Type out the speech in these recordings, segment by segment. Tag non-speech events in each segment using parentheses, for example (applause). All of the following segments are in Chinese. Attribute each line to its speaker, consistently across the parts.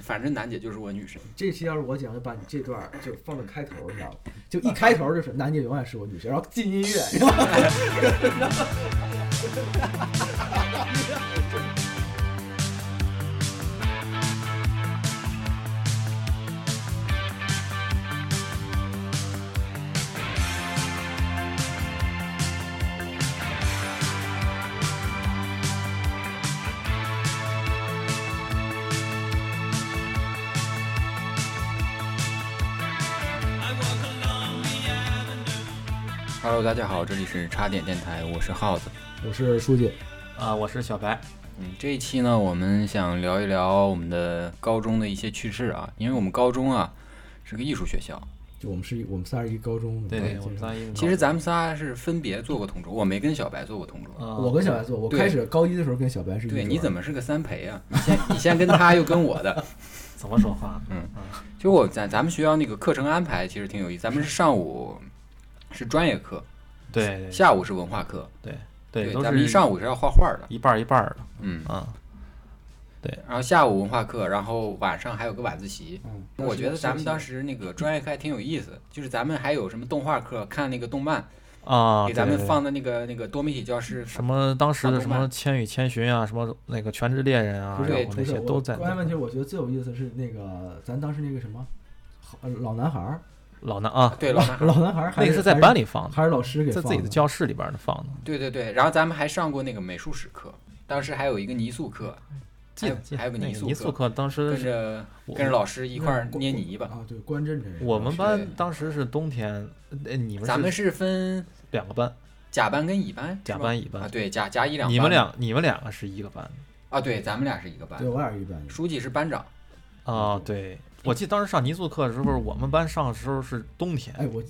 Speaker 1: 反正楠姐就是我女神。
Speaker 2: 这期要是我讲，就把你这段儿就放到开头，你知 (laughs) 道吗？就一开头就是楠姐永远是我女神，然后进音乐，然后
Speaker 1: Hello，大家好，这里是叉点电台，我是耗子。
Speaker 2: 我是书记，
Speaker 3: 啊，我是小白。
Speaker 1: 嗯，这一期呢，我们想聊一聊我们的高中的一些趣事啊，因为我们高中啊是个艺术学校，
Speaker 2: 就我们是一我们仨是一高中的，
Speaker 3: 对对，
Speaker 2: 我
Speaker 3: 我们
Speaker 2: 们仨
Speaker 3: 仨一个。
Speaker 1: 其实咱们仨是分别做过同桌，我没跟小白做过同桌。
Speaker 3: 啊，
Speaker 2: 我跟小白做，我
Speaker 1: 对
Speaker 2: 开始高一的时候跟小白是一
Speaker 1: 对，
Speaker 2: 桌
Speaker 1: 你怎嗯么是个三陪啊？你先你先跟他，又跟我的。
Speaker 3: 怎么说话？
Speaker 1: 就我咱咱们学校那个课程安排其实挺有意思，咱们是上午是专业课，
Speaker 3: 对
Speaker 1: 下午是文化课，
Speaker 3: 对，都
Speaker 1: 咱
Speaker 3: 是
Speaker 1: 们一上午是要画画的，
Speaker 3: 一半儿一半儿的。
Speaker 1: 嗯，
Speaker 3: 啊，
Speaker 1: 然后下午文化课，然后晚上还有个晚自习。
Speaker 2: 嗯，
Speaker 1: 我觉得咱们当时那个专业课还挺有意思，就是咱们还有什么动画课，看那个动漫，
Speaker 3: 啊，
Speaker 1: 给咱们
Speaker 3: 对
Speaker 1: 放的那个那个多媒体教室，
Speaker 3: 什么当时的
Speaker 1: 放
Speaker 3: 什
Speaker 1: 动漫
Speaker 3: 么《千与千寻》啊，什么那个《全职猎人》啊，
Speaker 2: 不是
Speaker 3: 然
Speaker 1: 对
Speaker 3: 后
Speaker 2: 不
Speaker 3: 那
Speaker 2: 是
Speaker 3: 些
Speaker 2: 我
Speaker 3: 都在
Speaker 2: 关键
Speaker 3: 那
Speaker 2: 问题，
Speaker 3: 个
Speaker 2: 我觉得最有意思是那个咱当时那个什么好呃老男孩儿，
Speaker 3: 老南啊，
Speaker 1: 对老男孩，
Speaker 2: 老男孩儿还
Speaker 3: 那个是在班里放的，
Speaker 2: 还是老师给
Speaker 3: 在
Speaker 2: 放
Speaker 3: 自己的教室里边儿的放的。
Speaker 1: 对对对，然后咱们还上过那个美术史课，当时还有一个泥塑课，
Speaker 3: 记得
Speaker 1: 还有
Speaker 3: 记得
Speaker 1: 还有个
Speaker 3: 那
Speaker 1: 泥
Speaker 3: 个
Speaker 1: 塑
Speaker 3: 泥塑
Speaker 1: 课
Speaker 3: 课，当时
Speaker 1: 跟
Speaker 3: 是
Speaker 1: 着
Speaker 3: 我
Speaker 1: 跟着老师一块儿捏泥巴。
Speaker 2: 啊，对，关震这人
Speaker 3: 我们
Speaker 1: 对
Speaker 3: 班当时是冬天，呃，你们
Speaker 1: 咱们
Speaker 3: 是
Speaker 1: 是分
Speaker 3: 两个班，
Speaker 1: 甲班跟乙班，是
Speaker 3: 甲
Speaker 1: 吧
Speaker 3: 班乙
Speaker 1: 啊，
Speaker 3: 班，
Speaker 1: 对甲甲乙两班，
Speaker 3: 你们两你们两个是一个班
Speaker 1: 啊，对，咱们俩是一个班
Speaker 2: 对，我俩是一般人，
Speaker 1: 书记是班长，嗯
Speaker 3: 啊。对，我记得当时上泥塑课的时候，我们班上的时候是冬天，
Speaker 2: 哎，我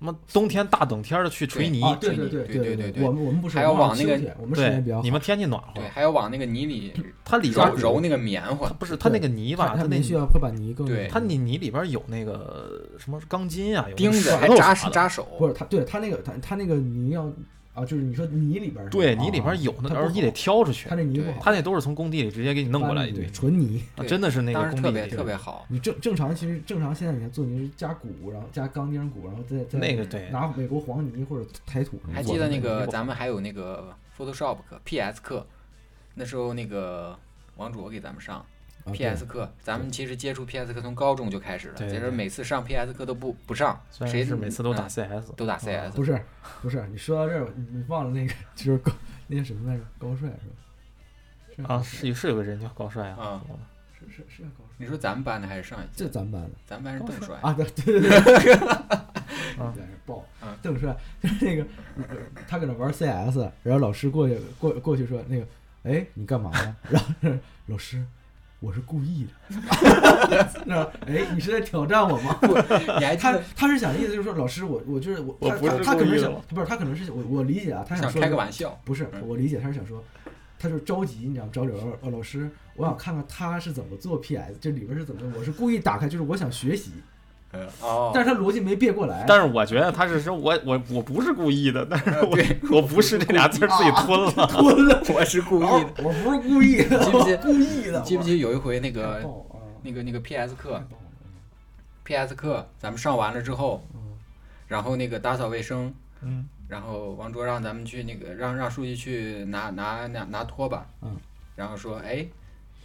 Speaker 3: 妈冬天大冷天儿的去
Speaker 1: 对
Speaker 3: 吹泥，
Speaker 2: 啊，对
Speaker 1: 吹
Speaker 2: 对
Speaker 1: 泥对
Speaker 2: 对
Speaker 1: 对对
Speaker 2: 我们我们不是，
Speaker 1: 还要
Speaker 2: 我们
Speaker 1: 往那个
Speaker 2: 休闲我们时
Speaker 3: 对
Speaker 2: 间比较，好
Speaker 3: 你，们天气暖和
Speaker 1: 对，，还要往那个泥里
Speaker 3: 它里边
Speaker 1: 揉
Speaker 3: 儿
Speaker 1: 揉那个棉花
Speaker 3: 它，不是它那个泥吧，
Speaker 2: 他
Speaker 3: 它
Speaker 2: 他
Speaker 3: 那
Speaker 2: 们需要会把泥更
Speaker 1: 对
Speaker 3: 它那泥里边儿有那个什么钢筋啊，有那
Speaker 1: 钉子
Speaker 3: 水
Speaker 1: 还
Speaker 3: 漏
Speaker 1: 扎
Speaker 3: 啥的
Speaker 1: 扎
Speaker 2: 不
Speaker 1: 手，
Speaker 2: 是他对他那个他他那个泥要啊，就是你说泥里边儿是吧
Speaker 3: 对，泥里边
Speaker 2: 啊
Speaker 3: 儿有
Speaker 1: 哦
Speaker 2: 它
Speaker 3: 那，
Speaker 2: 不
Speaker 3: 而
Speaker 2: 好
Speaker 3: 且你得挑出去
Speaker 2: 他，那泥不
Speaker 1: 对
Speaker 2: 好，
Speaker 3: 它那都是从工地里直接给你弄过来一堆
Speaker 2: 对，纯泥。
Speaker 3: 啊
Speaker 1: 对
Speaker 3: 真的是那
Speaker 1: 当
Speaker 3: 个
Speaker 1: 时
Speaker 3: 工
Speaker 1: 特
Speaker 3: 地
Speaker 1: 别
Speaker 3: 里
Speaker 1: 特别好。
Speaker 2: 你正正常，其实正常现在你看做泥是加骨，然后加钢钉骨，然后再再
Speaker 1: 嗯
Speaker 3: 那个对，
Speaker 2: 拿美国黄泥或者台土什么的。啊
Speaker 1: 还记得那
Speaker 3: 嗯我
Speaker 1: 个
Speaker 3: 们
Speaker 1: 咱们还有那个 Photoshop 课、PS 课，那时候那个王卓给咱们上
Speaker 2: 啊
Speaker 1: PS 课，咱们其实接触 PS 课从高中就开始了，
Speaker 3: 对
Speaker 1: 在
Speaker 3: 对
Speaker 1: 这每次上 PS 课都不不上，
Speaker 3: 虽
Speaker 1: 谁
Speaker 3: 然是每次都打啊
Speaker 1: 嗯
Speaker 3: CS，
Speaker 1: 都打
Speaker 2: 对
Speaker 1: CS，
Speaker 2: 不是不是，你说到这儿，你你忘了那个就是高那个什么来着？高帅是吧？
Speaker 3: 啊，是有是有个人叫高帅
Speaker 1: 啊
Speaker 3: 啊，怎么了
Speaker 2: 是是是叫高帅，
Speaker 1: 你说咱们班的还是上一届
Speaker 2: 这？咱们班的
Speaker 1: 咱们
Speaker 3: 哦
Speaker 1: 班是邓帅，
Speaker 2: 啊，对对对对，
Speaker 3: 啊
Speaker 2: 在那爆
Speaker 1: 嗯
Speaker 2: 邓帅就是那个他搁那玩 CS，然后老师过去过过去说那个，哎，你干嘛呀？ (laughs) 然后他说老师，我是故意的。 (laughs) 那哎，你是在挑战我
Speaker 3: 啊
Speaker 2: 吗？
Speaker 1: (laughs) 你还记
Speaker 2: 他
Speaker 1: 得
Speaker 2: 他是想意思就是说，老师，我我就是我，
Speaker 3: 我
Speaker 2: 他
Speaker 3: 不是
Speaker 2: 他他可
Speaker 3: 故意
Speaker 2: 能
Speaker 3: 的
Speaker 2: 想，不是他可能是我我理解啊，他
Speaker 1: 想
Speaker 2: 说
Speaker 1: 开个玩
Speaker 3: (laughs)
Speaker 1: 笑？
Speaker 2: 不是
Speaker 1: 嗯
Speaker 2: 我理解，他是想说，他就是着急，你知道吗？着急，哦，老师，我想看看他是怎么做 PS，这里边是怎么做，我是故意打开，就是我想学习，
Speaker 1: 嗯哦，
Speaker 2: 但是他逻辑没变过来，
Speaker 3: 但是我觉得他是说我我我不是故意的，但是我
Speaker 1: 对
Speaker 3: 我不是这俩字儿自己吞了，
Speaker 2: 吞了，
Speaker 1: 我是故意
Speaker 2: 哦
Speaker 1: (laughs) 的。
Speaker 2: 我不是故意
Speaker 1: (laughs)
Speaker 2: 的，
Speaker 1: 记不记
Speaker 2: 我故意
Speaker 3: 哦
Speaker 2: 的，
Speaker 1: 你记不
Speaker 2: 我
Speaker 1: 记得有哎一回那
Speaker 2: 太
Speaker 1: 个
Speaker 2: 爆了嗯
Speaker 1: 那个那个 PS 课
Speaker 2: 太爆了
Speaker 1: ，PS 课咱们上完了之后，
Speaker 2: 嗯
Speaker 1: 然后那个打扫卫生，
Speaker 3: 嗯，
Speaker 1: 然后王卓让咱们去那个让让书记去拿拿拿拿拖把，
Speaker 2: 嗯，
Speaker 1: 然后说哎，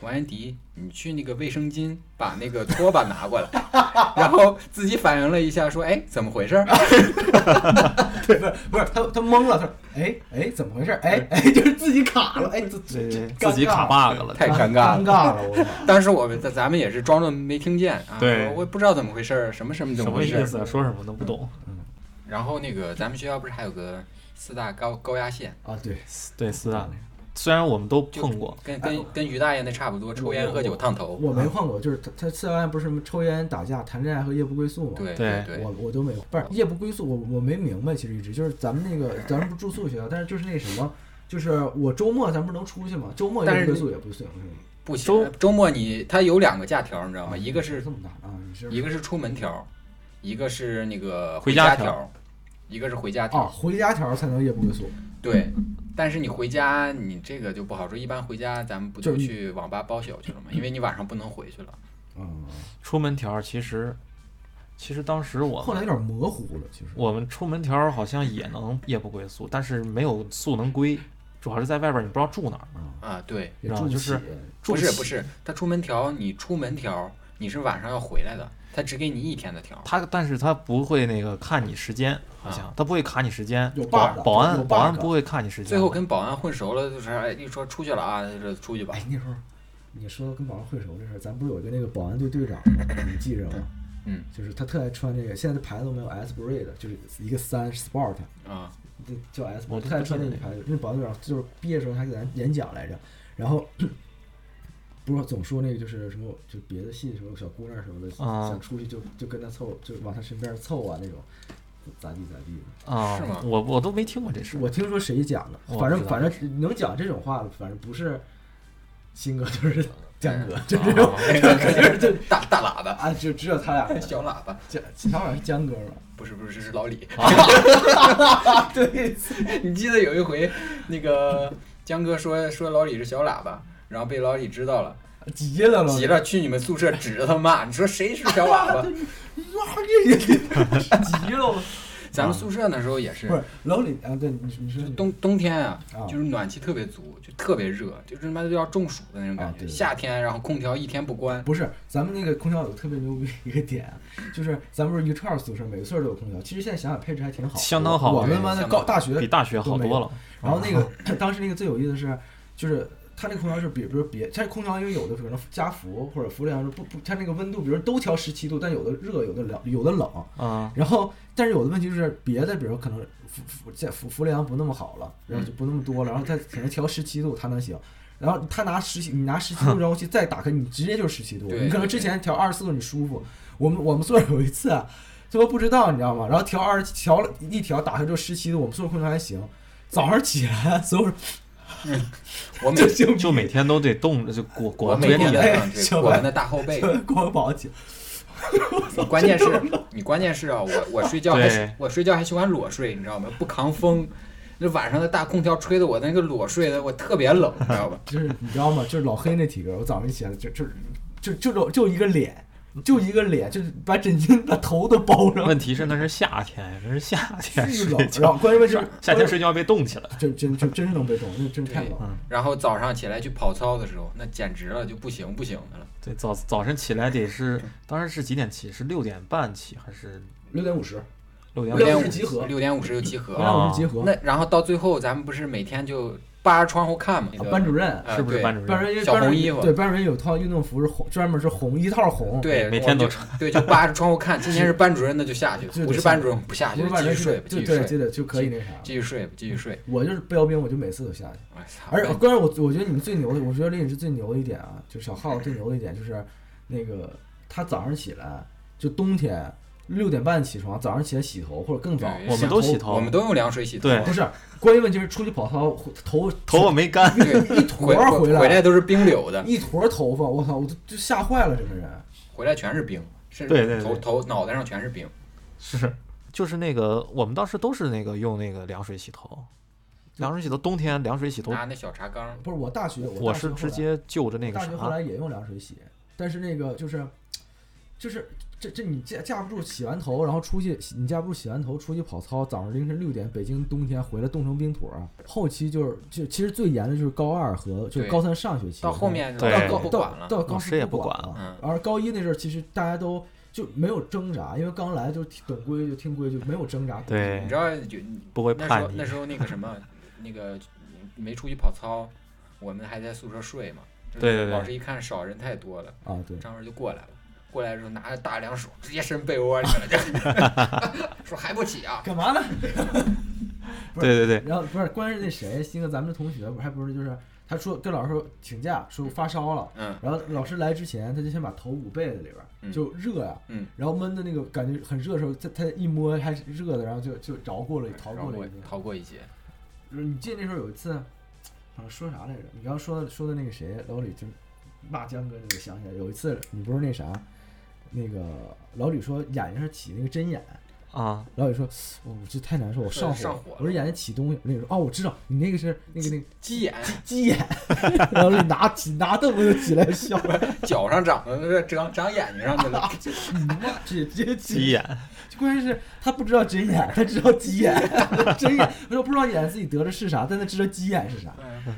Speaker 1: 王安迪，你去那个卫生巾把那个拖把拿过来， (laughs) 然后自己反应了一下说哎怎么回事儿？ (laughs)
Speaker 2: 对，不是不是，他他懵了，他说，哎哎，怎么回事？哎哎，就是自己卡了，哎，自
Speaker 3: (laughs) 对
Speaker 2: 自
Speaker 3: 对自己卡 bug 了，
Speaker 1: 太尴尬了
Speaker 2: 尴尬了，我靠。
Speaker 1: (laughs) 当时我们咱咱们也是装作没听见啊，
Speaker 3: 对
Speaker 1: 我我也不知道怎么回事儿，什么什么怎
Speaker 3: 什
Speaker 1: 么
Speaker 3: 么
Speaker 1: 回事
Speaker 3: 意
Speaker 1: 儿。
Speaker 3: 思？啊说什么都不懂。
Speaker 1: 然后那个咱们学校不是还有个四大高高压线，
Speaker 2: 啊，对，
Speaker 3: 对，斯坦，虽然我们都碰过，
Speaker 1: 跟跟跟于大爷那差不多，抽烟喝酒烫头。
Speaker 2: 我没换过，就是他他四幺不是什么抽烟、打架、谈恋爱和夜不归宿吗？
Speaker 1: 对
Speaker 3: 对
Speaker 1: 对，
Speaker 2: 我我都没有，不是夜不归宿，我我没明白，其实一直就是咱们那个，咱们不住宿学校，但是就是那什么，就是我周末咱们不能出去嘛，周末
Speaker 1: 但
Speaker 2: 夜
Speaker 1: 是
Speaker 2: 不归宿也不行，是吗？
Speaker 1: 不行。
Speaker 3: 周
Speaker 1: 周末你它有两个假条，你知道吗？一个是
Speaker 2: 这么大啊，你是
Speaker 1: 一个是出门条，一个是那个
Speaker 3: 回
Speaker 1: 家
Speaker 3: 家条
Speaker 1: 条，一个是回家
Speaker 2: 啊，
Speaker 1: 条。
Speaker 2: 回家条才能夜不归宿，
Speaker 1: 对，但是你回家，你这个就不好说。一般回家咱们不
Speaker 2: 就
Speaker 1: 就是去网吧包宿去了吗？因为你晚上不能回去了。
Speaker 2: 嗯，
Speaker 3: 出门条儿其实，其实当时我
Speaker 2: 后来有
Speaker 3: 们
Speaker 2: 点模糊了，其实
Speaker 3: 我们出门条儿好像也能夜不归宿，但是没有宿能归，主要是在外边儿你不知道住哪儿，
Speaker 1: 啊，对，
Speaker 2: 也
Speaker 3: 啊
Speaker 2: 住不
Speaker 3: 就是
Speaker 2: 起
Speaker 3: 住
Speaker 1: 不是
Speaker 3: 起
Speaker 1: 不是，他出门条，你出门条，你是晚上要回来的，他只给你一天的条。
Speaker 3: 他，但是他不会那个看你时间，好像他不会卡你时间
Speaker 2: 有，
Speaker 3: 保
Speaker 2: bug，
Speaker 3: 保
Speaker 2: 有
Speaker 3: 安保安
Speaker 2: bug
Speaker 3: 不会看你时间。
Speaker 1: 最后跟保安混熟了，就是哎，一说出去了啊，就是出去吧
Speaker 2: 哎。，那时候你说跟保安混熟这事儿，咱不是有一个那个保安队队长吗？你记着吗？
Speaker 1: 嗯，
Speaker 2: 就是他特爱穿这个，现在这牌子都没有 S Breed，就是一个三 Sport，
Speaker 1: 啊，
Speaker 2: 这叫 S，
Speaker 3: 我
Speaker 2: 我
Speaker 3: 都
Speaker 2: 特爱
Speaker 3: 不
Speaker 2: 穿
Speaker 3: 记
Speaker 2: 那
Speaker 3: 得
Speaker 2: 个牌子。那保安队长就是毕业的时候还给咱演讲来着，然后 (clears throat) 不是总说那个就是什么，就别的系什么小姑娘什么的，
Speaker 3: 啊
Speaker 2: 想出去就就跟他凑，就往他身边凑啊那种，咋地咋地的。
Speaker 3: 啊
Speaker 1: 是吗，
Speaker 3: 我我都没听过这事儿。
Speaker 2: 我听说谁讲的，
Speaker 3: 我
Speaker 2: 反正
Speaker 3: 知道
Speaker 2: 反正能讲这种话的，反正不是新哥就是 (laughs) 江哥，就这种。 (laughs)
Speaker 1: 大大喇叭，
Speaker 2: 啊，就只有他俩人
Speaker 1: 小喇叭，
Speaker 2: 江，其他好像是江哥
Speaker 1: (laughs)
Speaker 2: 吧？
Speaker 1: 不是不是是老李。
Speaker 2: 对，
Speaker 1: (laughs) 你记得有一回，那个江哥说说老李是小喇叭，然后被老李知道了，
Speaker 2: 急了了，
Speaker 1: 急了去你们宿舍指着他骂，你说谁是小喇
Speaker 2: (laughs)
Speaker 1: 叭？
Speaker 2: 哇，这也急了我。
Speaker 1: 咱们宿舍那时候也是
Speaker 2: 不，是老李啊，对，你你说你
Speaker 1: 冬冬天啊
Speaker 2: 啊，
Speaker 1: 就是暖气特别足，就特别热，就是他妈都要中暑的那种
Speaker 2: 啊
Speaker 1: 感觉。
Speaker 2: 对对
Speaker 1: 夏天然后空调一天不关，
Speaker 2: 不是咱们那个空调有特别牛逼一个点，就是咱们不是一串宿舍每个宿舍都有空调，其实现在想想配置还挺好，
Speaker 3: 相当好
Speaker 2: 我们
Speaker 1: 对
Speaker 2: 班
Speaker 1: 相
Speaker 2: 的
Speaker 1: 当
Speaker 2: 高
Speaker 1: 好
Speaker 2: 大学
Speaker 3: 比大学好多了。
Speaker 2: 然后那个 (clears throat) 当时那个最有意思的是，就是它那个空调是比，比如别，它空调因为有的可能加氟或者氟利昂是不不，它那个温度，比如都调十七度，但有的热，有的凉，有的冷。
Speaker 3: 啊，
Speaker 2: 然后，但是有的问题就是别的，比如可能氟氟在氟氟利昂不那么好了，然后就不那么多了，然后它可能调十七度它能行。然后它拿十七，你拿十
Speaker 1: (laughs)
Speaker 2: 七度，然后去再打开，你直接就是十七度。
Speaker 1: 对
Speaker 2: 你可能
Speaker 1: 对
Speaker 2: 之
Speaker 1: 对
Speaker 2: 前调二十四度你舒服，我们我们宿舍有一次啊，他妈不知道你知道吗？然后调二调了一调打开就十七度，我们宿舍空调还行。早上起来，所有人
Speaker 1: 我每
Speaker 2: (laughs) 就就
Speaker 3: 就每天都得冻着，就裹
Speaker 1: 我
Speaker 3: 裹着
Speaker 1: 每
Speaker 3: 嘴里
Speaker 1: 天
Speaker 2: (laughs)
Speaker 3: 的
Speaker 1: 晚
Speaker 2: 哎
Speaker 3: (laughs)
Speaker 1: 上对
Speaker 2: (laughs) 小白
Speaker 1: 裹着那大厚被，
Speaker 2: 光跑起来，
Speaker 1: 你关
Speaker 2: (laughs)
Speaker 1: 键是，你关键是啊，我我睡觉还
Speaker 3: 对
Speaker 1: 是我睡觉还喜欢裸睡，你知道吗？不扛风，那晚上的大空调吹的我那个裸睡的我特别冷，你知道吧？ (laughs)
Speaker 2: 就是你知道吗？就是老黑那体格，我早上一起来就就就就就就一个脸，就一个脸，就是把枕巾把头都包上，
Speaker 3: 问题是那是夏天，那是夏天
Speaker 2: 巨
Speaker 3: 睡
Speaker 2: 冷。然
Speaker 3: 觉，
Speaker 2: 后关键问题是
Speaker 3: 夏天睡觉被冻起来。
Speaker 2: 真真真真是能被冻，那真是太冷了。
Speaker 1: 然后早上起来去跑操的时候，那简直了，就不行不行的了。
Speaker 3: 对，早早晨起来得是，当时是几点起？是六点半起还是
Speaker 2: 六点五十，
Speaker 3: 六点
Speaker 1: 六
Speaker 2: 六
Speaker 1: 点
Speaker 2: 点
Speaker 1: 五
Speaker 2: 五十集合
Speaker 1: 六点五十就集
Speaker 2: 六
Speaker 1: 合。
Speaker 2: 点五十集合。
Speaker 3: 哦
Speaker 1: 那然后到最后，咱们不是每天就扒着窗户看嘛？那个
Speaker 2: 啊班主任，
Speaker 1: 呃
Speaker 3: 是不是
Speaker 1: 对
Speaker 3: 班主
Speaker 2: 班主
Speaker 3: 任？
Speaker 2: 任因为
Speaker 1: 小
Speaker 2: 班主
Speaker 1: 红
Speaker 2: 任
Speaker 1: 衣服
Speaker 2: 对班主任有套运动服是红，专门是红一套红。
Speaker 1: 对，
Speaker 3: 每
Speaker 1: 我
Speaker 3: 天都
Speaker 1: 就对，就扒着窗户看。今天是班主任，那就下去
Speaker 2: 就；得
Speaker 1: 不是
Speaker 2: 下
Speaker 1: 班
Speaker 2: 去
Speaker 1: 主任，不下去
Speaker 2: 不是，班
Speaker 1: 继续
Speaker 2: 主任
Speaker 1: 睡
Speaker 2: 是
Speaker 1: 吧，继
Speaker 2: 啊
Speaker 1: 续
Speaker 2: 就对，
Speaker 1: 睡
Speaker 2: 就，得就可以那啥。
Speaker 1: 继续睡吧，继续睡吧。
Speaker 2: 我就是标兵，我就每次都下去。
Speaker 1: 哎操！
Speaker 2: 而关键我我觉得你们最牛的，我觉得林颖是最牛的一点啊，就是小浩最牛的一点就是，那个他早上起来就冬天六点半起床，早上起来洗头或者更早
Speaker 1: 对，
Speaker 3: 我们都洗
Speaker 1: 我
Speaker 3: 头
Speaker 1: 们，都用凉水洗头。啊
Speaker 3: 对
Speaker 2: 不是关键问题是出去跑操头
Speaker 3: 头发没
Speaker 2: (laughs)
Speaker 3: 干。
Speaker 1: 对，
Speaker 2: 一坨
Speaker 1: 回
Speaker 2: 儿
Speaker 1: 回
Speaker 2: 来
Speaker 1: 都是冰柳的，
Speaker 2: 一坨头发，我操，我都就吓坏了整个人。
Speaker 1: 回来全是冰，是
Speaker 3: 对对对
Speaker 1: 头头脑袋上全是冰。
Speaker 3: 是，就是那个我们当时都是那个用那个凉水洗头，凉水洗头，冬天凉水洗头，
Speaker 1: 拿那小茶缸，
Speaker 2: 不是我大学，
Speaker 3: 我
Speaker 2: 大学
Speaker 3: 是
Speaker 2: 后
Speaker 3: 直
Speaker 2: 来
Speaker 3: 接就着那个
Speaker 2: 大学后
Speaker 3: 啥，
Speaker 2: 来也用凉水洗，但是那个就是，就是这这你架架不住洗完头，然后出去洗，你架不住洗完头出去跑操，早上凌晨六点，北京冬天回来冻成冰坨儿。后期就是就其实最严的就是高二和就是
Speaker 1: 对
Speaker 2: 高三上学期，
Speaker 1: 到后面
Speaker 3: 对
Speaker 1: 老
Speaker 2: 到
Speaker 1: 师
Speaker 2: 高
Speaker 1: 不管
Speaker 2: 到
Speaker 1: 了，
Speaker 2: 到高
Speaker 3: 老
Speaker 2: 四
Speaker 3: 师也
Speaker 2: 不
Speaker 3: 不
Speaker 2: 管
Speaker 3: 管
Speaker 1: 了
Speaker 2: 而高一那阵儿其实大家都就没有挣扎，因为刚来就听懂规矩听规矩，没有挣扎。
Speaker 3: 对
Speaker 1: 你知道就
Speaker 3: 不会
Speaker 1: 那时候
Speaker 3: 叛逆
Speaker 1: 那。时候那个什
Speaker 3: (laughs)
Speaker 1: 么，那个没出去跑操，我们还在宿舍睡嘛。就是
Speaker 3: 对对对
Speaker 1: 老师一看少人太多了，
Speaker 2: 啊，对，
Speaker 1: 张文就过来了。过来之后拿着大凉手直接伸被窝里了，就 (laughs) 说还不起啊？
Speaker 2: 干嘛呢？不是
Speaker 3: 对对对，
Speaker 2: 然后不是，关键是那谁，新哥，咱们的同学不是还不是就是，他说跟老师说请假，说发烧了， (laughs)
Speaker 1: 嗯，
Speaker 2: 然后老师来之前，他就先把头捂被子里边儿，
Speaker 1: 嗯
Speaker 2: 就热呀、
Speaker 1: 嗯
Speaker 2: 然后闷的那个感觉很热的时候，他他一摸还是热的，然后就就饶过了，逃
Speaker 1: 然后
Speaker 2: 过
Speaker 1: 我
Speaker 2: 了一遍。
Speaker 1: 逃哎过一劫。
Speaker 2: 就是你记得那时候有一次，好像说啥来着？你刚说的说的那个谁，老李就骂江哥，那个想起来，有一次你不是那啥，那个老李说眼睛上起那个针眼，
Speaker 3: 啊，
Speaker 2: 老李说，哦我我这太难受，我上
Speaker 1: 上火了
Speaker 2: 我说眼睛起东西，那个说，哦，我知道你那个是那个那个
Speaker 1: 鸡眼
Speaker 2: 鸡眼， (laughs) 然后就拿起拿凳子就起来笑，
Speaker 1: (laughs) 脚上长的，长长眼睛上去
Speaker 2: (laughs)
Speaker 1: 了。
Speaker 2: 你妈直接起
Speaker 3: 鸡眼，
Speaker 2: 关键是他不知道针眼，他知道鸡眼， (laughs) 针眼，我说不知道眼自己得的是啥，但他知道鸡眼是啥。
Speaker 1: 嗯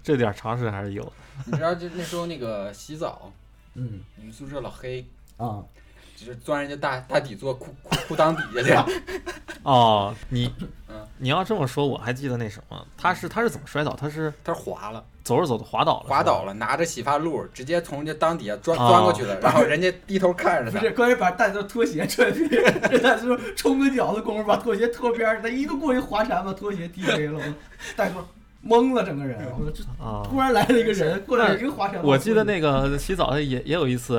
Speaker 3: 这点常识还是有的。
Speaker 1: 你知道，就那时候那个洗澡，
Speaker 2: 嗯
Speaker 1: 你们宿舍老黑
Speaker 2: 啊，
Speaker 1: 就是钻人家大大底座裤裤裤裆底下去，
Speaker 3: 哦，你
Speaker 1: 嗯
Speaker 3: 你要这么说，我还记得那什么，他是他是怎么摔倒？ (laughs) 他是
Speaker 1: 他滑了，
Speaker 3: 走着走着滑倒了，
Speaker 1: 滑倒了，
Speaker 3: 了。
Speaker 1: 拿着洗发露直接从人家裆底下钻
Speaker 3: 啊
Speaker 1: 钻过去了，然后人家低头看着
Speaker 2: 不
Speaker 1: 他，
Speaker 2: 是，关键把大家都拖鞋踹飞， (laughs) 大家说冲个脚的功夫把拖鞋拖边儿，他一个过去滑铲把拖鞋踢飞了， (laughs) 大哥懵了整个人，我说这
Speaker 3: 啊、
Speaker 2: 突然来了一个人过来一个滑铲，
Speaker 3: 我记得那个洗澡也也有一次，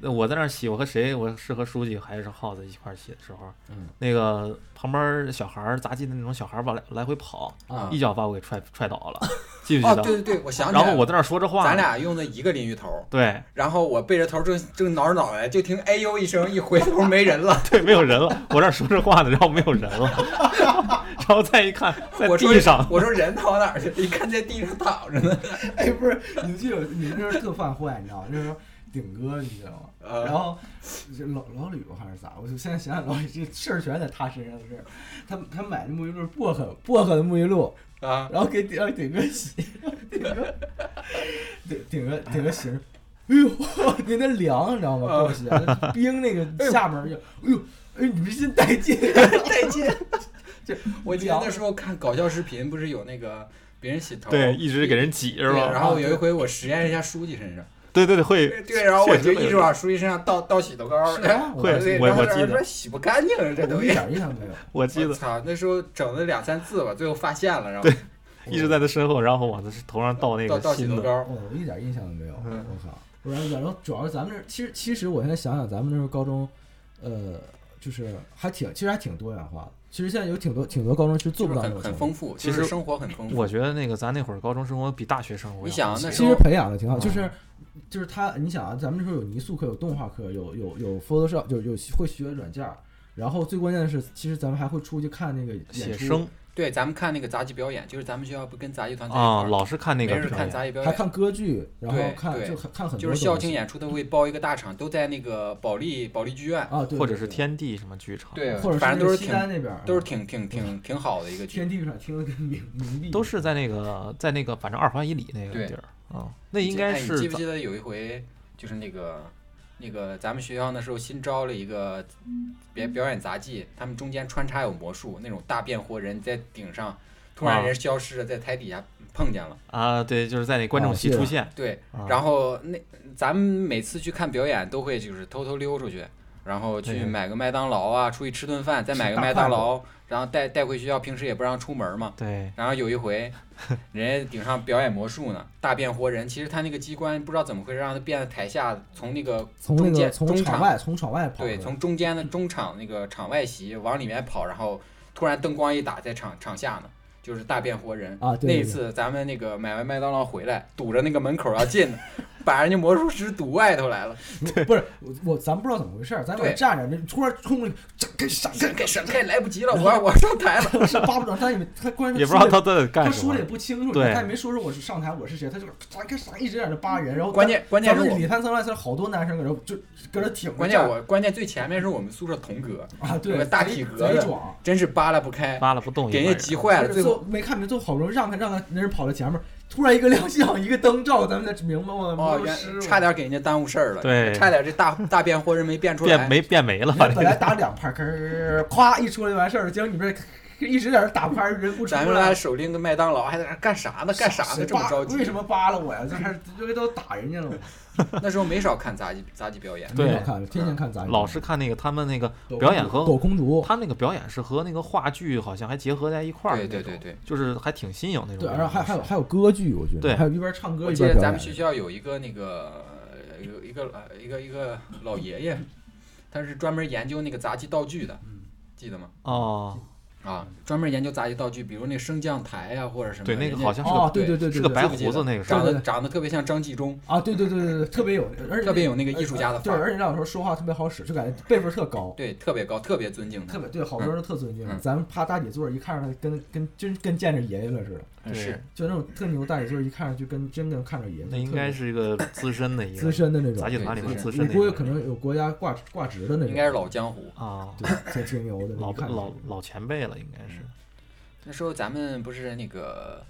Speaker 3: 呃我在那儿洗，我和谁，我是和书记还是耗子一块儿洗的时候，
Speaker 2: 嗯
Speaker 3: 那个旁边小孩儿杂技的那种小孩儿吧，来来回跑，
Speaker 2: 啊
Speaker 3: 一脚把我给踹踹倒了，记不记
Speaker 1: 哦，
Speaker 3: 得？
Speaker 1: 对对对，我想起
Speaker 3: 然
Speaker 1: 来
Speaker 3: 后
Speaker 1: 了，
Speaker 3: 我在那儿说着话，
Speaker 1: 咱俩用的一个淋浴头，
Speaker 3: 对
Speaker 1: 然后我背着头正正挠着脑袋，就听哎呦一声，一回头没人了，
Speaker 3: 对，没有人了，我这儿说着话呢，然后没有人了，
Speaker 1: (laughs)
Speaker 3: 然后再一看， (laughs) 在
Speaker 1: 我说
Speaker 3: 地上，
Speaker 1: 我说人跑哪儿去了？一看见地上躺着呢，
Speaker 2: (laughs) 哎不是，你们这种你们这是特犯坏，你知道吗？就是说顶哥，你知道吗？然
Speaker 1: 呃，
Speaker 2: 后这老老吕吧还是咋？我就现在想想老吕这事儿全在他身上的事儿。他他买的沐浴露是薄荷薄荷的沐浴露，
Speaker 1: 啊，
Speaker 2: 然后给顶让顶哥洗，顶哥顶顶哥顶哥洗着。哎呦，那那凉，你知道吗？给我洗，冰那个下面就，嗯哎呦，哎，你们真带劲，
Speaker 1: (laughs) 再见。
Speaker 2: 这
Speaker 1: 我记得那时候看搞笑视频，不是有那个别人洗头，
Speaker 3: 对，一直给人挤是
Speaker 1: 对
Speaker 3: 吧？
Speaker 1: 然后有一回我实验一下书记身上，
Speaker 3: 对对对，会
Speaker 1: 对，然后我
Speaker 3: 确实
Speaker 1: 就
Speaker 3: 会有
Speaker 1: 一直往书记身上倒倒洗头膏，
Speaker 2: (laughs) 是啊，我
Speaker 1: (laughs)
Speaker 3: 会
Speaker 1: 对
Speaker 3: 我
Speaker 1: 然后
Speaker 3: 我记得
Speaker 1: 说洗不干净这
Speaker 2: 我
Speaker 1: 东
Speaker 2: 一
Speaker 1: 西。
Speaker 2: 点印象没有。
Speaker 3: 我记
Speaker 1: 我
Speaker 3: 得
Speaker 1: 操，那时候整了两三次吧，最后发现了，然后
Speaker 3: 对一直在他身后，然后往他头上倒那
Speaker 1: 倒
Speaker 3: 个
Speaker 1: 倒洗
Speaker 3: 新
Speaker 1: 头
Speaker 3: 的，
Speaker 1: 膏，
Speaker 2: 哦，我一点印象都没有，
Speaker 3: 嗯
Speaker 2: 我靠！不然，然后主要是咱们这，其实其实我现在想想，咱们那时候高中，呃，就是还挺，其实还挺多元化的。其实现在有挺多挺多高中是做不到那
Speaker 1: 很
Speaker 2: 种
Speaker 1: 很
Speaker 2: 程度
Speaker 1: 丰，富，
Speaker 3: 其
Speaker 1: 就是
Speaker 3: 实
Speaker 1: 生活很丰富。
Speaker 3: 我觉得那个咱那会儿高中生活比大学生活要
Speaker 1: 你想那时
Speaker 2: 其实
Speaker 1: 候
Speaker 2: 培养的挺好，
Speaker 3: 嗯
Speaker 2: 就是。就是他，你想啊，咱们那时候有泥塑课，有动画课，有有有 Photoshop，就是有会学软件儿，然后最关键的是，其实咱们还会出去看那个
Speaker 3: 写
Speaker 2: 演出，
Speaker 3: 生
Speaker 1: 对，咱们看那个杂技表演，就是咱们学校不跟杂技团在一块
Speaker 3: 啊，
Speaker 1: 儿
Speaker 3: 老是看那个
Speaker 1: 没人
Speaker 3: 表
Speaker 1: 看
Speaker 3: 演，
Speaker 1: 杂技表
Speaker 2: 还
Speaker 1: 演，
Speaker 2: 看歌剧，然后
Speaker 1: 对
Speaker 2: 看
Speaker 1: 对
Speaker 2: 就很看很多
Speaker 1: 就是
Speaker 2: 东
Speaker 1: 校庆
Speaker 2: 西
Speaker 1: 演出，他会包一个大场，都在那个保利保利剧院，
Speaker 2: 啊，对，
Speaker 3: 或者
Speaker 2: 对
Speaker 3: 是，天地什么剧场，
Speaker 1: 对
Speaker 2: 对，或者
Speaker 1: 反正
Speaker 2: 那
Speaker 1: 都
Speaker 2: 个
Speaker 1: 是
Speaker 2: 西
Speaker 1: 挺
Speaker 2: 单那边儿
Speaker 1: 都是
Speaker 2: 啊
Speaker 1: 挺挺挺挺好的一个剧
Speaker 2: 天。地上听的跟冥冥币
Speaker 3: 都是在那个在那个反正二环以里那
Speaker 1: 对
Speaker 3: 个地儿啊，那应该
Speaker 1: 哎你记
Speaker 3: 是
Speaker 1: 不记得有一回，就是那个那个咱们学校那时候新招了一个表表演杂技，他们中间穿插有魔术，那种大变活人在顶上，突然
Speaker 3: 啊
Speaker 1: 人消失了，在台底下碰见了。
Speaker 3: 啊，对，就是在那观众席
Speaker 2: 啊
Speaker 3: 出现，
Speaker 1: 对，
Speaker 3: 啊
Speaker 1: 然后那咱们每次去看表演都会就是偷偷溜出去，然后去
Speaker 3: 对
Speaker 1: 买个麦当劳啊，出去吃顿饭，再买个
Speaker 2: 大
Speaker 1: 麦当
Speaker 2: 块头
Speaker 1: 劳，然后带带回学校，平时也不让出门嘛。
Speaker 3: 对，
Speaker 1: 然后有一
Speaker 2: (laughs)
Speaker 1: 回，人家顶上表演魔术呢，大变活人。其实他那个机关不知道怎么回事，让他变得台下从那个
Speaker 2: 从那
Speaker 1: 中
Speaker 2: 个
Speaker 1: 间
Speaker 2: 从
Speaker 1: 中
Speaker 2: 场外从场外跑的，
Speaker 1: 对从中间的中场那个场外席往里面跑，然后突然灯光一打，在场场下呢，就是大变活人。
Speaker 2: 啊，对
Speaker 1: 那一次咱们那个买完麦当劳回来，堵着那个门口要进，把人家魔术师堵外头来了，
Speaker 2: 对不是我我咱不知道怎么回事儿，咱
Speaker 1: 对
Speaker 2: 俩站着，那突然冲过去，闪开闪
Speaker 1: 闪
Speaker 2: 开，
Speaker 1: 开闪开，来不及了，我要我要上台了。
Speaker 2: 是巴不得他也没他关键
Speaker 3: 也不知道
Speaker 2: 他
Speaker 3: 他在
Speaker 2: 他
Speaker 3: 干什
Speaker 2: 说
Speaker 3: 么
Speaker 2: 的也，不清楚，
Speaker 3: 对
Speaker 2: 他也没说说我是上台我是谁，他就是闪开闪，一直在那扒人，然后
Speaker 1: 关键关键
Speaker 2: 咱
Speaker 1: 是
Speaker 2: 们
Speaker 1: 我
Speaker 2: 里三层外三好多男生搁这就搁这挺着
Speaker 1: 关键
Speaker 2: 站
Speaker 1: 我关键最前面是我们宿舍童哥，
Speaker 2: 啊
Speaker 1: 有
Speaker 2: 对
Speaker 1: 个大体格
Speaker 2: 贼
Speaker 1: 子
Speaker 2: 壮。
Speaker 1: 真是扒拉不开，
Speaker 3: 扒拉不动一
Speaker 1: 给
Speaker 3: 个
Speaker 1: 人
Speaker 3: 人
Speaker 1: 家，急坏了，
Speaker 2: 不
Speaker 1: 最
Speaker 2: 是
Speaker 1: 后
Speaker 2: 最后没看明，最后好不容易让开，让他那人跑到前面，突然一个亮相，一个灯照，咱们才明白我
Speaker 1: 哦，
Speaker 2: 魔术师
Speaker 1: 原差点给人家耽误事儿了，
Speaker 3: 对
Speaker 1: 差点这大大变活人没变出来，
Speaker 3: 变没变没了，
Speaker 2: 本来打两拍，咔咵一出来就完事儿了，结果你们这一直在这打拍，人不出
Speaker 1: 咱们俩手拎个麦当劳还在那儿干啥呢？干啥呢？这么着急？
Speaker 2: 为什么扒拉我呀？这还这都打人家了，
Speaker 1: 那时候没少看杂技杂技表演，
Speaker 3: 对
Speaker 2: 没少看，天天看杂技，
Speaker 3: 老是看那个他们那个
Speaker 2: 抖
Speaker 3: 表演和
Speaker 2: 抖公主，
Speaker 3: 他那个表演是和那个话剧好像还结合在一块儿的
Speaker 1: 对
Speaker 3: 那种，
Speaker 1: 对对对。
Speaker 3: 就是还挺新颖那种
Speaker 2: 对，
Speaker 3: 表演
Speaker 2: 然后
Speaker 3: 方式。
Speaker 2: 还还有还有歌剧，我觉得，
Speaker 3: 对
Speaker 2: 还有一边唱歌
Speaker 1: 我
Speaker 2: 一
Speaker 1: 记得
Speaker 2: 边
Speaker 1: 咱
Speaker 2: 表
Speaker 1: 们学
Speaker 2: 演。
Speaker 1: 校有一个那个呃有一个呃一个一个老爷爷，他是专门研究那个杂技道具的，记得吗？
Speaker 3: 哦，
Speaker 1: 啊，专门研究杂技道具，比如那升降台呀、或者什么。
Speaker 3: 对，那个
Speaker 1: 人家
Speaker 3: 好像是
Speaker 2: 哦，
Speaker 3: 个
Speaker 2: 对对对对，
Speaker 3: 是个
Speaker 2: 对
Speaker 3: 白
Speaker 1: 记不记
Speaker 3: 胡子
Speaker 1: 得
Speaker 3: 那个
Speaker 1: 长
Speaker 3: 啥，
Speaker 2: 对
Speaker 1: 得长得特别像张纪中，
Speaker 2: 啊，对对对对对，特别有，而且
Speaker 1: 特别有那个艺术家的
Speaker 2: 对，
Speaker 1: 范儿，
Speaker 2: 而且那老头说话特别好使，就感觉辈分特高，
Speaker 1: 对，特别高，特别尊敬他
Speaker 2: 特。别对，好多人都特尊敬他。
Speaker 1: 嗯
Speaker 2: 咱们趴大姐座儿一看上他跟跟真跟见着爷爷了似的，
Speaker 1: 嗯是，
Speaker 2: 就那种特牛大姐座儿一看上去跟真的看着爷爷，
Speaker 3: 那应该是一个资深的一
Speaker 2: 资
Speaker 3: 个
Speaker 2: 深的那
Speaker 3: 杂
Speaker 2: 种，
Speaker 3: 技团里面资
Speaker 2: 我
Speaker 3: 深的一
Speaker 2: 估
Speaker 3: 个
Speaker 2: 计
Speaker 3: 人，
Speaker 2: 可能有国家挂挂职的那种，
Speaker 1: 应该是老江湖。
Speaker 3: 啊，
Speaker 2: 对，挺挺牛的，
Speaker 3: 老
Speaker 2: 一看
Speaker 3: 老老前辈了，应该是
Speaker 1: 那时候咱们不是那个，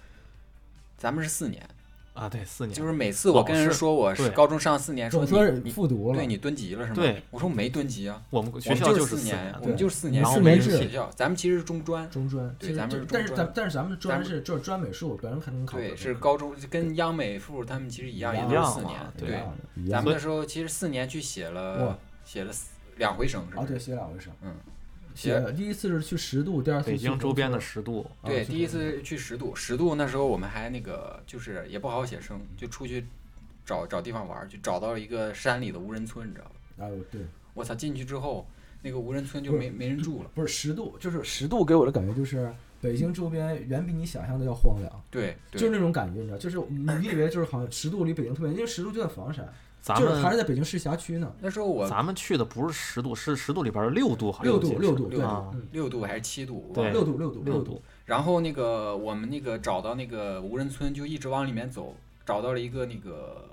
Speaker 1: 咱们是四年，
Speaker 2: 嗯
Speaker 3: 啊，对，四年，
Speaker 1: 就是每次我跟人说我是
Speaker 3: 对
Speaker 1: 高中上四年，
Speaker 2: 总
Speaker 1: 说
Speaker 2: 说
Speaker 1: 你
Speaker 2: 是
Speaker 1: 你
Speaker 2: 复读了
Speaker 1: 对，你蹲级了是吗？
Speaker 3: 对，
Speaker 1: 我说我没蹲级啊，
Speaker 3: 我们
Speaker 1: 我
Speaker 3: 学
Speaker 1: 们
Speaker 3: 校
Speaker 1: 就是
Speaker 3: 四
Speaker 1: 年，我
Speaker 3: 对
Speaker 1: 们就是四年，
Speaker 2: 对
Speaker 1: 我
Speaker 2: 你
Speaker 1: 们
Speaker 2: 四年制
Speaker 1: 学校，咱们其实是中专，
Speaker 2: 中专，
Speaker 1: 对
Speaker 2: 其实
Speaker 1: 咱们
Speaker 2: 就是
Speaker 1: 中
Speaker 2: 但是
Speaker 1: 专
Speaker 2: 咱但是咱们
Speaker 1: 咱
Speaker 2: 专
Speaker 1: 们
Speaker 2: 是就是专美术，本来还能考的，
Speaker 1: 对，是高中跟央美附他们其实一样，也都是四
Speaker 3: 一样
Speaker 1: 年
Speaker 3: 嘛，啊
Speaker 2: 一
Speaker 1: 对
Speaker 2: 样。的，一
Speaker 1: 咱
Speaker 2: 样的
Speaker 1: 们那时候其实四年去写
Speaker 2: 哇
Speaker 1: 了写了四两回省，是
Speaker 2: 啊，
Speaker 1: 不
Speaker 2: 对，
Speaker 1: 是？
Speaker 2: 写两回省，
Speaker 1: 嗯，
Speaker 2: 写了第一次是去十渡，第二次
Speaker 3: 北
Speaker 2: 去
Speaker 3: 京
Speaker 2: 红
Speaker 3: 周边的
Speaker 2: 村
Speaker 3: 十渡，
Speaker 2: 啊
Speaker 1: 对，
Speaker 2: 是
Speaker 1: 第一
Speaker 2: 这样
Speaker 1: 次去十渡，十渡那时候我们还那个就是也不好好写生，就出去找找地方玩儿，就找到了一个山里的无人村，你知道吧？
Speaker 2: 啊，对，
Speaker 1: 我操，进去之后那个无人村就
Speaker 2: 不是
Speaker 1: 没没人住了。
Speaker 2: 不是十渡，就是十渡给我的感觉就是北京周边远比你想象的要荒凉，
Speaker 1: 对，对
Speaker 2: 就是那种感觉，你知道，就是你以为就是好像十渡离北京特别，因为十渡就在房山，
Speaker 3: 咱
Speaker 2: 就是还
Speaker 3: 们
Speaker 2: 是在北京市辖区呢，
Speaker 1: 那时候我
Speaker 3: 咱们去的不是十渡，是十渡里边的六渡，好像
Speaker 2: 六
Speaker 3: 我记
Speaker 2: 度
Speaker 3: 得
Speaker 2: 六
Speaker 3: 是
Speaker 2: 度对，
Speaker 3: 啊
Speaker 2: 嗯
Speaker 1: 六度还是七度，我
Speaker 3: 对
Speaker 1: 忘了
Speaker 2: 六度六度
Speaker 3: 六
Speaker 2: 度，
Speaker 1: 然后那个我们那个找到那个无人村，就一直往里面走，找到了一个那个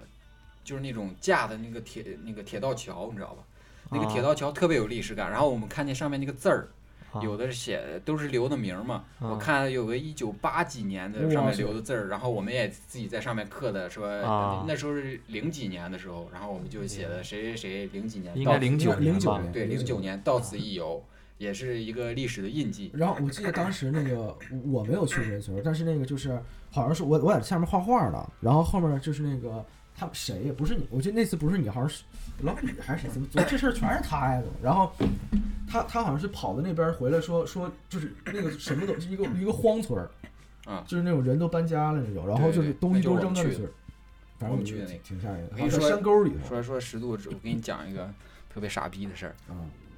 Speaker 1: 就是那种架的那个铁那个铁道桥，你知道吧？那个铁道桥特别有历史感。然后我们看见上面那个字儿，
Speaker 3: 啊
Speaker 1: 有的是写都是留的名儿嘛。
Speaker 3: 啊
Speaker 1: 我看有个一九八几年的
Speaker 2: 哇
Speaker 1: 上面
Speaker 2: 塞
Speaker 1: 留的字儿，然后我们也自己在上面刻的，说
Speaker 3: 啊
Speaker 1: 那时候是零几年的时候，然后我们就写的谁谁谁零几年
Speaker 3: 应
Speaker 1: 到
Speaker 3: 该零九
Speaker 2: 零九
Speaker 3: 吧，嗯
Speaker 2: 年
Speaker 1: 对零九
Speaker 2: 九。
Speaker 1: 年到此一游，也是一个历史的印记。
Speaker 2: 然后我记得当时那个我没有去无人村，但是那个就是好像是我我在下面画画呢，然后后面就是那个他们谁也不是你，我记得那次不是你，好像是老李还是谁，怎么怎么这事儿全是他呀？怎么？然后他他好像是跑到那边回来说说就是那个什么都一个一个荒村儿，
Speaker 1: 啊
Speaker 2: 就是那种人都搬家了那种，然后就是
Speaker 1: 对对
Speaker 2: 东西
Speaker 1: 那就是
Speaker 2: 都
Speaker 1: 我
Speaker 2: 扔
Speaker 1: 们
Speaker 2: 到
Speaker 1: 去
Speaker 2: 那去
Speaker 1: 的
Speaker 2: 了，反
Speaker 1: 我
Speaker 2: 正
Speaker 1: 们
Speaker 2: 觉
Speaker 1: 去
Speaker 2: 得
Speaker 1: 的那个
Speaker 2: 挺吓人的，
Speaker 1: 我
Speaker 2: 好
Speaker 1: 跟你
Speaker 2: 像在
Speaker 1: 说
Speaker 2: 山沟里头
Speaker 1: 说说十渡，我给你讲一个特别傻逼的事儿，
Speaker 2: 啊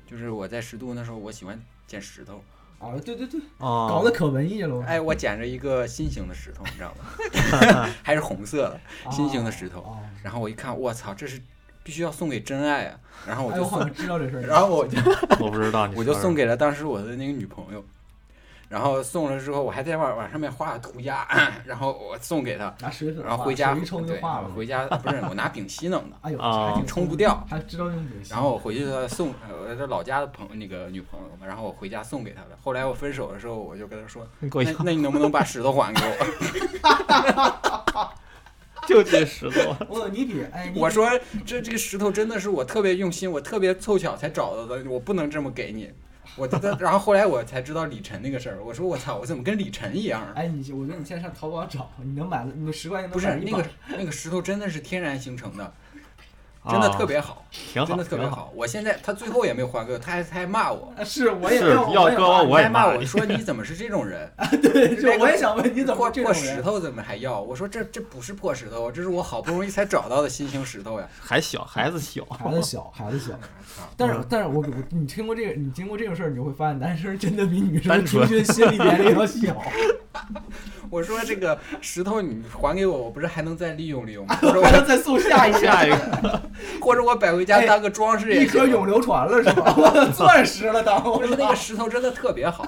Speaker 1: 就是我在十渡那时候，我喜欢捡石头。
Speaker 2: 啊对对对，
Speaker 3: 啊，
Speaker 2: 搞得可文艺了，
Speaker 1: 哎，我捡着一个新型的石头，你知道吗？ (laughs)
Speaker 3: (laughs)
Speaker 1: 还是红色的。新型的石头
Speaker 2: 啊，
Speaker 1: 然后我一看，我操，这是必须要送给真爱啊！然后我
Speaker 2: 哎，
Speaker 1: 就
Speaker 2: 我好
Speaker 1: 送，
Speaker 2: 像知道这事儿，
Speaker 1: 然后我就
Speaker 3: 我不知道你，
Speaker 1: 我就送。给了当时我的那个女朋友。然后送了之后，我还在往往上面画涂鸦， (clears throat) 然后我送给她，
Speaker 2: 拿水粉
Speaker 1: 然后
Speaker 2: 画
Speaker 1: 回家
Speaker 2: 水一冲就
Speaker 1: 对
Speaker 2: 化了，，
Speaker 1: 回家不是我拿丙烯
Speaker 2: (laughs)
Speaker 1: 弄的，
Speaker 2: 哎呦，
Speaker 3: 啊
Speaker 2: 还挺
Speaker 1: 冲不掉，
Speaker 2: 还知道用丙烯。
Speaker 1: 然后我回去送呃我这老家的朋那个女朋友嘛，然后我回家送给她了。后来我分手的时候，我就跟她说，
Speaker 3: 给
Speaker 1: (laughs)
Speaker 3: 我
Speaker 1: 那那你能不能把石头还给我？
Speaker 3: 就这石头，
Speaker 2: 我你比哎，你
Speaker 1: (laughs)
Speaker 2: 比
Speaker 1: 我说这这个石头真的是我特别用心，我特别凑巧才找到的，我不能这么给你。我这这，然后后来我才知道李晨那个事儿，我说我操，我怎么跟李晨一样？
Speaker 2: 哎，你我觉得你现在上淘宝找，你能买，哎你十块钱能
Speaker 1: 不是
Speaker 2: 买一
Speaker 1: 那
Speaker 2: 把
Speaker 1: 个那个石头真的是天然形成的，
Speaker 2: 啊
Speaker 1: 真的特别好，
Speaker 3: 啊挺
Speaker 1: 真
Speaker 3: 好，
Speaker 1: 的特别
Speaker 3: 挺好。
Speaker 1: 好。我现在他最后也没还给我，他还他还骂我，
Speaker 2: 啊是我也
Speaker 3: 是
Speaker 2: 要
Speaker 3: 要
Speaker 2: 我也
Speaker 3: 搁
Speaker 2: 买
Speaker 3: 我也
Speaker 1: 还骂
Speaker 3: 骂
Speaker 1: 我
Speaker 3: 你
Speaker 1: 说你怎么是这种人？
Speaker 2: 对，就
Speaker 1: 那个
Speaker 2: 我也想问 (laughs) 你怎么
Speaker 1: 破
Speaker 2: 会这
Speaker 1: 破
Speaker 2: 种
Speaker 1: 石
Speaker 2: 人？
Speaker 1: 头怎么还要？我说这这不是破石头，啊这是我好不容易才找到的新型石头呀！
Speaker 3: 还小，孩子小，
Speaker 2: 孩子小，孩子小，
Speaker 1: 操，
Speaker 2: 但是但是我我你听过这个，你经过这种事儿，你就会发现男生真的比女生
Speaker 3: 单
Speaker 2: 平
Speaker 3: 纯
Speaker 2: 均心理年龄
Speaker 1: (laughs)
Speaker 2: 要小。
Speaker 1: 我说这个石头你还给我，我不是还能再利用利
Speaker 2: (laughs)
Speaker 1: 用吗？或者
Speaker 2: 还能
Speaker 1: 我
Speaker 2: 再送下一
Speaker 3: 下一个。
Speaker 2: (laughs)
Speaker 1: 或者我摆回家
Speaker 2: 哎
Speaker 1: 当个装饰
Speaker 2: 一
Speaker 1: 也
Speaker 2: 颗
Speaker 1: 行。
Speaker 2: 永流传了是吧？我钻石了当，
Speaker 1: 不
Speaker 2: 我
Speaker 1: 是那个石头真的特别好，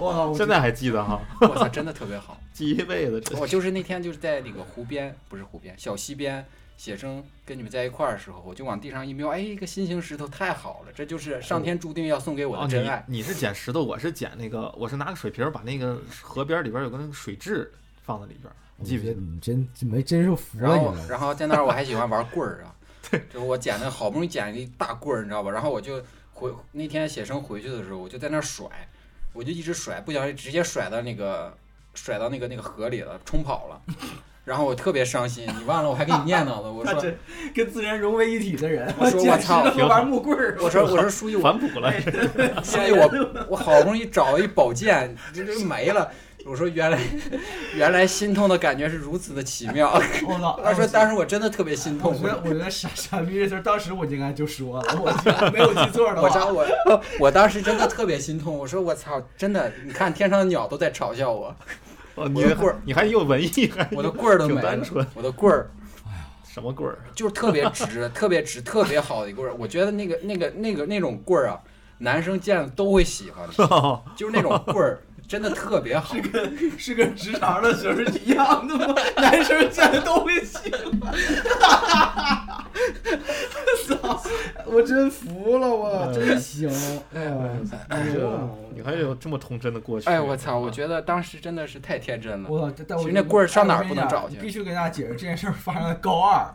Speaker 2: 哇，我
Speaker 3: 现在还记得哈，
Speaker 1: 我操，真的特别好。
Speaker 3: 记一辈子。这
Speaker 1: 我哦就是那天就是在那个湖边，不是湖边，小溪边写生，跟你们在一块儿的时候，我就往地上一瞄，哎，一个新型石头太好了，这就是上天注定要送给我
Speaker 3: 哦，
Speaker 1: 的真爱。
Speaker 3: 你你是捡石头，我是捡那个，我是拿个水瓶儿把那个河边里边有个那个水蛭放在里边儿，你记不记得？
Speaker 2: 你真没真是服
Speaker 1: 然后，然后在那儿我还喜欢玩棍儿啊，对，就是我捡的好不容易捡一大棍儿，你知道吧？然后我就回那天写生回去的时候，我就在那儿甩，我就一直甩，不小心直接甩到那个甩到那个那个河里了，冲跑了。然后我特别伤心，你忘了我还给你念叨呢，我
Speaker 2: 他
Speaker 1: 说
Speaker 2: 这跟自然融为一体的人，
Speaker 1: 我
Speaker 2: (laughs)
Speaker 1: 说我
Speaker 2: 简直
Speaker 1: 操
Speaker 2: 都
Speaker 3: 挺好
Speaker 2: 玩木棍儿，
Speaker 1: 我
Speaker 2: (laughs)
Speaker 1: 说我说书记我
Speaker 3: (laughs) 反哺了，
Speaker 1: 所以我我好不容易找一宝剑，这就没了。我说原来 (laughs) 原来心痛的感觉是如此的奇妙。
Speaker 2: 我操！
Speaker 1: 他说
Speaker 2: (laughs)
Speaker 1: 当时我真的特别心
Speaker 2: 我
Speaker 1: 痛，
Speaker 2: 觉得我觉得傻傻逼这词儿，当时我应该就说了，我觉得没有记错的
Speaker 1: 我
Speaker 2: 话，
Speaker 1: 当我 (laughs) 我当时真的特别心痛，我说我操，真的，你看天上的鸟都在嘲笑我，
Speaker 3: 哦，
Speaker 1: 我
Speaker 3: 你
Speaker 1: 的棍儿
Speaker 3: 还你还又文艺，还
Speaker 1: 我的棍
Speaker 2: (laughs)
Speaker 1: 儿都
Speaker 3: 挺
Speaker 1: 没
Speaker 3: 单
Speaker 1: 了
Speaker 3: 纯，
Speaker 1: 我的棍儿
Speaker 3: 什么棍儿？
Speaker 1: 就是特别直，特别直，特别好的一个棍儿。我觉得那个那个那个那种棍儿啊，男生见了都会喜欢
Speaker 2: (laughs)
Speaker 1: 的，就是那种棍儿真的特别好。
Speaker 2: 是跟直肠的时候是一样的吗？男生现在都会喜欢， (laughs) 操！我真服了，我真行，哎呀，
Speaker 3: 这 (laughs) 你还有这么童真的过去？
Speaker 1: 哎，我操！我觉得当时真的是太天真了。
Speaker 2: 我操！但我
Speaker 1: 其实那棍儿上哪儿不能
Speaker 2: 我跟你讲
Speaker 1: 找去
Speaker 2: 必须给大家解释这件事儿发生在高二，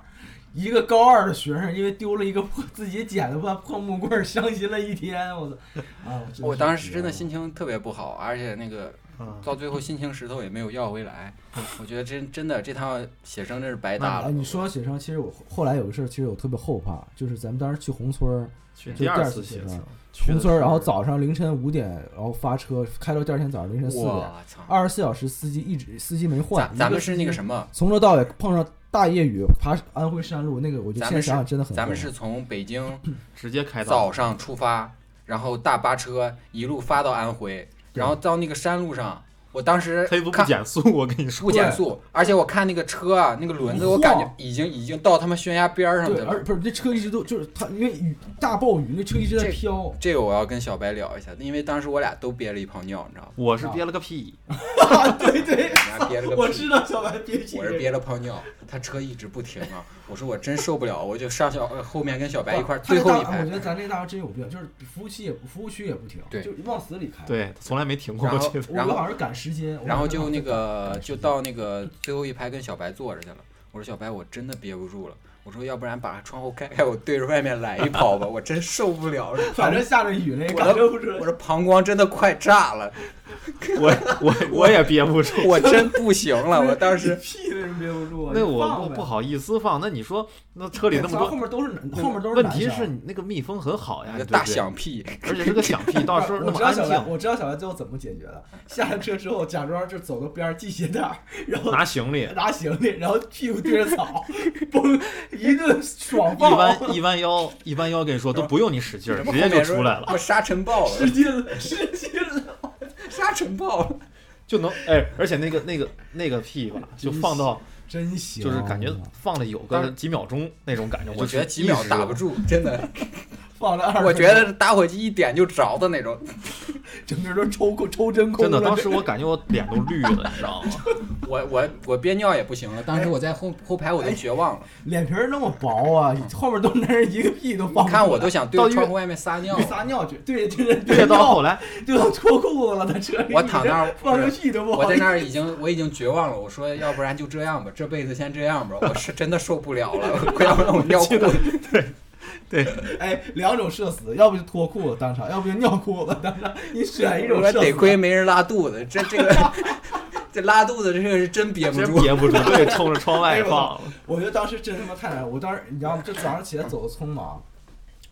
Speaker 2: 一个高二的学生因为丢了一个破自己捡的破破木棍儿，伤心了一天。我操！啊，真
Speaker 1: 我
Speaker 2: 是
Speaker 1: 当时真的心情特别不好，而且那个
Speaker 3: 啊，
Speaker 1: 到最后心情石头也没有要回
Speaker 2: (laughs)
Speaker 1: 来。我觉得真真的这趟写生真是白搭
Speaker 2: 啊，
Speaker 1: 了。
Speaker 2: 你说到写生，其实我后后来有个事儿，其实我特别后怕，就是咱们当时去红村儿，
Speaker 3: 去
Speaker 2: 就
Speaker 3: 第
Speaker 2: 第
Speaker 3: 二
Speaker 2: 二次
Speaker 3: 次写
Speaker 2: 写
Speaker 3: 字
Speaker 2: 字，
Speaker 3: 去
Speaker 2: 红
Speaker 3: 的
Speaker 2: 村儿，然后
Speaker 3: 是
Speaker 2: 早上凌晨五点，然后发车开到第二天早上凌晨四点，
Speaker 1: 我操！
Speaker 2: 二十四小时司机一直司机没换
Speaker 1: 咱，咱们是那个
Speaker 2: 么，
Speaker 1: 什么？
Speaker 2: 从头到尾碰上大夜雨，爬安徽山路，那个我就
Speaker 1: 咱
Speaker 2: 现
Speaker 1: 们
Speaker 2: 在
Speaker 1: 是
Speaker 2: 想想真的很后
Speaker 1: 咱们
Speaker 2: 悔
Speaker 1: 是从北京
Speaker 3: 直接开到
Speaker 1: 早上出发，然后大巴车一路发到安徽，
Speaker 2: 对
Speaker 1: 然后到那个山路上，我当时
Speaker 3: 黑不不
Speaker 1: 看
Speaker 3: 减速，我跟你
Speaker 1: (laughs)
Speaker 3: 说，
Speaker 1: 不减速，而且我看那个车啊，那个轮子，我感觉
Speaker 2: 晃
Speaker 1: 已经已经到他妈悬崖边儿上去
Speaker 2: 对，而
Speaker 1: 了。
Speaker 2: 不是那车一直都就是它，因为雨大暴雨，那车一直在
Speaker 1: 这
Speaker 2: (laughs) 飘。
Speaker 1: 这个我要跟小白聊一下，因为当时我俩都憋了一泡尿，你知道
Speaker 2: (laughs)
Speaker 1: 吗？
Speaker 3: 我是憋了
Speaker 1: (laughs)
Speaker 3: 个屁，
Speaker 2: 对对，
Speaker 1: 我俩憋了个屁。
Speaker 2: 道小白憋气
Speaker 1: 我是憋了泡尿，他车一直不停啊！我说我真受不了，我就上小呃后面跟小白一块儿
Speaker 2: 他
Speaker 1: 最
Speaker 2: 那
Speaker 1: 后
Speaker 2: 大，
Speaker 1: 一
Speaker 2: 我
Speaker 1: 排
Speaker 2: 觉，得咱这大哥真有病，就是服务器也服务区也不停，
Speaker 1: 对
Speaker 2: 就往死里开。，
Speaker 3: 对，从来没停过
Speaker 1: 然后
Speaker 3: 这次。
Speaker 2: 我
Speaker 1: 然
Speaker 2: 我
Speaker 1: 后
Speaker 2: 好像是赶时间，我
Speaker 1: 然后
Speaker 2: 好像
Speaker 1: 就是那个
Speaker 2: 赶时
Speaker 1: 就
Speaker 2: 间
Speaker 1: 到那个最后一排跟小白坐着去了。我说小白，我真的憋不住了。我说要不然把窗户开开，我对着外面来一炮 (laughs) 吧，我真受不了了。
Speaker 2: (laughs) 反正下着雨了，也
Speaker 1: 我
Speaker 2: 感
Speaker 1: 的
Speaker 2: 受不出来
Speaker 1: 我。这膀胱真的快炸 (laughs) 了，
Speaker 3: 我我我也憋不
Speaker 1: (laughs)
Speaker 3: 住，
Speaker 1: 我真不行了。我当时
Speaker 2: (laughs) 屁为什么憋不住啊？
Speaker 3: 那
Speaker 2: 你
Speaker 3: 我
Speaker 2: 放
Speaker 3: 不
Speaker 2: 呗
Speaker 3: 不好意思放。那你说，那
Speaker 1: (laughs)
Speaker 3: 车里那么
Speaker 2: 咱后
Speaker 3: 多，
Speaker 2: 面都是男后面都是
Speaker 3: 问
Speaker 2: 男
Speaker 3: 题
Speaker 2: 生
Speaker 3: 是你那个密封很好呀
Speaker 1: 一，个
Speaker 3: 对不
Speaker 1: 大
Speaker 3: 对，
Speaker 1: 响屁，
Speaker 3: 而且这个响屁到时候
Speaker 2: (laughs) 我
Speaker 3: 那么
Speaker 2: 知道
Speaker 3: 安
Speaker 2: 小白，
Speaker 3: 静，
Speaker 2: 我知道小白最后怎么解决的。下了车之后，假装就走到边儿系鞋带儿，然后
Speaker 3: 拿行
Speaker 2: (laughs)
Speaker 3: 李
Speaker 2: 拿行李，然后屁股对着草，嘣，一顿爽
Speaker 3: 一
Speaker 2: 爆，
Speaker 3: 弯一弯腰一弯腰，跟你说都不用你使劲儿，
Speaker 1: 然后
Speaker 3: 直接
Speaker 1: 后
Speaker 3: 就
Speaker 1: 面说
Speaker 3: 出来了，
Speaker 1: 我沙尘暴了， (laughs)
Speaker 2: 失禁了，失禁了。
Speaker 1: 沙尘暴了。
Speaker 3: 就能哎，而且那个那个那个屁吧，就放到
Speaker 2: (laughs) 真行啊
Speaker 3: 就是感觉放了有
Speaker 1: 当
Speaker 3: 个几秒钟那种感觉，
Speaker 1: 我觉得
Speaker 3: 是
Speaker 1: 几秒
Speaker 3: 一直
Speaker 1: 打不住，真 (laughs) 的，
Speaker 2: 放了二十分钟，
Speaker 1: 我觉得打火机一点就着的那种。
Speaker 2: 整个都抽空抽真空
Speaker 3: 真
Speaker 2: 了。
Speaker 3: 的，当时我感觉我脸都绿了，你知道吗？
Speaker 1: 我我我憋尿也不行了，当时我在后后排我都绝望了，
Speaker 2: 脸皮儿那么薄啊，后面都男人一个屁都放不出来。
Speaker 1: 看我都想对
Speaker 3: 到
Speaker 1: 着
Speaker 3: 医院
Speaker 1: 窗户外面撒尿了。
Speaker 2: 撒尿去，对对对对，
Speaker 3: 越到后来，
Speaker 2: 就要脱裤子了，在车里。
Speaker 1: 我躺那儿
Speaker 2: 你这放个屁都不好
Speaker 1: 我
Speaker 2: 意思。
Speaker 1: 在那儿已经我已经绝望了，我说要不然就这样吧，这辈子先这样吧，我是真的受不了了， (laughs) 快要让我尿裤子。
Speaker 2: 哎，两种社死，要不就脱裤子当场，要不就尿裤子当场，你选一种
Speaker 1: 我
Speaker 2: 社
Speaker 1: 说
Speaker 2: 死。
Speaker 1: 得亏没人拉肚子，这这个 (laughs) 这拉肚子这个是真憋不
Speaker 3: 真
Speaker 1: 住。
Speaker 3: 憋不住，对，冲着窗外放了。
Speaker 2: 我觉得当时真他妈太难了，我当时你知道吗？这早上起来走的匆忙，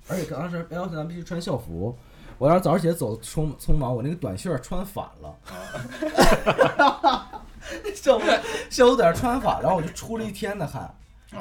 Speaker 2: 而且当时要求咱们必须穿校服。我当时早上起来走得匆匆忙，我那个短袖儿穿反了，
Speaker 1: 哦
Speaker 2: (laughs)
Speaker 1: 啊
Speaker 2: 校服校服在那儿穿反了，然后我就出了一天的汗。
Speaker 1: 啊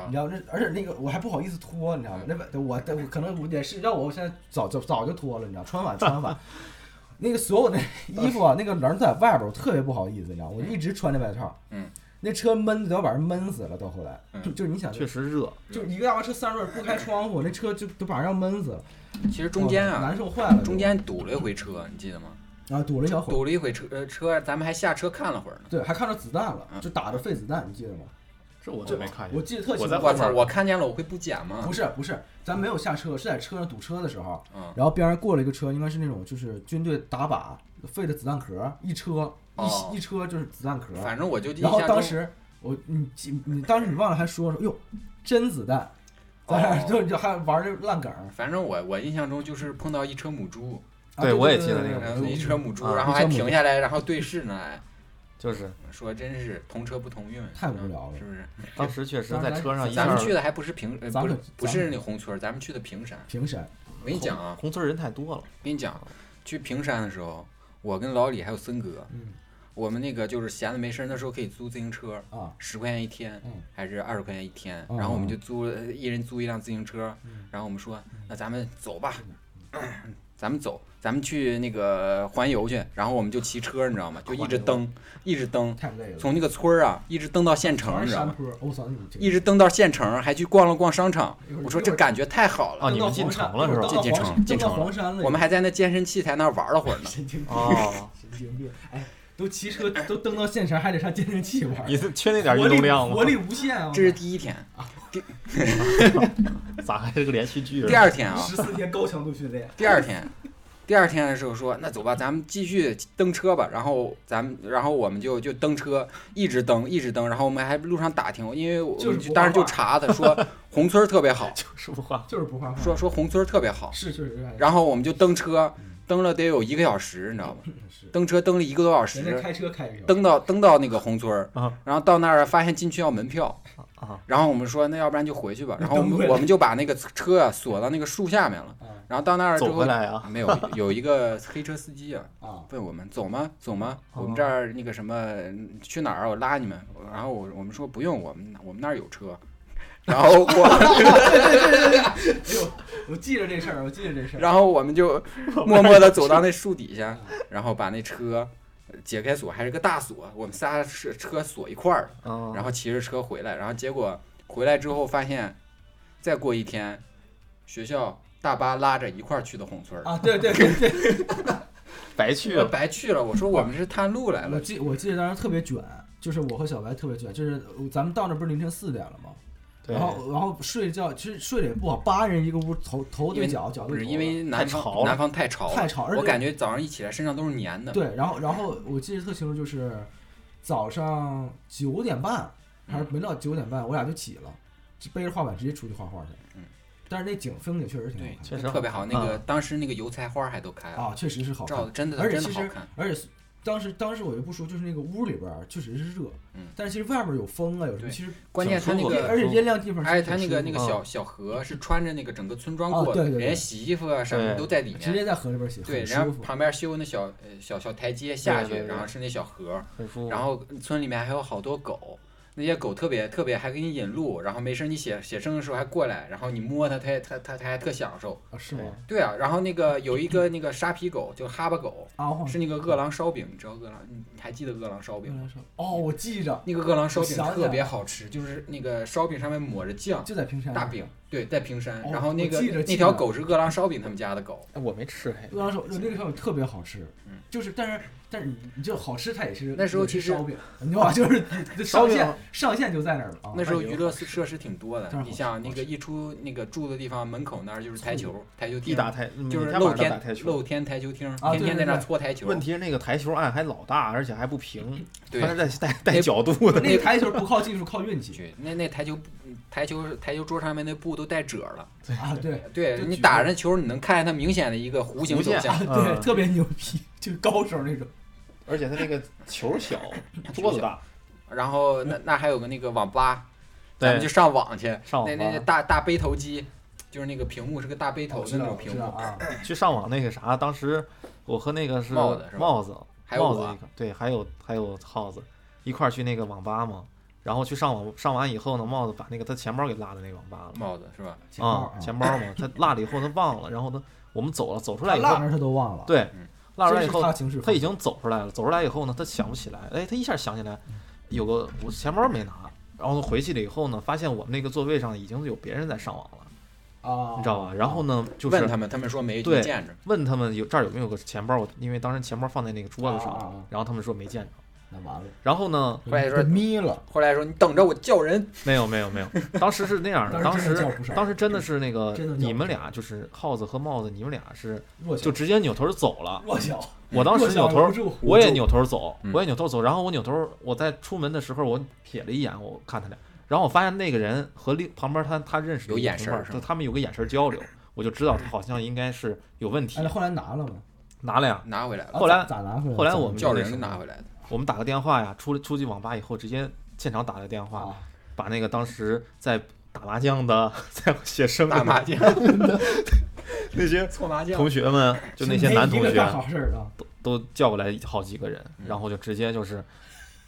Speaker 2: 你知道这，而且那个我还不好意思脱，你知道吗？那不我我可能我也是，要我我现在早就早就脱了，你知道，穿反穿反。 (laughs) 那个所有的衣服啊，那个棱儿都在外边儿，我特别不好意思，你知道，我一直穿着外套。
Speaker 1: 嗯，
Speaker 2: 那车闷的都要把人闷死了，到后来，
Speaker 1: 嗯
Speaker 2: 就就你想，
Speaker 3: 确实热，
Speaker 2: 就一个大巴车三轮不开窗户，那车就都把人要闷死了。
Speaker 1: 其实中间
Speaker 2: 哇
Speaker 1: 啊
Speaker 2: 哦难，受坏了就，
Speaker 1: 中间堵了一回车，你记得吗？
Speaker 2: 啊堵了一小会儿，
Speaker 1: 堵了一回车，呃车咱们还下车看了会儿呢。
Speaker 2: 对，还看着子弹了，
Speaker 1: 嗯
Speaker 2: 就打着废子弹，你记得吗？
Speaker 3: 这我
Speaker 2: 这
Speaker 3: 都没看
Speaker 2: 我
Speaker 3: 见。
Speaker 2: 记得特
Speaker 3: 我
Speaker 2: 清
Speaker 3: 在
Speaker 2: 楚
Speaker 3: 后
Speaker 1: 我
Speaker 3: 面。
Speaker 1: 操，我看见了，我会不捡吗
Speaker 2: 不？是不是，咱没有下车，是在车上堵车的时候，
Speaker 1: 嗯，
Speaker 2: 然后边上过了一个车，应该是那种就是军队打靶废的子弹壳，一车一、
Speaker 1: 哦
Speaker 2: 一车就是子弹壳。
Speaker 1: 反正我就印
Speaker 2: 然后
Speaker 1: 象
Speaker 2: 当
Speaker 1: 中，
Speaker 2: 时我你记你当时你忘了还说说哟真子弹，咱俩
Speaker 1: 哦
Speaker 2: 就就还玩这烂梗儿。
Speaker 1: 反正我我印象中就是碰到一车母猪，
Speaker 2: 啊
Speaker 3: 对我也
Speaker 2: 对
Speaker 3: 记得
Speaker 2: 对
Speaker 3: 那个
Speaker 1: 然
Speaker 2: 对
Speaker 1: 后一车母
Speaker 3: 啊
Speaker 1: 猪，然后还停下来，然后对视呢，哎
Speaker 3: 就是
Speaker 1: 说真是同车不同运，
Speaker 2: 太无聊了
Speaker 1: 是不是？
Speaker 3: 当时确实在车上一下
Speaker 1: 咱
Speaker 3: 儿，
Speaker 1: 们去的还不是平，呃
Speaker 2: 咱
Speaker 1: 不
Speaker 2: 们
Speaker 1: 是不
Speaker 2: 咱
Speaker 1: 是
Speaker 2: 们
Speaker 1: 那红村儿，咱们去的平山。
Speaker 2: 平山
Speaker 1: 我跟你讲啊，
Speaker 3: 红村人太多了，
Speaker 1: 跟你讲，去平山的时候，我跟老李还有森哥，
Speaker 2: 嗯
Speaker 1: 我们那个就是闲的没事儿，那时候可以租自行车，
Speaker 2: 啊，
Speaker 1: 十块钱一天
Speaker 2: 嗯
Speaker 1: 还是二十块钱一天，
Speaker 2: 嗯
Speaker 1: 然后我们就租呃一人租一辆自行车
Speaker 2: 嗯，
Speaker 1: 然后我们说那咱们走吧， (clears throat) 咱们走，咱们去那个环游去，然后我们就骑车，你知道吗？就一直蹬，一直蹬，
Speaker 2: 太累了。
Speaker 1: 从那个村儿啊一直蹬到县城，
Speaker 2: 全
Speaker 1: 你
Speaker 2: 是
Speaker 1: 知道
Speaker 2: 山
Speaker 1: 吗？
Speaker 2: 坡，我操！你这
Speaker 1: 一直蹬到县城，还去逛了逛商场
Speaker 2: 一会儿，
Speaker 1: 我说这感觉太好了
Speaker 3: 哦，你们进城了是吧
Speaker 1: 进进城进城
Speaker 2: 到
Speaker 1: 了
Speaker 2: 黄山了，
Speaker 1: 我们还在那健身器材那儿玩了会儿呢。
Speaker 2: 神经病，
Speaker 3: 哦，
Speaker 2: (laughs) 神经病！哎，都骑车都蹬到县城，还得上健身器玩，
Speaker 3: 你是缺那点
Speaker 2: 活
Speaker 3: 运
Speaker 2: 力
Speaker 3: 动量吗
Speaker 2: 活？力无限啊！
Speaker 1: 这是第一天，
Speaker 3: (laughs) 咋还是个连续剧？
Speaker 1: 第二天啊，
Speaker 2: 十四天高强度训练，
Speaker 1: 第二天，第二天的时候说，那走吧，咱们继续蹬车吧。然后咱们，然后我们就就蹬车，一直蹬，一直蹬。然后我们还路上打听，因为我
Speaker 2: 就是不
Speaker 1: 当时
Speaker 2: 画画
Speaker 1: 就查的，说红村儿特别好，
Speaker 3: (laughs) 就是不画，
Speaker 2: 就是不画画，
Speaker 1: 说说红村儿特别好。
Speaker 2: 是就是有点
Speaker 1: 然后我们就蹬车，蹬了得有一个小时，你知道吗？
Speaker 2: 是，
Speaker 1: 蹬车蹬了一个多小
Speaker 2: 人家
Speaker 1: 时，
Speaker 2: 开车开一个小时，
Speaker 1: 蹬到蹬到那个红村儿
Speaker 3: 啊，
Speaker 1: 然后到那儿发现进去要门票
Speaker 3: 啊，
Speaker 1: 然后我们说那要不然就回去
Speaker 3: (laughs)
Speaker 1: 吧，然后我
Speaker 2: 蹬回
Speaker 1: 们
Speaker 2: 来
Speaker 1: 我们就把那个车啊锁到那个树下面了，
Speaker 2: 啊
Speaker 1: 然后到那儿之
Speaker 3: 走
Speaker 1: 后
Speaker 3: 回来啊！
Speaker 1: 没有，有一个黑车司机啊，
Speaker 2: 啊，
Speaker 1: 问我们走吗？走吗？
Speaker 3: 哦
Speaker 1: 我们这儿那个什么嗯去哪儿啊？我拉你们。然后我我们说不用，我们我们那儿有车。 (laughs) 然后我，
Speaker 2: 哎呦，我记着这事儿，我记着这事儿，
Speaker 1: 然后我们
Speaker 3: (laughs)
Speaker 1: 就默默地走到那树底下，然后把那车解开锁，还是个大锁，我们仨是车锁一块儿，
Speaker 3: 嗯，
Speaker 1: 然后骑着车回来，然后结果回来之后发现，再过一天，学校大巴拉着一块儿去的红村儿，
Speaker 2: 啊，对对对对，
Speaker 1: (laughs)
Speaker 3: 白去了，
Speaker 1: 白去了。我说我们是探路来
Speaker 2: 我
Speaker 1: 了，
Speaker 2: 记我记得当时特别卷，就是我和小白特别卷，就是咱们到那不是凌晨四点了吗？
Speaker 3: 对
Speaker 2: 然，后然后睡觉，其实睡得也不好，八人一个屋，头头对脚，脚
Speaker 1: 不
Speaker 2: 对
Speaker 1: 是
Speaker 2: 头的，
Speaker 1: 因为南
Speaker 3: 潮
Speaker 1: 方
Speaker 3: 了
Speaker 1: 南方太潮了，
Speaker 2: 太吵，而
Speaker 1: 我
Speaker 2: 且
Speaker 1: 感觉早上一起来身上都是黏的。
Speaker 2: 对，然后然后我记得特清楚，就是早上九点半
Speaker 1: 嗯
Speaker 2: 还是没到九点半，我俩就起了，就背着画板直接出去画画去。
Speaker 1: 嗯，
Speaker 2: 但是那景风景确实挺好
Speaker 1: 对，
Speaker 2: 看
Speaker 3: 确实
Speaker 1: 那特别好。
Speaker 3: 好看
Speaker 1: 那个当时那个油菜花还都开
Speaker 2: 的
Speaker 1: 了，
Speaker 2: 啊，确实是好看
Speaker 1: 照。的真的
Speaker 2: 嗯而且
Speaker 1: 真的
Speaker 2: 其
Speaker 1: 好
Speaker 2: 实
Speaker 1: 看。
Speaker 2: 而且当时当时我就不说，就是那个屋里边儿确实是热，
Speaker 1: 嗯
Speaker 2: 但是其实外面有风啊，有什么，
Speaker 1: 对
Speaker 2: 其实
Speaker 1: 关键它那
Speaker 3: 挺舒服
Speaker 1: 个，
Speaker 2: 而且阴凉地方
Speaker 1: 而
Speaker 2: 是
Speaker 1: 且它那
Speaker 2: 挺
Speaker 1: 个
Speaker 2: 舒
Speaker 1: 那
Speaker 2: 服
Speaker 1: 个
Speaker 2: 的，
Speaker 3: 嗯
Speaker 1: 小小河是穿着那个整个村庄
Speaker 2: 哦
Speaker 1: 过的，
Speaker 2: 对对对
Speaker 1: 人家洗衣服啊什么的
Speaker 3: 对
Speaker 1: 都在里
Speaker 2: 直
Speaker 1: 面。
Speaker 2: 接在河里边洗，
Speaker 1: 对，人
Speaker 2: 很舒
Speaker 1: 家
Speaker 2: 服。
Speaker 1: 旁边修那小呃小小台阶下去
Speaker 3: 对对，对
Speaker 1: 然后是那小河，
Speaker 3: 很舒服。
Speaker 2: 嗯
Speaker 1: 然后村里面还有好多狗，那些狗特别特别，还给你引路，然后没事你写写生的时候还过来，然后你摸它，它也它它它还特享受。
Speaker 2: 啊，是吗？
Speaker 1: 对啊，然后那个有一个那个沙皮狗，就哈巴狗，
Speaker 2: 啊，我好像
Speaker 1: 是那个饿狼烧饼，你知道饿狼？
Speaker 2: 嗯
Speaker 1: 你还记得饿狼烧饼
Speaker 2: 原
Speaker 1: 吗？
Speaker 2: 来是哦，我记着，
Speaker 1: 那个饿狼烧
Speaker 2: 我
Speaker 1: 饼
Speaker 2: 想起来了
Speaker 1: 特别好吃，就是那个烧饼上面抹着酱，
Speaker 2: 就在平山
Speaker 1: 大
Speaker 2: 上
Speaker 1: 饼，对，在平山
Speaker 2: 哦。
Speaker 1: 然后那
Speaker 2: 我
Speaker 1: 个
Speaker 2: 记着记
Speaker 1: 那
Speaker 2: 着
Speaker 1: 条狗是饿狼烧饼他们家的狗，
Speaker 3: 哎我没吃嘿，
Speaker 2: 鹅烧那个烧饼特别好吃，
Speaker 1: 嗯
Speaker 2: 就是但是但是你你就好吃，它也是
Speaker 1: 那时候
Speaker 2: 也是
Speaker 1: 其实
Speaker 2: 烧饼，你哇 (laughs) 就是这
Speaker 3: 烧
Speaker 2: 上
Speaker 3: 饼
Speaker 2: 限上限就在那儿了啊。
Speaker 1: 那时候
Speaker 3: 那也有
Speaker 1: 娱乐设施挺多的
Speaker 2: 当然。
Speaker 1: 你
Speaker 2: 好吃
Speaker 1: 想那
Speaker 2: 好
Speaker 1: 个
Speaker 2: 吃嗯
Speaker 1: 一出那个住的地方门口那儿就是台球，台球
Speaker 3: 一
Speaker 1: 厅，
Speaker 3: 打台
Speaker 1: 就是
Speaker 3: 每天晚
Speaker 1: 露
Speaker 3: 上都打
Speaker 1: 天
Speaker 3: 台球。
Speaker 1: 露天台球厅，
Speaker 2: 啊
Speaker 1: 天天
Speaker 2: 对对
Speaker 1: 在那儿
Speaker 2: 对
Speaker 1: 搓台球。嗯
Speaker 3: 问题是那个台球案还老大，而且还不平，
Speaker 1: 对
Speaker 3: 它还带带带角度
Speaker 1: (laughs)
Speaker 3: 的。
Speaker 2: 那个台球不靠技术，靠运气
Speaker 1: 去那那台球台球台球桌上面那布都带褶了，
Speaker 2: 啊，对
Speaker 1: 对
Speaker 2: 就
Speaker 1: 你
Speaker 2: 举
Speaker 1: 打着球，你能看见它明显的一个弧形
Speaker 3: 弧
Speaker 1: 走
Speaker 3: 线
Speaker 1: 向
Speaker 2: 啊。对，
Speaker 3: 嗯
Speaker 2: 特别牛逼，就是高手那种。
Speaker 3: 而且它那个球小， (laughs) 桌子大，嗯
Speaker 1: 然后那那还有个那个网吧，咱们
Speaker 3: 对
Speaker 1: 就，上网去。
Speaker 3: 上
Speaker 1: 那
Speaker 3: 网
Speaker 1: 那那
Speaker 3: 吧
Speaker 1: 大大背头机，就是那个屏幕是个大背头
Speaker 3: 哦
Speaker 2: 我
Speaker 1: 的
Speaker 2: 知
Speaker 1: 那
Speaker 2: 道，
Speaker 1: 种
Speaker 2: 我
Speaker 1: 屏
Speaker 2: 知道
Speaker 1: 幕，
Speaker 2: 啊，
Speaker 3: 去上网那个啥，当时我和那个是
Speaker 1: 帽子是吧
Speaker 3: 帽子，
Speaker 1: 还有
Speaker 3: 帽子
Speaker 1: 我
Speaker 3: 一个，对，还有还有耗子一块儿去那个网吧嘛，然后去上网，上完以后呢，帽子把那个他钱包给落在那个网吧了。
Speaker 1: 帽子是吧？
Speaker 2: 钱包
Speaker 3: 啊
Speaker 1: 嗯
Speaker 2: 啊，，
Speaker 3: 钱包嘛，
Speaker 1: (laughs)
Speaker 3: 他落了以后他忘了，然后他我们走了，走出来以
Speaker 2: 落
Speaker 3: 后
Speaker 2: 那，儿他都忘了，
Speaker 3: 对
Speaker 1: 嗯，
Speaker 3: 落出
Speaker 2: 这
Speaker 3: 来以
Speaker 2: 是
Speaker 3: 后
Speaker 2: 他情绪
Speaker 3: 他已经走出来了，走出来以后呢，他想不起来，哎，他一下想起来，
Speaker 1: 嗯
Speaker 3: 有个我钱包没拿，然后回去了以后呢，发现我们那个座位上已经有别人在上网了，
Speaker 2: 啊，
Speaker 3: 你知道吧？然后呢，就
Speaker 1: 问
Speaker 3: 是
Speaker 1: 他们，他们说没
Speaker 3: 对
Speaker 1: 没见着，
Speaker 3: 问他们有这儿有没有个钱包，我因为当时钱包放在那个桌子
Speaker 1: 哦
Speaker 2: 啊啊
Speaker 3: 上
Speaker 2: 啊，
Speaker 3: 然后他们说没见着，
Speaker 2: 那完了，
Speaker 3: 然后呢，
Speaker 1: 后来说
Speaker 2: 被眯了，
Speaker 1: 后来说你等着我叫人，
Speaker 3: 没有没有
Speaker 2: (laughs)
Speaker 3: 没有，当时是那样的，当
Speaker 2: 当时真
Speaker 3: 时
Speaker 2: 的叫不上嗯
Speaker 3: 当时真的是那个
Speaker 2: 真的叫不上
Speaker 3: 你们俩就是耗子和帽子，你们俩是
Speaker 2: 弱小
Speaker 3: 就直接扭头就走了。
Speaker 2: 弱小，
Speaker 3: 我 (laughs) 当时
Speaker 2: 弱小
Speaker 3: 扭头
Speaker 2: 无，助
Speaker 3: 我也扭头走，
Speaker 1: 嗯
Speaker 3: 我也扭头走。然后我扭头，我在出门的时候，我瞥了一眼，我看他俩，然后我发现那个人和另旁边他他认识的
Speaker 1: 有
Speaker 3: 一个
Speaker 1: 眼
Speaker 3: 同
Speaker 1: 神儿
Speaker 3: 伴
Speaker 1: 是吗
Speaker 3: 他们有个眼神交流，我就知道他好像应该是有问题
Speaker 2: 哎，，后来拿了吗？
Speaker 3: 拿了呀。
Speaker 1: 拿回来
Speaker 2: 啊
Speaker 1: 了，
Speaker 3: 后来
Speaker 2: 咋咋拿回来？
Speaker 3: 后来
Speaker 2: 怎么
Speaker 3: 我们
Speaker 1: 叫
Speaker 3: 就那
Speaker 1: 人
Speaker 3: 什么
Speaker 1: 拿回来的。
Speaker 3: 我们打个电话呀，出出去网吧以后，直接现场打了个电话，
Speaker 2: 啊，
Speaker 3: 把 (laughs) 那个当时在打麻将的、在写生 (laughs)
Speaker 1: 打
Speaker 3: 的、
Speaker 1: 麻将，
Speaker 3: 那些
Speaker 1: 搓麻将，
Speaker 3: 同学们，就那些男同
Speaker 2: 没一个干
Speaker 3: 学
Speaker 2: 好事儿啊，
Speaker 3: 都叫过来好几个人，
Speaker 1: 嗯
Speaker 3: 然后就直接就是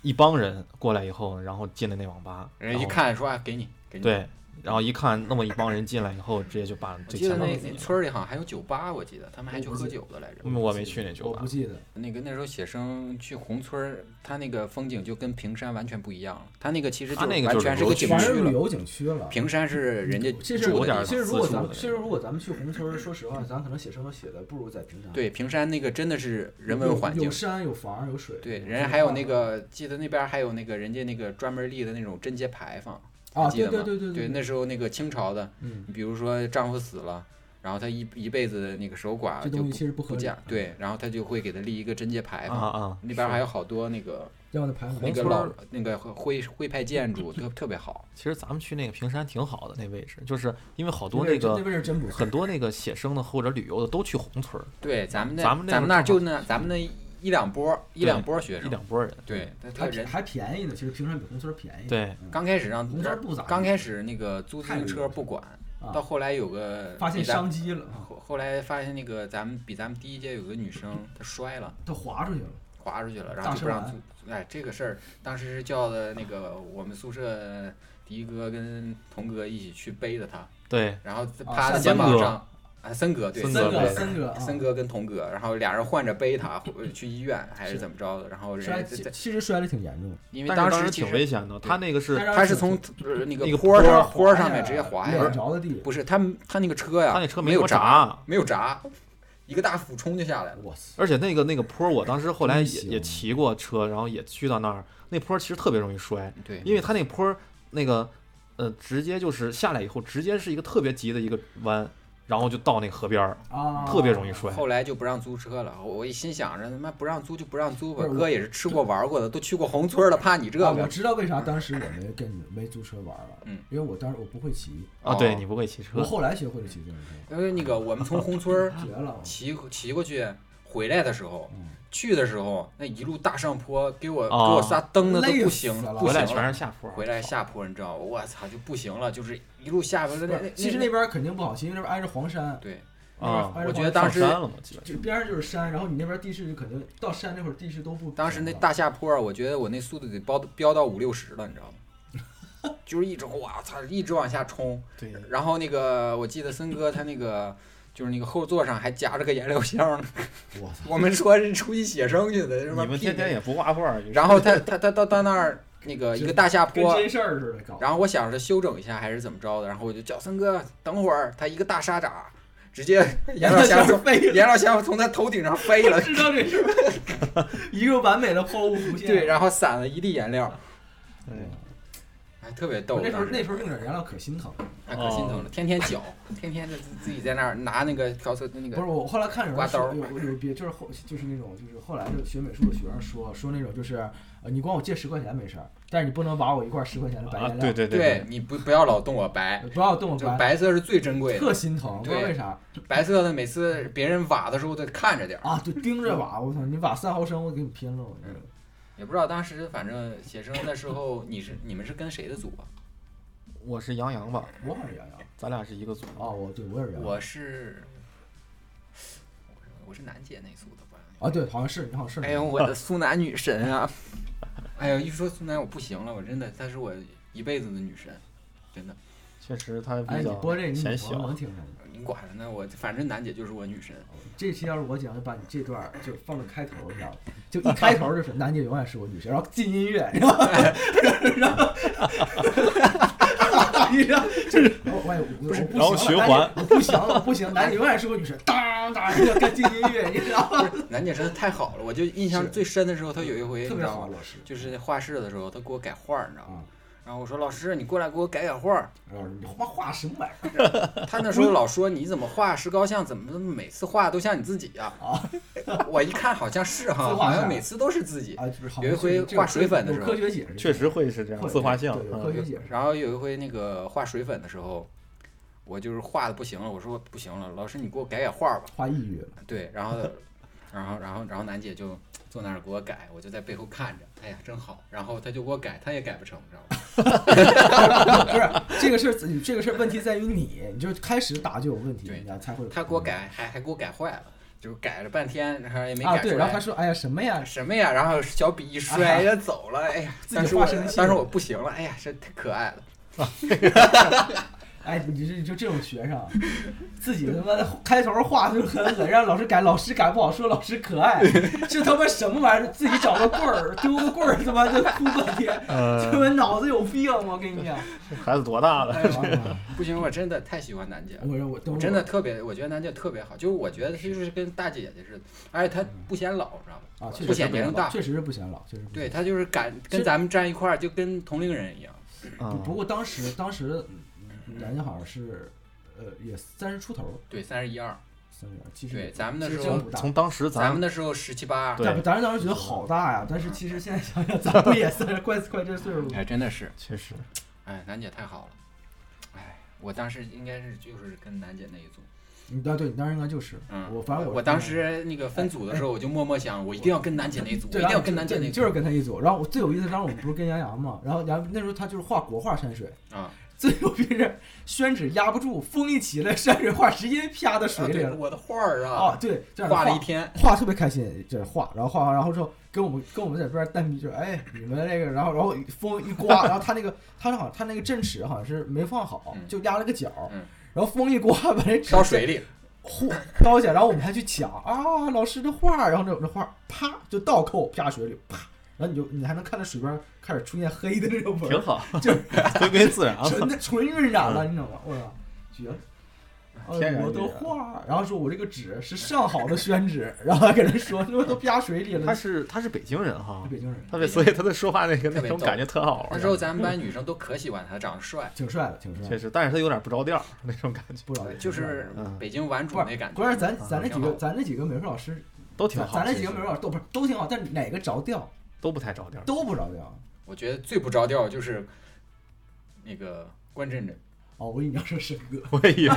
Speaker 3: 一帮人过来以后，然后进了那网吧，
Speaker 1: 人家一
Speaker 3: 然后
Speaker 1: 看说啊，给你，给你。，
Speaker 3: 对，然后一看那么一帮人进来以后，直接就把
Speaker 1: 我
Speaker 3: 最
Speaker 1: 记
Speaker 3: 前
Speaker 1: 得
Speaker 3: 面
Speaker 1: 那
Speaker 3: 的
Speaker 1: 那
Speaker 3: 人
Speaker 1: 村儿里好像还有酒吧，我记得他们还去喝酒的来着。
Speaker 3: 嗯 (laughs) 我没去那酒
Speaker 2: 我
Speaker 3: 吧
Speaker 2: 不，记得。
Speaker 1: 那个那时候写生去红村儿，它那个风景就跟平山完全不一样了。它那个其实
Speaker 3: 它那个
Speaker 1: 完
Speaker 3: 就是
Speaker 1: 全是个
Speaker 3: 旅游景
Speaker 1: 景
Speaker 2: 全
Speaker 1: 区
Speaker 2: 是旅
Speaker 1: 了，
Speaker 2: 游景区了。嗯
Speaker 1: 平山是人家
Speaker 2: 其实
Speaker 1: 住
Speaker 3: 有
Speaker 1: 的
Speaker 3: 点
Speaker 1: 地
Speaker 3: 儿
Speaker 1: 方
Speaker 2: 其实如果咱们
Speaker 3: 自助的那种
Speaker 2: 其实如果咱们去红村儿，说实话，咱可能写生都写的不如在平山。
Speaker 1: 对，平山那个真的是
Speaker 2: 有，
Speaker 1: 人文环境
Speaker 2: 有。山有房有水。
Speaker 1: 对，
Speaker 2: 有
Speaker 1: 人家还有那个，记得那边还有那个人家那个专门立的那种贞节牌坊，
Speaker 2: 啊，
Speaker 1: 记
Speaker 2: 对
Speaker 1: 得吗？
Speaker 2: 对对对
Speaker 1: 对，那时候那个清朝的，
Speaker 2: 嗯，
Speaker 1: 比如说丈夫死了，然后他一一辈子那个守寡
Speaker 2: 这
Speaker 1: 啊就
Speaker 2: 东西
Speaker 1: 不
Speaker 2: 其实不合
Speaker 1: 不
Speaker 2: 理啊
Speaker 1: 嫁，，对，然后他就会给他立一个贞节牌
Speaker 3: 啊
Speaker 1: 坊，
Speaker 3: 啊，
Speaker 1: 那边还有好多那个
Speaker 2: 要那排行
Speaker 1: 那
Speaker 2: 榜
Speaker 1: 个
Speaker 3: 红村
Speaker 1: 老
Speaker 3: 儿
Speaker 1: 那个徽徽派建筑特特别好，
Speaker 3: 其实咱们去那个平山挺好的那位置，就是因为好多
Speaker 2: 那
Speaker 3: 那个
Speaker 2: 那边是真不错。
Speaker 3: 很多那个写生的或者旅游的都去红村儿，
Speaker 1: 对，咱们那
Speaker 3: 咱们那
Speaker 1: 咱们
Speaker 3: 个
Speaker 1: 那儿
Speaker 3: 正
Speaker 1: 就那咱们那一两波一两波学
Speaker 3: 一
Speaker 1: 生，
Speaker 3: 两拨人，
Speaker 1: 对，他他
Speaker 2: 还
Speaker 1: 人
Speaker 2: 还便宜呢，其实平山比红村儿便宜。
Speaker 3: 对，
Speaker 2: 嗯，
Speaker 1: 刚开始让
Speaker 2: 红村儿不咋地
Speaker 1: 刚开始那个租自
Speaker 2: 太
Speaker 1: 行
Speaker 2: 旅游
Speaker 1: 车
Speaker 2: 了
Speaker 1: 不管，
Speaker 2: 啊
Speaker 1: 到后来有个
Speaker 2: 发现
Speaker 1: 比咱
Speaker 2: 商机了，啊
Speaker 1: 后后来发现那个咱们比咱们第一届有个女生她摔了。
Speaker 2: 它滑出去了。
Speaker 1: 滑出去了，然
Speaker 2: 大
Speaker 1: 后就不让
Speaker 2: 蛇丸
Speaker 1: 租。哎，这个事儿当时是叫的那个我们宿舍迪哥跟童哥一起去背的他，
Speaker 3: 对，
Speaker 1: 然后
Speaker 2: 啊
Speaker 1: 趴在
Speaker 2: 森
Speaker 1: 肩膀
Speaker 3: 哥
Speaker 1: 上，啊，森哥对，
Speaker 3: 森
Speaker 1: 森
Speaker 3: 哥
Speaker 2: 哥，
Speaker 3: 呗
Speaker 2: 森哥，啊
Speaker 1: 森哥跟童哥，然后俩人换着背他或呃去医院还是怎么着的，然后人
Speaker 2: 摔，
Speaker 1: 家
Speaker 2: 其
Speaker 1: 在在
Speaker 2: 其实摔的挺严重的。
Speaker 1: 因
Speaker 3: 但
Speaker 1: 为
Speaker 3: 是当
Speaker 1: 时其
Speaker 3: 挺
Speaker 1: 实
Speaker 3: 危险的，他那个是
Speaker 2: 但
Speaker 1: 他是从呃那个坡
Speaker 3: 坡
Speaker 1: 上
Speaker 3: 儿
Speaker 1: 坡上面直接滑下
Speaker 2: 脸
Speaker 1: 来，
Speaker 2: 着的地。
Speaker 1: 不是他们他那个车呀，
Speaker 3: 他那车
Speaker 1: 没
Speaker 3: 没
Speaker 1: 有
Speaker 3: 有
Speaker 1: 闸，
Speaker 3: 闸
Speaker 1: 没有闸，一个大俯冲就下来了。
Speaker 2: 我操！
Speaker 3: 而且那个那个坡儿，我当时后来
Speaker 2: 真
Speaker 3: 也
Speaker 2: 行
Speaker 3: 也骑过车，然后也去到那儿，那坡儿其实特别容易摔，
Speaker 1: 对，
Speaker 3: 因为它那坡儿那个呃，直接就是下来以后，直接是一个特别急的一个弯，然后就到那个河边儿，
Speaker 2: 啊，
Speaker 3: 特别容易。摔。
Speaker 1: 后来就不让租车了，我我一心想着他妈不让租就不让租吧
Speaker 2: 不，是
Speaker 1: 哥也是吃过玩过的，都去过红村了，怕你这
Speaker 2: 啊我
Speaker 1: 个
Speaker 2: 知道为啥当时我没跟你没租车玩了，
Speaker 1: 嗯
Speaker 2: 因为我当时我不会骑，
Speaker 3: 啊，
Speaker 1: 哦
Speaker 3: 对你不会骑
Speaker 2: 我
Speaker 3: 车，
Speaker 2: 后来学会了骑自行车，
Speaker 1: 因为呃那个我们从红村
Speaker 3: (laughs)
Speaker 1: 儿
Speaker 2: 绝了。
Speaker 1: 啊骑骑过去，回来的时候
Speaker 2: 嗯，
Speaker 1: 去的时候那一路大上坡，给我
Speaker 3: 哦
Speaker 1: 给我仨蹬的都不行
Speaker 2: 累死了
Speaker 1: 不
Speaker 3: 回来
Speaker 1: 行
Speaker 3: 全
Speaker 1: 了。
Speaker 3: 是下坡儿。
Speaker 1: 回来下坡，你知道吗？我操，就不行了，就是一路下边儿。那那
Speaker 2: 其实那边肯定不好骑，因为那边挨着黄山，
Speaker 1: 对
Speaker 3: 啊，
Speaker 2: 哎
Speaker 1: 我
Speaker 2: 我
Speaker 1: 觉得
Speaker 3: 上
Speaker 1: 当时
Speaker 3: 山了嘛，基本
Speaker 2: 这边上就是山，然后你那边地势就肯定到山那会儿地势都不平了。
Speaker 1: 当时那大下坡，我觉得我那速度得飙飙到五六十了，你知道吗？ (laughs) 就是一直哇操，一直往下冲。
Speaker 3: 对，
Speaker 1: 然后那个我记得森哥他那个就是那个后座上还夹着个颜料箱呢，
Speaker 2: 我操，
Speaker 1: 我们说是出去写生去的，是吧？
Speaker 3: 你们天天也不画画儿，就是
Speaker 1: 然后他他他到到那儿那个一个大下
Speaker 2: 跟
Speaker 1: 坡，
Speaker 2: 真事儿似的搞。
Speaker 1: 然后我想着修整一下还是怎么着的，然后我就叫森哥等会儿，他一个大沙掌，直
Speaker 2: (laughs)
Speaker 1: 接颜料箱从
Speaker 2: 飞
Speaker 1: 颜料箱从他头顶上飞
Speaker 2: (laughs)
Speaker 1: 了，
Speaker 2: 知道这事儿， (laughs) 一个完美的抛物弧线。
Speaker 1: 对，然后散了一地颜料，
Speaker 3: 哎
Speaker 1: 哎，特别逗。
Speaker 2: 那时候哦
Speaker 1: 当时
Speaker 2: 那时候那个燃料可心疼了。
Speaker 1: 哎可心疼了，天天搅，天天的自己在那儿拿那个调色那
Speaker 2: 不是
Speaker 1: 个，
Speaker 2: 我后来看有
Speaker 1: 刮
Speaker 2: 人
Speaker 1: 刀
Speaker 2: 说有有别就是后就是那种就是后来就学美术的学生说说那种就是呃你管我借十块钱没事儿，但是你不能把我一块十块钱的白
Speaker 3: 啊，
Speaker 2: 颜料，
Speaker 3: 对对
Speaker 1: 对，你不不要老动我白，
Speaker 2: 不要动我
Speaker 1: 就
Speaker 2: 白，
Speaker 1: 白色是最珍贵的。
Speaker 2: 特心疼，不知道为啥
Speaker 1: 白色的每次别人挖的时候得看着点儿，
Speaker 2: 啊，就盯着瓦，我操，你瓦三毫升我给你拼了，我这个
Speaker 1: 嗯也不知道当时反正写生的时候你是你们是跟谁的组啊？
Speaker 3: 我是杨洋吧，
Speaker 2: 我好像洋洋
Speaker 3: 咱俩是一个组。
Speaker 2: 啊，
Speaker 1: 哦
Speaker 2: 我对我也是洋洋
Speaker 1: 我是我是楠姐那组的
Speaker 2: (laughs)
Speaker 1: 吧？
Speaker 2: 啊，对，好像是你好像是，
Speaker 1: 哎呦，我的苏南女神
Speaker 2: (laughs)
Speaker 1: 啊！哎呦，一说苏南我不行了，我真的她是我一辈子的女神，真的。
Speaker 3: 确实他
Speaker 2: 哎，
Speaker 3: 比
Speaker 2: 你
Speaker 3: 较
Speaker 2: 播这个你
Speaker 3: 显
Speaker 2: 女朋友
Speaker 3: 小
Speaker 2: 能，听见吗？
Speaker 1: 你管着呢，我反正楠姐就是我女
Speaker 2: (laughs)
Speaker 1: 神。
Speaker 2: 这期要是我讲，就把你这段儿就放到开头，你知道吗？就一开头 (laughs) 就是楠姐永远是我女神，然后进音乐，然后然后你知道就是我我也我我不
Speaker 3: 然后
Speaker 2: 行
Speaker 3: 循
Speaker 2: 了
Speaker 3: 环
Speaker 2: 我不行了，我不行，楠姐永远是我女神，当当就该进音乐，你知道吗？
Speaker 1: 楠姐真的太好了，我就印象
Speaker 2: 是
Speaker 1: 最深的时候，她有一回你
Speaker 2: 特
Speaker 1: 知
Speaker 2: 别
Speaker 1: 道
Speaker 2: 好，
Speaker 1: 吗？
Speaker 2: 老师
Speaker 1: 就是画室的时候，她给我改画儿，你知道吗？
Speaker 2: 啊，
Speaker 1: 然后我说老师，你过来给我改改画
Speaker 2: (laughs)
Speaker 1: 儿。
Speaker 2: 老师你画画什么玩意
Speaker 1: 他那时候老说你怎么画石膏像，怎么每次画都像你自己呀、 (laughs) 我一看好像是哈，
Speaker 2: 哦自画
Speaker 1: 好
Speaker 2: 像
Speaker 1: 像每次都是自己
Speaker 2: 儿。啊？就是好
Speaker 1: 有一回
Speaker 2: 这个
Speaker 1: 画水粉的时候
Speaker 2: 有科学解释，
Speaker 3: 确实会是这样
Speaker 2: 会
Speaker 3: 自画像
Speaker 2: 对，有科
Speaker 3: 嗯
Speaker 2: 学解释。
Speaker 1: 然后有一回那个画水粉的时候，我就是画的不行了，我说不行了，老师你给我改改画吧。
Speaker 2: 画抑郁了，
Speaker 1: 对，然后然后然后然后楠姐就坐那儿给我改，我就在背后看着，哎呀真好。然后她就给我改，她也改不成，你知道
Speaker 2: (laughs)
Speaker 1: 吗？
Speaker 2: (laughs) 不是这个事儿，你这个事儿问题在于你，你就开始打就有问题，
Speaker 1: 对
Speaker 2: 你知道才会有。嗯
Speaker 1: 她给我改还还给我改坏了，就改了半天，然后也没
Speaker 2: 啊，
Speaker 1: 改出
Speaker 2: 对，
Speaker 1: 来。
Speaker 2: 然后他说：“哎呀，什么呀？
Speaker 1: 什么呀？然后小笔一
Speaker 2: 啊
Speaker 1: 摔，人家走了。哎呀，
Speaker 2: 自己
Speaker 1: 当时
Speaker 2: 画
Speaker 1: 我
Speaker 2: 生气
Speaker 1: 当时
Speaker 2: 了
Speaker 1: 我不行了。哎呀，这太可爱了。
Speaker 2: 哎，你这你就这种学生，啊自己他妈的开头画就很恶心，让老师改，老师改不好说，老师可爱，这他妈什么玩意儿？自己找个棍儿，丢个棍儿，他妈就哭半天， (laughs) 他
Speaker 3: 呃，
Speaker 2: 妈脑子有病！我
Speaker 1: (laughs)
Speaker 2: 跟你讲，
Speaker 3: 孩子多大了？
Speaker 2: 哎呀
Speaker 1: 不行，我真的太喜欢楠姐了。
Speaker 2: 我我
Speaker 1: 我
Speaker 2: 等
Speaker 1: 真的特别，我觉得楠姐特别好，就是我觉得她就是跟大姐姐似的，而且她不显老，知道吗？
Speaker 2: 啊，确
Speaker 1: 不
Speaker 2: 实
Speaker 1: 显年龄大，
Speaker 2: 确实是不显老，确实不
Speaker 1: 对
Speaker 2: 显
Speaker 1: 她就是敢
Speaker 2: 是
Speaker 1: 跟咱们站一块儿，就跟同龄人一样。
Speaker 2: 老。
Speaker 3: 嗯
Speaker 2: 不不过当时当时，人家好像是，呃，也三十出头，
Speaker 1: 对，三十一二，
Speaker 2: 三十其实
Speaker 1: 对，咱们那
Speaker 2: 其
Speaker 1: 时
Speaker 2: 实
Speaker 1: 候
Speaker 2: 真不大。
Speaker 3: 从当时
Speaker 1: 咱
Speaker 3: 咱
Speaker 1: 们那时候十七八，
Speaker 3: 对
Speaker 2: 咱咱当时觉得好大呀，但是其实现在想想，咱不也三十快快这岁数了吗？
Speaker 1: 哎，真的是，
Speaker 2: (laughs)
Speaker 3: 确实
Speaker 1: 哎，楠姐太好了，哎，我当时应该是就是跟楠姐那一组，
Speaker 2: 你啊，对你当时应该就是，
Speaker 1: 嗯，
Speaker 2: 我反正
Speaker 1: 我
Speaker 2: 我
Speaker 1: 当时那个分组的时候，我就默默想，我一定要跟楠姐那一组，我
Speaker 2: 对，
Speaker 1: 一
Speaker 2: 然
Speaker 1: 定
Speaker 2: 后
Speaker 1: 要跟楠姐
Speaker 2: 对啊
Speaker 1: 那一组，
Speaker 2: 就是跟他一组。然后我最有意思，当时我们不是跟杨洋嘛，然后杨那时候他就是画国画山水，
Speaker 1: 啊，
Speaker 2: 最牛逼是宣纸压不住，风一起来，山水画直接啪到水
Speaker 1: 啊
Speaker 2: 里
Speaker 1: 对
Speaker 2: 了。
Speaker 1: 我的画儿
Speaker 2: 啊，
Speaker 1: 啊，
Speaker 2: 对，这样
Speaker 1: 画了一天，
Speaker 2: 画特别开心，这画，然后画完，然后之后跟我们跟我们在边儿蛋逼，就是哎你们那个，然后然后风一刮，然后他那个他好像他那个镇尺好像是没放好，
Speaker 1: 嗯
Speaker 2: 就压了个角，
Speaker 1: 嗯
Speaker 2: 然后风一刮把那纸
Speaker 1: 飘水里，
Speaker 2: 嚯飘起来，然后我们还去抢啊老师的画，然后这这画啪就倒扣啪水里啪，然后你就你还能看到水边开始出现黑的那种纹
Speaker 3: 挺
Speaker 2: 儿，
Speaker 3: 好，
Speaker 2: (laughs) 就
Speaker 3: 回归自然啊了。
Speaker 2: 纯的纯晕染了，你知道吗？我操，绝了！啊
Speaker 3: 嗯 (laughs) 天然
Speaker 2: 我
Speaker 3: 晕
Speaker 2: 的
Speaker 3: 染
Speaker 2: 画，然后说我这个纸是上好的宣纸，然后还给人说，他妈都啪水里
Speaker 3: 他
Speaker 2: 了。
Speaker 3: 是他是北京人哈，
Speaker 2: 北京人，
Speaker 3: 他的所以他的说话那个那
Speaker 1: 特别
Speaker 3: 种
Speaker 1: 逗
Speaker 3: 感觉特好玩儿。
Speaker 1: 那时候咱们班女生都可喜欢他，长得帅，
Speaker 2: 挺帅的，挺帅
Speaker 3: 确
Speaker 2: 的，
Speaker 3: 实，但是他有点不着调儿那种感觉，
Speaker 2: 不少
Speaker 1: 就是
Speaker 3: 嗯
Speaker 1: 北京玩主那感
Speaker 2: 关键
Speaker 1: 觉，
Speaker 2: 咱
Speaker 3: 啊
Speaker 2: 咱那
Speaker 1: 挺
Speaker 2: 几个
Speaker 1: 好
Speaker 2: 咱那几个美术老师，
Speaker 3: 都挺
Speaker 2: 咱
Speaker 3: 好。
Speaker 2: 咱那
Speaker 3: 其
Speaker 2: 几个
Speaker 3: 实
Speaker 2: 美术老师都不是都挺好，但是哪个着调
Speaker 3: 都不太着
Speaker 2: (laughs)
Speaker 3: 调儿。
Speaker 2: 都不着调。
Speaker 1: 我觉得最不着调就是那个关震震，
Speaker 2: 哦，我以为你要说申哥，
Speaker 3: 我以为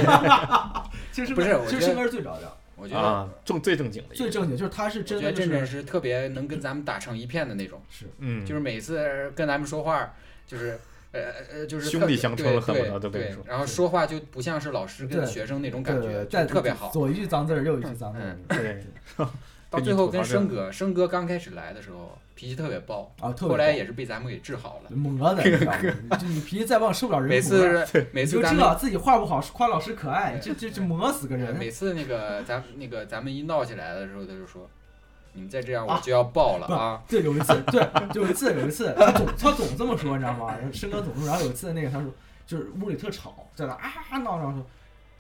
Speaker 2: 其实
Speaker 1: 不是我
Speaker 2: 其
Speaker 1: 觉
Speaker 2: 实
Speaker 1: 得
Speaker 2: 申哥是最着调，
Speaker 1: 我觉得
Speaker 3: 啊，正最正经的一
Speaker 2: 最
Speaker 3: 个，
Speaker 2: 正经，就是他是
Speaker 1: 哎我觉
Speaker 2: 真
Speaker 1: 得
Speaker 2: 的就
Speaker 1: 震震
Speaker 2: 是
Speaker 1: 是特别能跟咱们打成一片的那种，
Speaker 2: 是
Speaker 3: 嗯，
Speaker 1: 就是每次跟咱们说话就是。呃呃，就是
Speaker 3: 兄
Speaker 1: 特
Speaker 3: 弟相称
Speaker 1: 对
Speaker 3: 了恨不
Speaker 1: 对
Speaker 3: 得都跟你
Speaker 1: 对
Speaker 3: 说
Speaker 1: 然后说话就不像是老师跟
Speaker 2: 对
Speaker 1: 学生那种感
Speaker 2: 对
Speaker 1: 觉，
Speaker 2: 对，
Speaker 1: 就
Speaker 2: 但
Speaker 1: 特别好。
Speaker 2: 左一句脏字儿，右一句脏字儿
Speaker 1: 嗯，
Speaker 3: 对，
Speaker 1: 到
Speaker 3: 跟你
Speaker 1: 最后
Speaker 3: 吐槽
Speaker 1: 跟
Speaker 3: 这
Speaker 1: 生
Speaker 3: 样
Speaker 1: 哥，生哥刚开始来的时候脾气特别暴，
Speaker 2: 啊，特别
Speaker 1: 后来
Speaker 2: 棒
Speaker 1: 也是被咱们给治好了。
Speaker 2: 磨的，你知道
Speaker 1: (laughs)
Speaker 2: 吗？就你脾气再旺，受不了人
Speaker 1: 每
Speaker 2: 磨的
Speaker 1: 次每
Speaker 2: 你就
Speaker 1: 次咱
Speaker 2: 知
Speaker 1: 们
Speaker 2: 道自己画不好，夸老师可爱，
Speaker 1: 对
Speaker 2: 这这这磨死个
Speaker 1: 哎
Speaker 2: 人。
Speaker 1: 每次那个咱那个咱们一闹起来的时候，他就说：“你们再这样
Speaker 2: 啊
Speaker 1: 我就要爆了
Speaker 2: 不
Speaker 1: 啊
Speaker 2: 对，有一次，对，有一次，有一次，他总他总这么说，你知道吗？申哥总说，然后有一次那个他说，就是屋里特吵，在那啊闹，然后说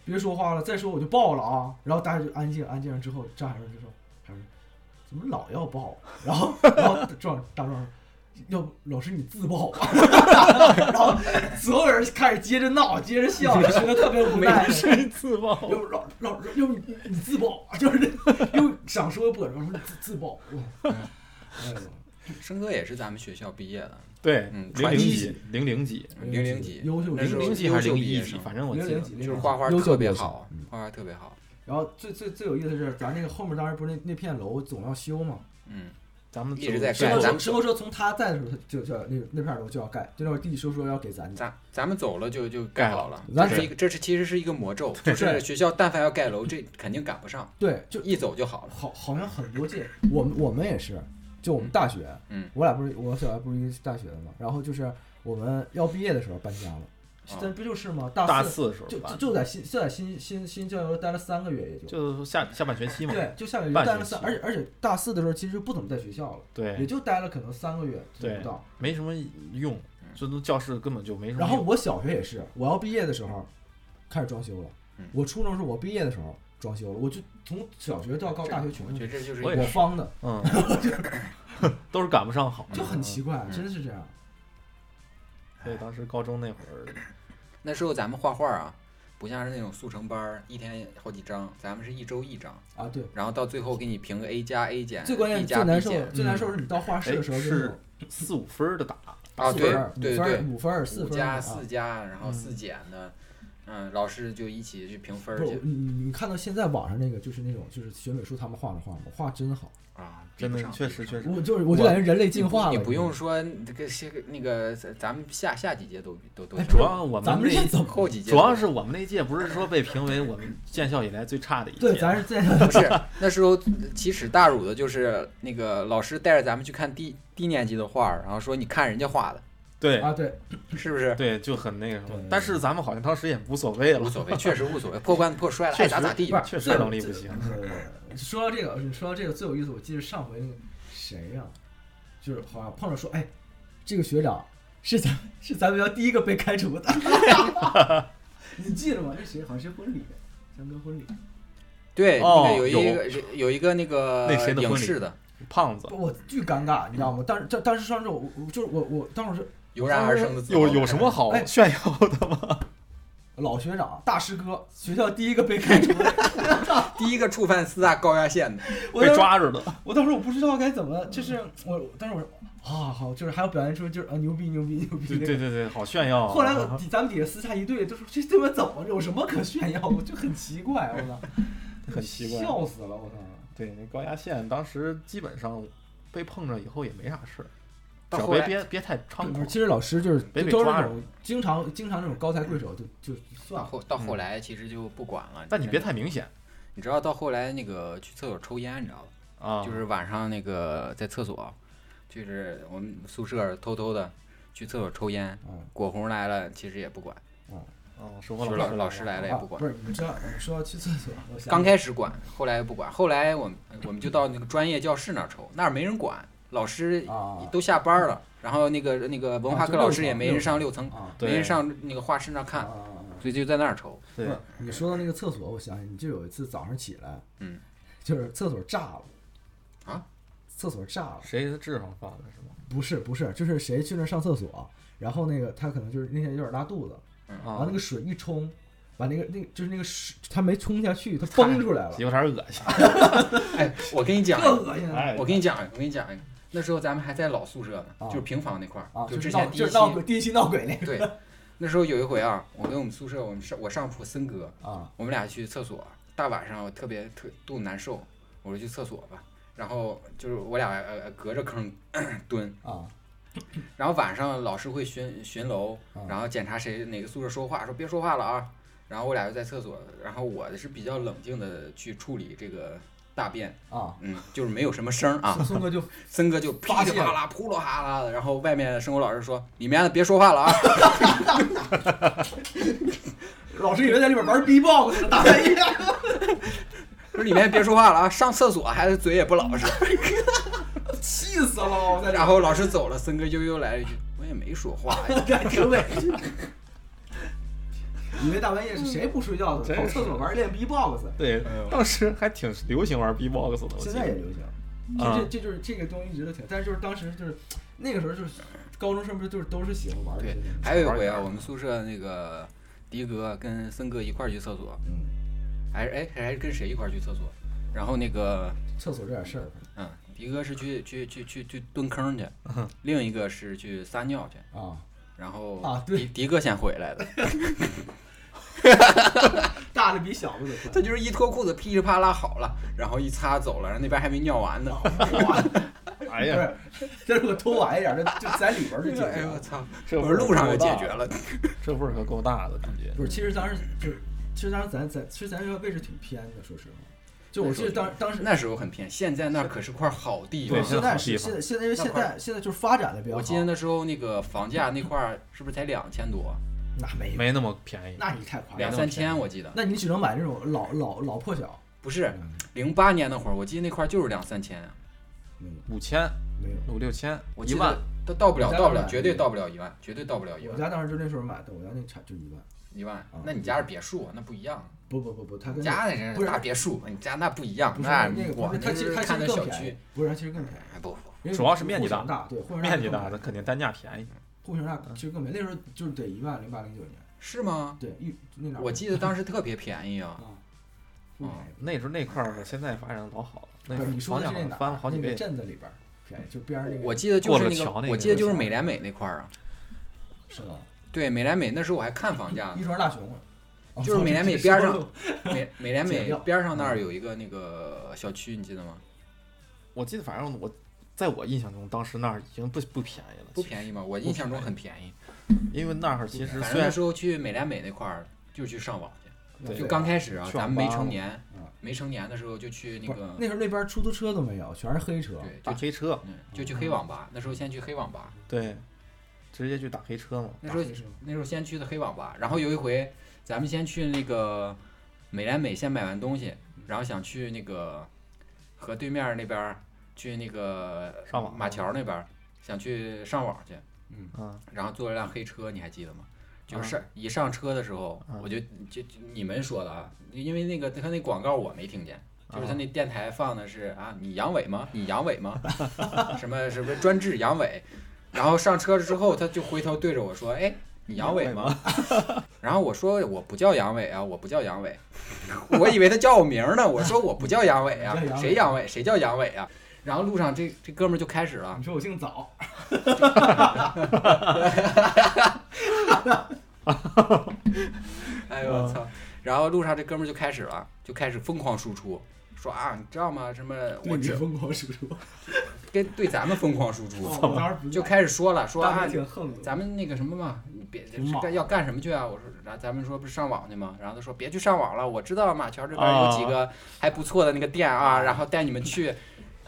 Speaker 2: 别说话了，再说我就爆了啊！然后大家就安静，安静了之后，张海瑞就说，海瑞怎么老要爆？啊然后然后壮大壮说。要不老师你自爆吧， (laughs) 然后所有人开始接着闹，接着笑，申哥特别无奈，
Speaker 3: (laughs) 是自爆
Speaker 2: 要不老老要不你你自爆，就是又想说又不敢说，说你自自爆。我哎呦，！”
Speaker 1: 生哥也是咱们学校毕业的，
Speaker 3: 对，
Speaker 1: 嗯
Speaker 3: 零零
Speaker 1: 传
Speaker 3: 几
Speaker 2: 奇，
Speaker 3: 零零几，
Speaker 1: 零零几，
Speaker 2: 嗯优秀
Speaker 1: 那
Speaker 2: 零
Speaker 1: 时
Speaker 3: 零
Speaker 1: 候
Speaker 3: 零几还是
Speaker 1: 优秀
Speaker 3: 零
Speaker 1: 毕
Speaker 3: 一
Speaker 1: 业
Speaker 3: 几，
Speaker 1: 生
Speaker 3: 反正我
Speaker 2: 零
Speaker 3: 记
Speaker 2: 零
Speaker 3: 得
Speaker 2: 几，
Speaker 1: 就
Speaker 2: 零
Speaker 1: 是
Speaker 2: 零
Speaker 1: 画画
Speaker 2: 优秀
Speaker 1: 特别
Speaker 2: 优秀
Speaker 1: 好
Speaker 2: 嗯，
Speaker 1: 画画特别好。
Speaker 2: 然后最最最有意思是，咱那个后面当时不是那那片楼总要修嘛？
Speaker 1: 嗯，
Speaker 3: 咱们
Speaker 1: 一直在
Speaker 3: 走
Speaker 2: 申
Speaker 1: 干
Speaker 2: 哥
Speaker 1: 咱
Speaker 2: 说，
Speaker 1: 们
Speaker 2: 申哥说从他在的时候他就就那那片楼就要盖，就那会儿弟说说要给咱的。
Speaker 1: 咱咱们走了就就盖好了，
Speaker 2: 咱
Speaker 1: 这是一个这是其实是一个魔咒，就
Speaker 2: 对
Speaker 1: 是学校但凡要盖楼，这肯定赶不上，
Speaker 2: 对，就
Speaker 1: 一走就好了。
Speaker 2: 好好像很多届，我们我们也是，就我们大学，
Speaker 1: 嗯，
Speaker 2: 我俩不是我小孩不是一个大学的嘛，然后就是我们要毕业的时候搬家了，
Speaker 1: 啊
Speaker 2: 咱不就是吗？
Speaker 3: 大
Speaker 2: 四
Speaker 3: 四的时候
Speaker 2: 就就
Speaker 3: 吧，
Speaker 2: 就在新就在新新新教育楼待了三个月，也就
Speaker 3: 就下下半学期嘛，
Speaker 2: 对，就下个月
Speaker 3: 半
Speaker 2: 待
Speaker 3: 学
Speaker 2: 了三，
Speaker 3: 期
Speaker 2: 而且而且大四的时候其实不怎么在学校了，也
Speaker 3: 对，
Speaker 2: 就待了可能三个月左右
Speaker 3: 对
Speaker 2: 不到。
Speaker 3: 没什么用，这都教室根本就没什么
Speaker 2: 嗯然后
Speaker 3: 用。
Speaker 2: 我小学也是，我要毕业的时候开始装修了
Speaker 1: 嗯。
Speaker 2: 我初中的时候我毕业的时候装修了，我就从小学到高大学全
Speaker 1: 我
Speaker 2: 是
Speaker 1: 觉得这就是
Speaker 3: 我
Speaker 1: 一
Speaker 3: 也
Speaker 1: 个
Speaker 2: 我
Speaker 3: 是
Speaker 2: 方的，
Speaker 3: 嗯， (laughs) 都是赶不上好，
Speaker 2: 就很奇怪，
Speaker 1: 嗯
Speaker 2: 真的是这样。
Speaker 3: 所以当时高中那会儿，
Speaker 1: 那时候咱们画画啊，不像是那种速成班儿，一天好几张，咱们是一周一张，
Speaker 2: 啊，对，
Speaker 1: 然后到最后给你评个 A 加 A 减，
Speaker 2: 最关键
Speaker 1: B
Speaker 2: 最
Speaker 1: 加
Speaker 2: 难
Speaker 1: B
Speaker 2: 受
Speaker 1: 减，
Speaker 2: 最难受是你到画室的时候
Speaker 3: 哎
Speaker 2: 就是
Speaker 3: 是四五分儿的打，
Speaker 1: 啊，
Speaker 2: 四
Speaker 1: 对
Speaker 2: 分儿、
Speaker 1: 对
Speaker 2: 五分儿、
Speaker 1: 对，
Speaker 2: 五分儿、四
Speaker 1: 五
Speaker 2: 分儿
Speaker 1: 加
Speaker 2: 啊，
Speaker 1: 四加，然后
Speaker 3: 嗯
Speaker 1: 四减的，嗯，老师就一起去评分
Speaker 2: 不
Speaker 1: 儿
Speaker 2: 是
Speaker 1: 去
Speaker 2: 你你你看到现在网上那个就是那种就是选美术他们画的画吗？画真好，
Speaker 1: 啊，比
Speaker 3: 真
Speaker 1: 不
Speaker 3: 的
Speaker 1: 上
Speaker 3: 确实确实，
Speaker 2: 我就是我就感觉人类
Speaker 1: 你
Speaker 2: 进
Speaker 1: 不
Speaker 2: 化了。
Speaker 1: 你不用
Speaker 2: 知
Speaker 1: 说这个些个那个，咱咱们下下几节都都都
Speaker 2: 哎
Speaker 1: 行，
Speaker 3: 主要我
Speaker 2: 道吗咱
Speaker 3: 们
Speaker 2: 们这
Speaker 3: 那
Speaker 2: 怎么？
Speaker 1: 后几节
Speaker 3: 主要
Speaker 1: 都
Speaker 3: 是我们那届不是说被评为我们建校以来最差的一届，
Speaker 2: 对，咱
Speaker 1: (laughs)
Speaker 2: 是在
Speaker 1: 不是那时候奇耻大辱的就是那个老师带着咱们去看低低年级的画儿，然后说你看人家画的，
Speaker 3: 对
Speaker 2: 啊，对，
Speaker 1: 是不是？
Speaker 3: 对就很那个什么
Speaker 2: 对，
Speaker 3: 但是咱们好像当时也无所谓
Speaker 1: 无
Speaker 3: 了，
Speaker 1: 所谓，确实无所谓，破罐子破摔了，
Speaker 3: 确
Speaker 1: 爱
Speaker 3: 实
Speaker 1: 咋咋地
Speaker 2: 不。是
Speaker 3: 确实
Speaker 2: 这
Speaker 3: 能力不行。
Speaker 2: 呃说到这个，说到这个最有意思，我记得上回那个谁呀、就是好像碰着说，哎，这个学长是咱是咱们要第一个被开除的， (laughs) 你记得吗？那谁好像是婚礼，咱们婚礼，
Speaker 1: 对，
Speaker 3: 哦
Speaker 1: 那个有一
Speaker 3: 有
Speaker 1: 个有有一个那个
Speaker 3: 那谁的婚
Speaker 1: 影
Speaker 3: 礼
Speaker 1: 视的
Speaker 3: 胖子
Speaker 2: 不我巨尴尬，你知道吗？当时当当时上周我我就是我我当时
Speaker 1: 油然而生的自豪
Speaker 3: 哦有
Speaker 1: 感
Speaker 3: 有什么好
Speaker 2: 哎
Speaker 3: 炫耀的吗？
Speaker 2: 老学长大师哥，学校第一个被开除的，
Speaker 1: (laughs) 第一个触犯四大高压线的，
Speaker 2: 我
Speaker 3: 被
Speaker 2: 当时 (laughs)
Speaker 3: 抓嗯着的，
Speaker 2: 我当时我不知道该怎么，就是我当时我说啊好，就是还要表现出就是啊牛逼牛逼牛逼
Speaker 3: 对
Speaker 2: 那个
Speaker 3: 对对对，好炫耀啊。
Speaker 2: 后来我底咱们底下私下一对，都说这他妈怎么有什么可炫耀？ (laughs) 我就很奇怪，我操，
Speaker 3: 很奇怪
Speaker 2: 笑死了，我操！
Speaker 3: 对那高压线当时基本上被碰着以后也没啥事儿，
Speaker 1: 到
Speaker 3: 只要
Speaker 1: 后
Speaker 3: 别
Speaker 1: 来
Speaker 3: 别别太猖
Speaker 2: 不是
Speaker 3: 狂。
Speaker 2: 其实老师就是
Speaker 3: 别被
Speaker 2: 都是
Speaker 3: 抓
Speaker 2: 那
Speaker 3: 着
Speaker 2: 种经常经常那种高抬贵手，就就算
Speaker 1: 到
Speaker 2: 了。
Speaker 1: 后到后来其实就不管了。
Speaker 3: 但你别
Speaker 1: 真的
Speaker 3: 太明显
Speaker 1: 你知道到后来那个去厕所抽烟，你知道吧？
Speaker 3: 啊，
Speaker 1: 就是晚上那个在厕所，就是我们宿舍偷偷的去厕所抽烟。
Speaker 2: 嗯，
Speaker 1: 果红来了，其实也不管，
Speaker 3: 嗯，生活
Speaker 1: 老
Speaker 3: 老
Speaker 1: 老师来哎了也不管
Speaker 2: 啊。不是，你知道你说要去厕所，我想
Speaker 1: 刚开始管，后来不管，后来我们我们就到那个专业教室那儿抽，那儿没人管，老师
Speaker 2: 啊
Speaker 1: 都下班了，然后那个那个文化课老师也没人啊上六层，
Speaker 2: 啊
Speaker 3: 对
Speaker 1: 没人上那个画室那儿
Speaker 2: 啊
Speaker 1: 看，
Speaker 2: 啊！
Speaker 1: 所以就在那儿抽。
Speaker 2: 不
Speaker 3: 对
Speaker 2: 是，你说到那个厕所，我想起你就有一次早上起来，
Speaker 1: 嗯，
Speaker 2: 就是厕所炸了
Speaker 1: 啊，
Speaker 2: 厕所炸了。
Speaker 3: 谁的智商放的是吗？
Speaker 2: 不是不是，就是谁去那儿上厕所，然后那个他可能就是那天有点拉肚子，然后
Speaker 3: 啊
Speaker 2: 那，个水一冲，把那个那个就是那个水，它没冲下去，它崩出来了，
Speaker 3: 啊有点恶心。
Speaker 1: 哎，我跟你 (laughs) 讲，
Speaker 2: 特恶心啊！
Speaker 3: 哎，
Speaker 1: 我跟你讲，我跟你讲，那时候咱们还在老宿舍呢，
Speaker 2: 啊
Speaker 1: 就是平房那块儿，
Speaker 2: 啊，
Speaker 1: 就是之
Speaker 2: 闹
Speaker 1: 前第
Speaker 2: 就
Speaker 1: 一
Speaker 2: 是
Speaker 1: 期
Speaker 2: 闹鬼，第一期闹鬼那
Speaker 1: 对，那时候有一回啊，我跟我们宿舍我们上我上铺森哥，
Speaker 2: 个啊
Speaker 1: 我们俩去厕所，大晚上我特别特肚子难受，我说去厕所吧。然后就是我俩呃隔着坑 (coughs) 蹲，
Speaker 2: 啊
Speaker 1: 然后晚上老师会巡巡楼
Speaker 2: 嗯，
Speaker 1: 然后检查谁哪个宿舍说话，说别说话了啊。然后我俩就在厕所，然后我是比较冷静的去处理这个大便，
Speaker 2: 啊！
Speaker 1: 嗯，就是没有什么声儿啊
Speaker 2: 宋。宋哥就
Speaker 1: 森哥就噼里啪啦、扑噜哈啦的，然后外面的生活老师说：“里面的别说话了啊。”
Speaker 2: 老师以为在里边玩 B-box 呢，打半夜，
Speaker 1: 说里面别说话了啊，上厕所还是嘴也不老实。
Speaker 2: 气死了！我在这
Speaker 1: 然后老师走了，森哥悠悠来了一句：“我也没说话呀。
Speaker 2: 干挺委屈。以为大半夜是谁不睡觉的，
Speaker 3: 真
Speaker 2: 跑
Speaker 3: 是
Speaker 2: 厕所玩练 B-box，
Speaker 3: 对，
Speaker 2: 哎
Speaker 3: 当时还挺流行玩 B-box 的，我记
Speaker 2: 现在也
Speaker 3: 得。
Speaker 2: 流行。
Speaker 3: 啊
Speaker 2: 这这这就是这个东西一直都挺，但是就是当时就是那个时候就是高中生不是就是都是喜欢玩”这些
Speaker 1: 对
Speaker 2: 东西。，
Speaker 1: 还有一回啊，我们宿舍那个迪哥跟森哥一块儿去厕所，
Speaker 2: 嗯，
Speaker 1: 还是哎还是跟谁一块儿去厕所？然后那个
Speaker 2: 厕所这点事儿，
Speaker 1: 嗯，迪哥是去去去去去蹲坑去，
Speaker 2: 嗯
Speaker 1: 另一个是去撒尿去，
Speaker 2: 啊，
Speaker 1: 然后
Speaker 2: 啊对
Speaker 1: 迪迪哥先回来的， (laughs)
Speaker 2: 大的比小的得
Speaker 1: 他
Speaker 2: 快。
Speaker 1: 就是一脱裤子噼里啪啦好了，然后一擦走了，然后那边还没尿完呢。
Speaker 2: 啊
Speaker 3: 哎
Speaker 2: 不
Speaker 3: 呀，
Speaker 2: 是， (laughs) 这如果偷晚一点，这就在里边儿就解
Speaker 1: 哎
Speaker 2: 决
Speaker 1: 呦我
Speaker 2: 了。
Speaker 1: 操！
Speaker 3: 这
Speaker 1: 我
Speaker 3: 味
Speaker 1: 说
Speaker 3: 儿
Speaker 1: 路上就
Speaker 3: 够
Speaker 1: 解
Speaker 3: 大
Speaker 1: 决
Speaker 3: 的，
Speaker 1: 了。 (clears throat)
Speaker 3: 这味儿可够大的，感觉。
Speaker 2: 不是，其实当时就是，其实当时咱咱其实咱这个位置挺偏的，说实话。就我记得当当时，
Speaker 1: 那时候很偏，现在那可是块好地
Speaker 3: 对
Speaker 1: 方。
Speaker 2: 现在是
Speaker 3: 现
Speaker 2: 现在现在
Speaker 3: 在好地方
Speaker 2: 因为
Speaker 1: 那
Speaker 2: 现
Speaker 1: 块
Speaker 2: 在现在就是发展的比较好。
Speaker 1: 我记得那时候那个房价那块儿是不是才两千多，
Speaker 2: 那没有，
Speaker 3: 没那么便宜。
Speaker 2: 那你太夸
Speaker 1: 两
Speaker 2: 张了。
Speaker 1: 三千我记得。
Speaker 2: 那你只能买那种老老老破小。
Speaker 1: 不是
Speaker 2: 嗯
Speaker 1: 零八年那会儿，我记得那块儿就是两三千，
Speaker 2: 没有
Speaker 3: 五千、
Speaker 2: 嗯没有。
Speaker 3: 五六千、
Speaker 1: 我
Speaker 3: 一
Speaker 1: 记
Speaker 3: 万
Speaker 1: 得，都到不了，
Speaker 2: 你家
Speaker 1: 到不了，
Speaker 2: 多少
Speaker 1: 绝对到不了一万，绝对到不了一
Speaker 2: 我
Speaker 1: 万，
Speaker 2: 家当时就那时候买的，我家那差就一万。
Speaker 1: 一万
Speaker 2: 嗯。
Speaker 1: 那你家是别墅，啊那不一样。
Speaker 2: 不不不不，他
Speaker 1: 你
Speaker 2: 跟那
Speaker 1: 家那真
Speaker 2: 不是
Speaker 1: 大别墅，你家那不一样。
Speaker 2: 不是
Speaker 1: 那
Speaker 2: 那个
Speaker 1: 我
Speaker 2: 不是，它
Speaker 1: 那
Speaker 2: 其实
Speaker 1: 是
Speaker 2: 它其
Speaker 1: 看
Speaker 2: 实
Speaker 1: 的
Speaker 2: 更
Speaker 1: 小
Speaker 2: 便宜
Speaker 1: 区。，
Speaker 2: 不是它其实更便宜。
Speaker 1: 哎不，
Speaker 2: 因为
Speaker 3: 主要是面积大
Speaker 2: 户型大，对，户型
Speaker 3: 面积大，
Speaker 2: 更
Speaker 3: 它
Speaker 2: 便宜
Speaker 3: 肯定单价便宜。
Speaker 2: 户型大其实更便宜。那时候就是得一万零八零九年，
Speaker 1: 是吗？
Speaker 2: 对，一那哪儿
Speaker 1: 我记嗯得当时特别便宜
Speaker 2: (laughs)
Speaker 1: 啊。
Speaker 2: 啊，不便宜。
Speaker 3: 那时候那块儿现在发展老好了，那
Speaker 2: 不
Speaker 3: 会
Speaker 2: 是
Speaker 3: 儿
Speaker 2: 你说
Speaker 3: 房
Speaker 2: 的是
Speaker 3: 价好
Speaker 2: 那
Speaker 3: 像
Speaker 2: 哪儿？
Speaker 3: 翻了好几
Speaker 2: 那个
Speaker 3: 倍。
Speaker 2: 镇子里边儿便宜，就边儿那个
Speaker 1: 我记得就是那
Speaker 3: 过了桥那个
Speaker 1: 我记得就是美莱美那块儿啊。
Speaker 2: 是吧？
Speaker 1: 对，美莱美那时候我还看房价呢
Speaker 2: 一。庄大熊哦
Speaker 1: 就是美联美边上，美美联
Speaker 2: 剪
Speaker 1: 美
Speaker 2: 掉
Speaker 1: 边上那儿有一个那个小区，你记得吗？
Speaker 3: 我记得反正我在我印象中，当时那儿已经不不便宜了，
Speaker 1: 不便宜吗？我印象中很便宜。
Speaker 3: 宜，因为那儿其实
Speaker 1: 反
Speaker 3: 虽
Speaker 1: 正那
Speaker 3: 然
Speaker 1: 时候去美联美那块儿就去上网去，
Speaker 3: 对
Speaker 1: 就刚开始啊，
Speaker 3: 去
Speaker 1: 咱
Speaker 3: 网
Speaker 1: 们没
Speaker 3: 吧
Speaker 1: 成
Speaker 3: 嘛
Speaker 1: 年
Speaker 2: 嗯，
Speaker 1: 没成年的时候就去那
Speaker 2: 不是
Speaker 1: 个，
Speaker 2: 那时候那边出租车都没有，全是黑车。
Speaker 1: 对，
Speaker 3: 就
Speaker 1: 就
Speaker 3: 黑车，
Speaker 1: 嗯就去黑网吧。那时候先去黑网吧，
Speaker 3: 对，直接去打黑车嘛。
Speaker 1: 那时候
Speaker 2: 大黑车
Speaker 1: 那时候先去的黑网吧，然后有一回咱们先去那个美联美先买完东西，然后想去那个和对面那边儿去那个
Speaker 3: 上网
Speaker 1: 马桥那边儿想去上网去，
Speaker 3: 嗯，
Speaker 1: 然后坐了辆黑车，你还记得吗？就
Speaker 3: 啊
Speaker 1: 是上一上车的时候，
Speaker 3: 啊
Speaker 1: 我就就就你们说的啊，因为那个他那广告我没听见，就是他
Speaker 2: 啊
Speaker 1: 那电台放的是啊，你阳痿吗？你阳痿吗？ (laughs) 什么什么专治阳痿？然后上车之后，他就回头对着我说：“哎，你阳痿吗？” (laughs) 然后我说：“我不叫阳痿啊，我不叫阳痿。”我以为他叫我名儿呢，我说我不叫阳痿啊
Speaker 2: 你叫，阳痿
Speaker 1: 谁阳痿？谁叫阳痿啊？然后路上这这哥们儿就开始了
Speaker 2: 啊你，说我姓早，
Speaker 1: 哎呦
Speaker 2: 嗯
Speaker 1: 我操！然后路上这哥们儿就开始了，就开始疯狂输出，说啊，你知道吗？什么我
Speaker 2: 对你
Speaker 1: 只
Speaker 2: 疯狂输出，
Speaker 1: 跟对咱们疯狂输出，
Speaker 2: 我当时不
Speaker 1: 就开始说了，说
Speaker 2: 哦当
Speaker 1: 啊
Speaker 2: 时，挺横的。
Speaker 1: 咱们那个什么嘛，你别
Speaker 2: 挺猛
Speaker 1: 干要干什么去啊？我说，然后咱们说不是上网去吗？然后他说别去上网了，我知道马桥这边有几
Speaker 2: 哦
Speaker 1: 个还不错的那个店啊，然后带你们去。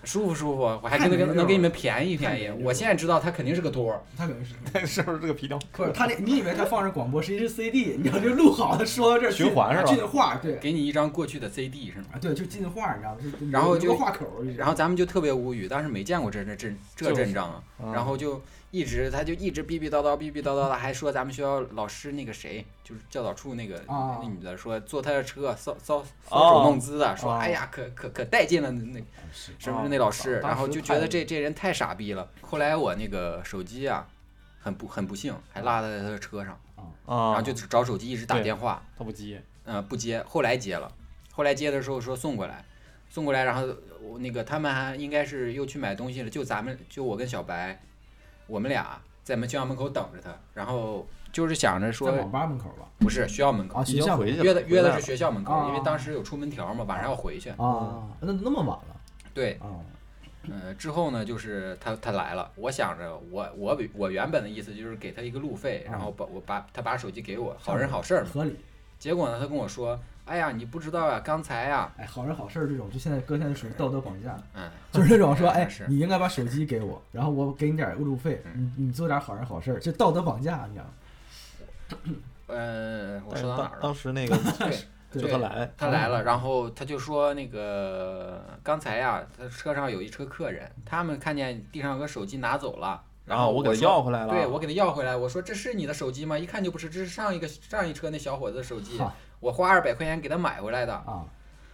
Speaker 1: 舒服舒服，我还跟那
Speaker 2: 看你
Speaker 1: 个
Speaker 2: 们
Speaker 1: 能给
Speaker 2: 这
Speaker 1: 你们便宜便宜。
Speaker 2: 看你们
Speaker 1: 我现在知道他肯定是个托儿，
Speaker 2: 他可能是，
Speaker 3: 是不是这个皮条？
Speaker 2: 不是他那，你以为他放着广播，实际是 CD，你知道就录好了，说到这儿啊
Speaker 3: 循环是吧
Speaker 2: 进进话，对，
Speaker 1: 给你一张过去的 CD 是吗？
Speaker 2: 啊对，就进话，你知道吗？就
Speaker 1: 然后
Speaker 2: 留
Speaker 1: 就
Speaker 2: 个话口儿，
Speaker 1: 然后咱们就特别无语，当时没见过这这这这阵仗啊。
Speaker 3: 嗯
Speaker 1: 然后就一直他就一直逼逼叨叨逼逼叨叨的，还说咱们学校老师那个谁，就是教导处那个、
Speaker 2: 啊
Speaker 1: 那女的说坐他的车搔搔搔
Speaker 3: 哦
Speaker 1: 首弄姿的，说
Speaker 3: 哦
Speaker 1: 哎呀可可可带劲了那
Speaker 2: 是
Speaker 1: 是不是那老师，
Speaker 3: 哦当
Speaker 1: 然后
Speaker 3: 时
Speaker 1: 就觉得
Speaker 3: 太
Speaker 1: 这这人太傻逼了。后来我那个手机啊，很不很不幸还落在他的车上，
Speaker 3: 啊，
Speaker 1: 然后就找手机一直打
Speaker 3: 对
Speaker 1: 电话，
Speaker 3: 他不接，
Speaker 1: 嗯，不接，后来接了，后来接的时候说送过来，送过来，然后我那个他们还应该是又去买东西了，就咱们就我跟小白，我们俩在门学校门口等着他，然后就是想着
Speaker 2: 在
Speaker 1: 说
Speaker 2: 网吧门口吧？
Speaker 1: 不是学校门口，
Speaker 2: 啊，
Speaker 3: 已
Speaker 2: 学
Speaker 3: 经
Speaker 2: 校
Speaker 3: 回去了，
Speaker 1: 约的约的
Speaker 3: 回
Speaker 1: 是学校门口，因为
Speaker 2: 啊
Speaker 1: 当时有出门条嘛，晚上要回去。哦
Speaker 2: 啊，那那么晚了
Speaker 1: 对，
Speaker 2: 啊，
Speaker 1: 呃，之后呢，就是他他来了，我想着我我比我原本的意思就是给他一个路费，然
Speaker 2: 嗯
Speaker 1: 后把我把他把手机给我，好人好事儿嘛。
Speaker 2: 合理。
Speaker 1: 结果呢，他跟我说，哎呀，你不知道呀、刚才呀、
Speaker 2: 哎，好人好事儿这种，就现在搁现在属于道德绑架，
Speaker 1: (laughs) 嗯，
Speaker 2: 就是那种说，哎
Speaker 1: 是，
Speaker 2: 你应该把手机给我，然后我给你点儿路费，你
Speaker 1: 嗯
Speaker 2: 你做点好人好事儿，就道德绑架，你知道吗？
Speaker 1: 呃，我
Speaker 3: 但是
Speaker 1: 说到哪
Speaker 3: 当
Speaker 1: 儿了？
Speaker 3: 当时那个
Speaker 1: 对，
Speaker 2: 对
Speaker 3: 就他来，哦
Speaker 1: 他来了，然后他就说那个刚才呀、他车上有一车客人，他们看见地上有个手机拿走了，
Speaker 3: 然
Speaker 1: 后
Speaker 3: 啊后我给他
Speaker 1: 说。
Speaker 3: 要回来了，啊
Speaker 1: 对，我给他要回来，我说这是你的手机吗？一看就不是，这是上一个上一车那小伙子的手机
Speaker 2: 哈，
Speaker 1: 我花二百块钱给他买回来的。
Speaker 2: 啊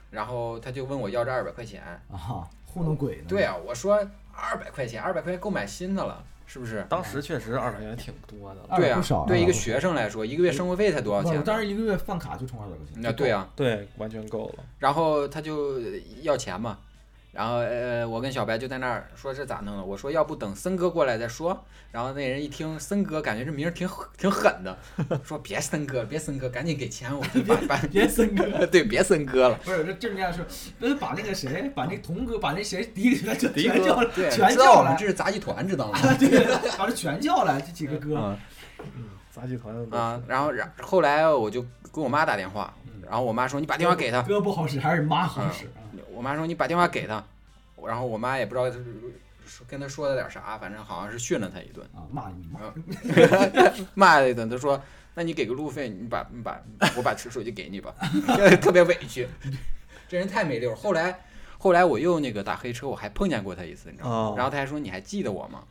Speaker 1: 然后他就问我要这二百块钱，
Speaker 2: 啊，糊弄
Speaker 3: 嗯
Speaker 2: 鬼呢？
Speaker 1: 对啊，我说二百块钱，二百块钱够买新的了，是不是？
Speaker 3: 当时确实二百元挺多的了，
Speaker 2: 200
Speaker 1: 对啊
Speaker 2: 不少，
Speaker 1: 对一
Speaker 2: 啊
Speaker 1: 个学生来说，一个月生活费才多少
Speaker 2: 不是，
Speaker 1: 钱
Speaker 2: 我
Speaker 1: 呢？
Speaker 2: 当时一个月饭卡就充二百块钱。
Speaker 1: 那对啊，
Speaker 3: 对，完全够了。
Speaker 1: 然后他就要钱嘛，然后呃，我跟小白就在那儿说这咋弄的？我说要不等森哥过来再说。然后那人一听森哥，感觉这名儿挺挺狠
Speaker 2: (laughs)
Speaker 1: 的，说别森哥，别森哥，赶紧给钱，我就把把 (laughs)
Speaker 2: 别森哥，
Speaker 1: 对，别森哥了。
Speaker 2: 不是，这正这样说，那把那个谁，把那童哥，把那谁迪哥全
Speaker 3: 迪
Speaker 2: 全
Speaker 3: 哥
Speaker 2: 叫来，
Speaker 1: 对，
Speaker 2: 全
Speaker 1: 知道
Speaker 2: 叫
Speaker 1: 我
Speaker 2: 来
Speaker 1: 们，这是杂技团，知道吗？
Speaker 2: 啊对，把这全叫来，这几个哥，
Speaker 3: 嗯，杂技团的
Speaker 1: 啊，然后然后来我就给我妈打电话，
Speaker 2: 嗯
Speaker 1: 然后我妈说你把电话给他，
Speaker 2: 哥不好使还是妈好
Speaker 1: 嗯
Speaker 2: 使啊？
Speaker 1: 我妈说你把电话给他，然后我妈也不知道她跟他说了点啥，反正好像是训了他一顿。
Speaker 2: 啊，骂你妈，
Speaker 1: 骂了一顿，他说：“那你给个路费，你把你把我把手机给你吧。” (laughs) 特别委屈，这人太没溜儿。后来后来我又那个打黑车，我还碰见过他一次，你知道吗？
Speaker 3: 哦
Speaker 1: 然后他还说：“你还记得我吗？”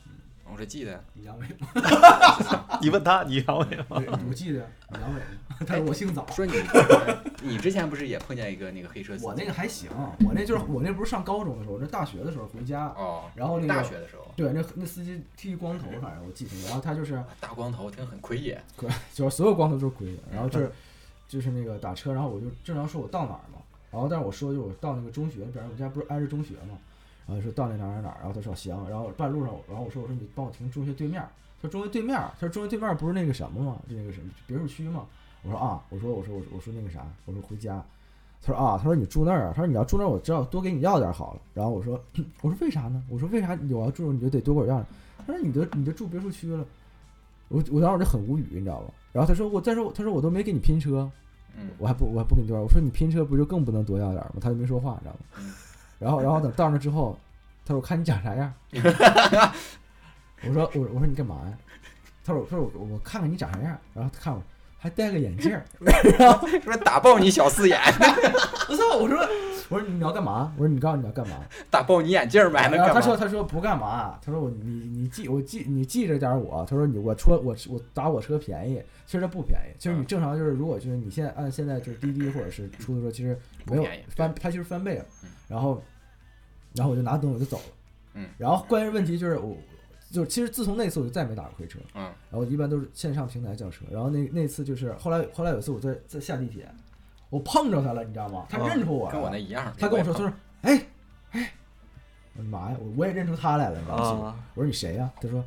Speaker 1: 我说：“记得呀。啊
Speaker 2: 你阳痿吗？
Speaker 3: 你问他，你阳 (laughs) 痿吗？
Speaker 2: 我记得你阳痿吗？但是我姓早”。
Speaker 1: 说你 (laughs) 你之前不是也碰见一个那个黑车司机？
Speaker 2: 我那个还行，我那就是我那不是上高中的时候，那大学的时候回家，
Speaker 1: 哦，
Speaker 2: 然后那
Speaker 1: 大
Speaker 2: 个
Speaker 1: 学的时候，啊
Speaker 2: 对那那司机剃光头，反正我记得，然后他就是
Speaker 1: 大光头挺很魁野，
Speaker 2: 对， (laughs) 就是所有光头都是鬼的。然后就是就是那个打车，然后我就正常说我到哪儿嘛，然后但是我说就是我到那个中学那边儿，我家不是挨着中学嘛，然后就说到那哪儿哪儿哪儿，然后他说行，然后半路上我然后我说我说你帮我停中学对面儿，他说中学对面儿，他说中学对面儿不是那个什么嘛，就那个什么别墅区嘛，我说啊，我说我说我说我说那个啥，我说回家。他说啊，他说你住那儿啊，他说你要住那儿，我知道多给你要点儿好了。然后我说 (clears throat) 我说为啥呢？我说为啥你我要住你就得多给我要点儿？他说你都你都住别墅区了。我我当时我就很无语，你知道吧？然后他说我再说我他说我都没给你拼车， (laughs)
Speaker 1: 嗯，
Speaker 2: 我还不我还不给你多少，我说你拼车不就更不能多要点儿吗？他就没说话，你知道吗
Speaker 1: 嗯？
Speaker 2: 然后然后等到那之后，他说我看你长啥样儿， (laughs) 我说我我说你干嘛呀？他说他说我我看看你长啥样儿，然后他看我还戴个眼镜儿，哦
Speaker 1: 是不是打爆你小四眼，
Speaker 2: (laughs)
Speaker 1: (laughs)
Speaker 2: 我操！我说我说你要干嘛？我说你告诉你要干嘛？
Speaker 1: 打爆你眼镜儿买了
Speaker 2: 然后
Speaker 1: 干
Speaker 2: 他说
Speaker 1: 嘛？
Speaker 2: 他说不干嘛，他说我你你记我记你记着点儿我，他说你我车我我打我车便宜，其实它不便宜，其实
Speaker 1: 嗯
Speaker 2: 你正常就是如果就是你现在按现在就是滴滴或者是出租车，其实没有
Speaker 1: 不便宜
Speaker 2: 翻，它其实翻倍了
Speaker 1: 嗯。
Speaker 2: 然后然后我就拿东西我就走了。
Speaker 1: 嗯，
Speaker 2: 然后关键问题就是我。就是其实自从那次我就再没打过回车，
Speaker 1: 嗯，
Speaker 2: 然后我一般都是线上平台叫车，然后那那次就是后来后来有一次我在在下地铁，我碰着他了，你知道吗？他
Speaker 3: 哦
Speaker 2: 认出我了，
Speaker 1: 跟我那一样。
Speaker 2: 他跟我说，他说，哎，哎，我说妈呀，我我也认出他来了，你知道吗？
Speaker 3: 啊，
Speaker 2: 我说你谁呀、他说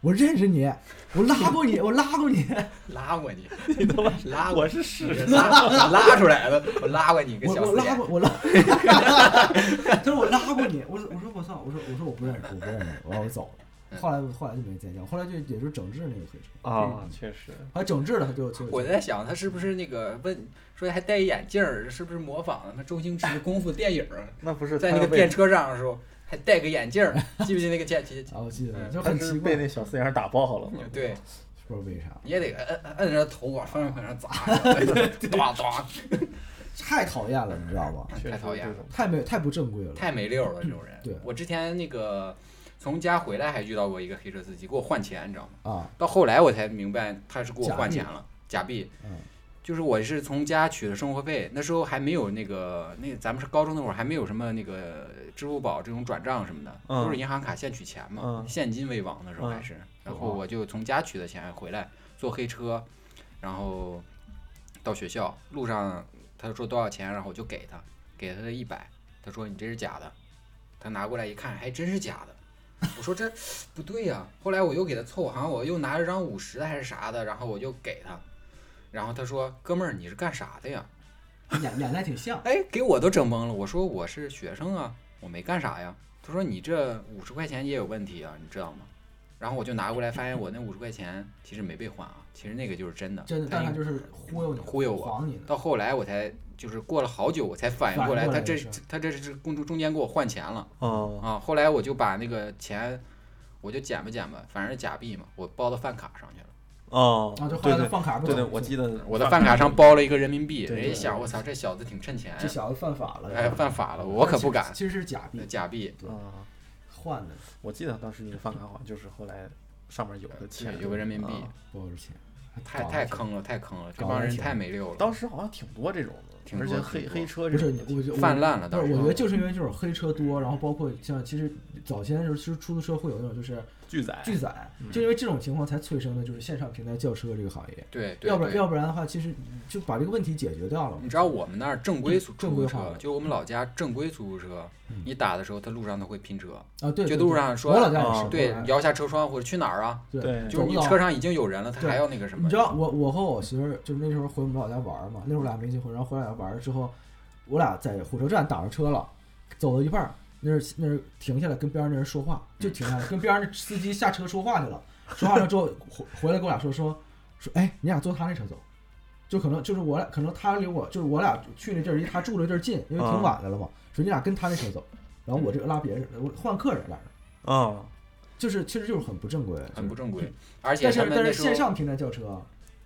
Speaker 2: 我认识你，我拉过
Speaker 1: (laughs)
Speaker 2: 你，我拉过你，
Speaker 1: (laughs) 拉过你，
Speaker 3: 你他妈
Speaker 1: 拉过
Speaker 3: 我是试试，
Speaker 1: 拉 (laughs) 拉出来了，我拉过你个
Speaker 2: 我
Speaker 1: 小
Speaker 2: 我
Speaker 1: 四
Speaker 2: 拉
Speaker 1: 眼。
Speaker 2: 过我拉， (laughs) 他说我拉过你，我说我说我操，我说我说我不认识，我不认识，我我走
Speaker 1: 嗯
Speaker 2: 了。后来后来就没再见，后来就也就是整治那个回车，
Speaker 3: 啊，确实，
Speaker 2: 后来整治了他就就
Speaker 1: 我在想，他是不是那个问说还戴一眼镜儿，是不是模仿那周星驰的功夫电影儿？
Speaker 3: 那不是
Speaker 1: 在那个电车上的时候还戴个眼镜儿，记不记得那个电器？
Speaker 2: 啊，我记得
Speaker 1: 嗯
Speaker 2: 就很奇怪，
Speaker 3: 被那小四眼打爆了吗？
Speaker 1: 对，
Speaker 2: 不知道为啥，
Speaker 1: 你也得摁摁摁着头往方向盘上砸，咣咣，
Speaker 2: 太讨厌了，你知道吗？
Speaker 3: 确实
Speaker 1: 太讨厌了
Speaker 3: 这种
Speaker 2: 太没太不正规了，
Speaker 1: (laughs) 太没溜儿了这种人。
Speaker 2: 对
Speaker 1: 我之前那个从家回来还遇到过一个黑车司机，给我换钱，你知道吗？
Speaker 2: 啊，
Speaker 1: 到后来我才明白他是给我
Speaker 2: 假币
Speaker 1: 换钱了，假币。
Speaker 2: 嗯
Speaker 1: 就是我是从家取的生活费，那时候还没有那个那咱们是高中那会儿还没有什么那个支付宝这种转账什么的，
Speaker 3: 嗯
Speaker 1: 都是银行卡现取钱嘛，
Speaker 3: 嗯
Speaker 1: 现金为王的时候还是。然后我就从家取的钱回来坐黑车，然后到学校路上他就说多少钱，然后我就给他，给他一百，他说你这是假的，他拿过来一看还真是假的。我说这不对呀、后来我又给他凑，好像我又拿了张五十的还是啥的，然后我就给他，然后他说：“哥们儿，你是干啥的呀
Speaker 2: 演演的还挺像？”，
Speaker 1: 哎，给我都整懵了。我说：“我是学生啊，我没干啥呀。”他说：“你这五十块钱也有问题啊，你知道吗？”然后我就拿过来，发现我那五十块钱其实没被换啊，其实那个就是真的。
Speaker 2: 真的，
Speaker 1: 但
Speaker 2: 但
Speaker 1: 是
Speaker 2: 他就是忽悠你，
Speaker 1: 哎忽悠我
Speaker 2: 晃你呢。
Speaker 1: 到后来我才就是过了好久，我才反应
Speaker 2: 反
Speaker 1: 过来，
Speaker 2: 应过
Speaker 1: 他
Speaker 2: 来
Speaker 1: 这
Speaker 2: 这事儿
Speaker 1: 他这是中中间给我换钱了
Speaker 3: 哦，
Speaker 1: 啊。后来我就把那个钱，我就捡吧捡吧，反正是假币嘛，我包到饭卡上去了。
Speaker 3: 哦，
Speaker 2: 啊，就后
Speaker 3: 对
Speaker 2: 来他
Speaker 3: 对
Speaker 2: 放卡不
Speaker 3: 对
Speaker 2: 走
Speaker 3: 对，我记得
Speaker 1: 我的饭卡上包了一个人民币，
Speaker 2: 对对
Speaker 1: 人家
Speaker 2: 对
Speaker 1: 想我操，这小子挺趁钱
Speaker 2: 这
Speaker 1: 呀，
Speaker 2: 小子犯法了，
Speaker 1: 哎，犯法了，我可不敢。
Speaker 2: 其实其实是假币
Speaker 1: 假币
Speaker 3: 啊，
Speaker 2: 换的，
Speaker 3: 我记得当时那个饭卡好像就是后来上面有个钱，
Speaker 1: 对有个人民币
Speaker 3: 啊
Speaker 2: 不多少钱，还
Speaker 1: 太
Speaker 2: 搞
Speaker 1: 太
Speaker 2: 得挺。
Speaker 1: 坑了，太坑了，这
Speaker 2: 搞
Speaker 1: 帮
Speaker 2: 得
Speaker 1: 人
Speaker 2: 挺
Speaker 1: 太没溜了，
Speaker 3: 当时好像挺多这种的，
Speaker 1: 挺
Speaker 3: 而
Speaker 1: 多
Speaker 3: 且黑
Speaker 1: 挺多
Speaker 3: 黑车
Speaker 2: 不
Speaker 3: 这
Speaker 2: 是，
Speaker 3: 种的
Speaker 2: 我觉我
Speaker 1: 泛滥了。嗯
Speaker 2: 不
Speaker 1: 当时
Speaker 2: 是，我觉得就是因为就是黑车多，然后包括像其实早先的时候，其实出租车会有那种就是
Speaker 3: 巨载，
Speaker 2: 拒载，
Speaker 3: 嗯
Speaker 2: 就因为这种情况才催生的就是线上平台叫车这个行业，
Speaker 1: 对对
Speaker 2: 要不然
Speaker 1: 对。嗯
Speaker 2: 要不然的话，其实就把这个问题解决掉了嘛。
Speaker 1: 你知道我们那儿正规出出
Speaker 2: 正
Speaker 1: 租
Speaker 2: 规化
Speaker 1: 车
Speaker 2: 了，
Speaker 1: 就是我们老家正规出租车
Speaker 2: 嗯，
Speaker 1: 你打的时候，他路上他会拼车，
Speaker 2: 啊？对，
Speaker 1: 就
Speaker 2: 对
Speaker 1: 路
Speaker 2: 对
Speaker 1: 上说
Speaker 2: 我老家
Speaker 3: 啊
Speaker 2: 也是，
Speaker 1: 对
Speaker 2: 我老，家
Speaker 1: 摇下车窗或者去哪儿啊？
Speaker 3: 对
Speaker 2: 对，
Speaker 1: 就是你
Speaker 2: 走不
Speaker 1: 车
Speaker 2: 了
Speaker 1: 上已经有人了，他
Speaker 2: 对
Speaker 1: 还要那个什么？
Speaker 2: 你知道我我和我媳妇儿就是那时候回我们老家玩儿嘛，那时候我俩没结婚，然后回来玩儿之后，我俩在火车站打着车了，走到一半儿，那是那是停下来跟边上那人说话，就停下来跟边上那司机下车说话去了，说话了之后回回来跟我俩说说说，哎，你俩坐他那车走，就可能就是我俩可能他离我就是我俩去那地儿离他住的地儿近，因为挺晚的了嘛，说你俩跟他那车走，然后我这个拉别人，我换客人俩人，
Speaker 3: 啊，
Speaker 2: 就是其实就是很不正规，
Speaker 1: 很不正规，而且
Speaker 2: 嗯但
Speaker 1: 他
Speaker 2: 是
Speaker 1: 们
Speaker 2: 但
Speaker 1: 那
Speaker 2: 是
Speaker 1: 时候
Speaker 2: 线上平台叫车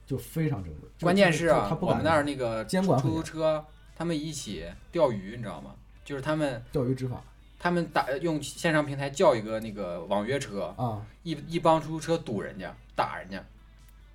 Speaker 2: 就非常正规，就
Speaker 1: 关键是
Speaker 2: 就他
Speaker 1: 啊，
Speaker 2: 不
Speaker 1: 我
Speaker 2: 敢
Speaker 1: 们那儿那个
Speaker 2: 监管很
Speaker 1: 出租
Speaker 2: 严
Speaker 1: 车，他们一起钓鱼，你知道吗？就是他们
Speaker 2: 钓鱼执法
Speaker 1: 他们打呃用线上平台叫一个那个网约车，
Speaker 2: 啊，
Speaker 1: 一一帮出租车堵人家，打人家，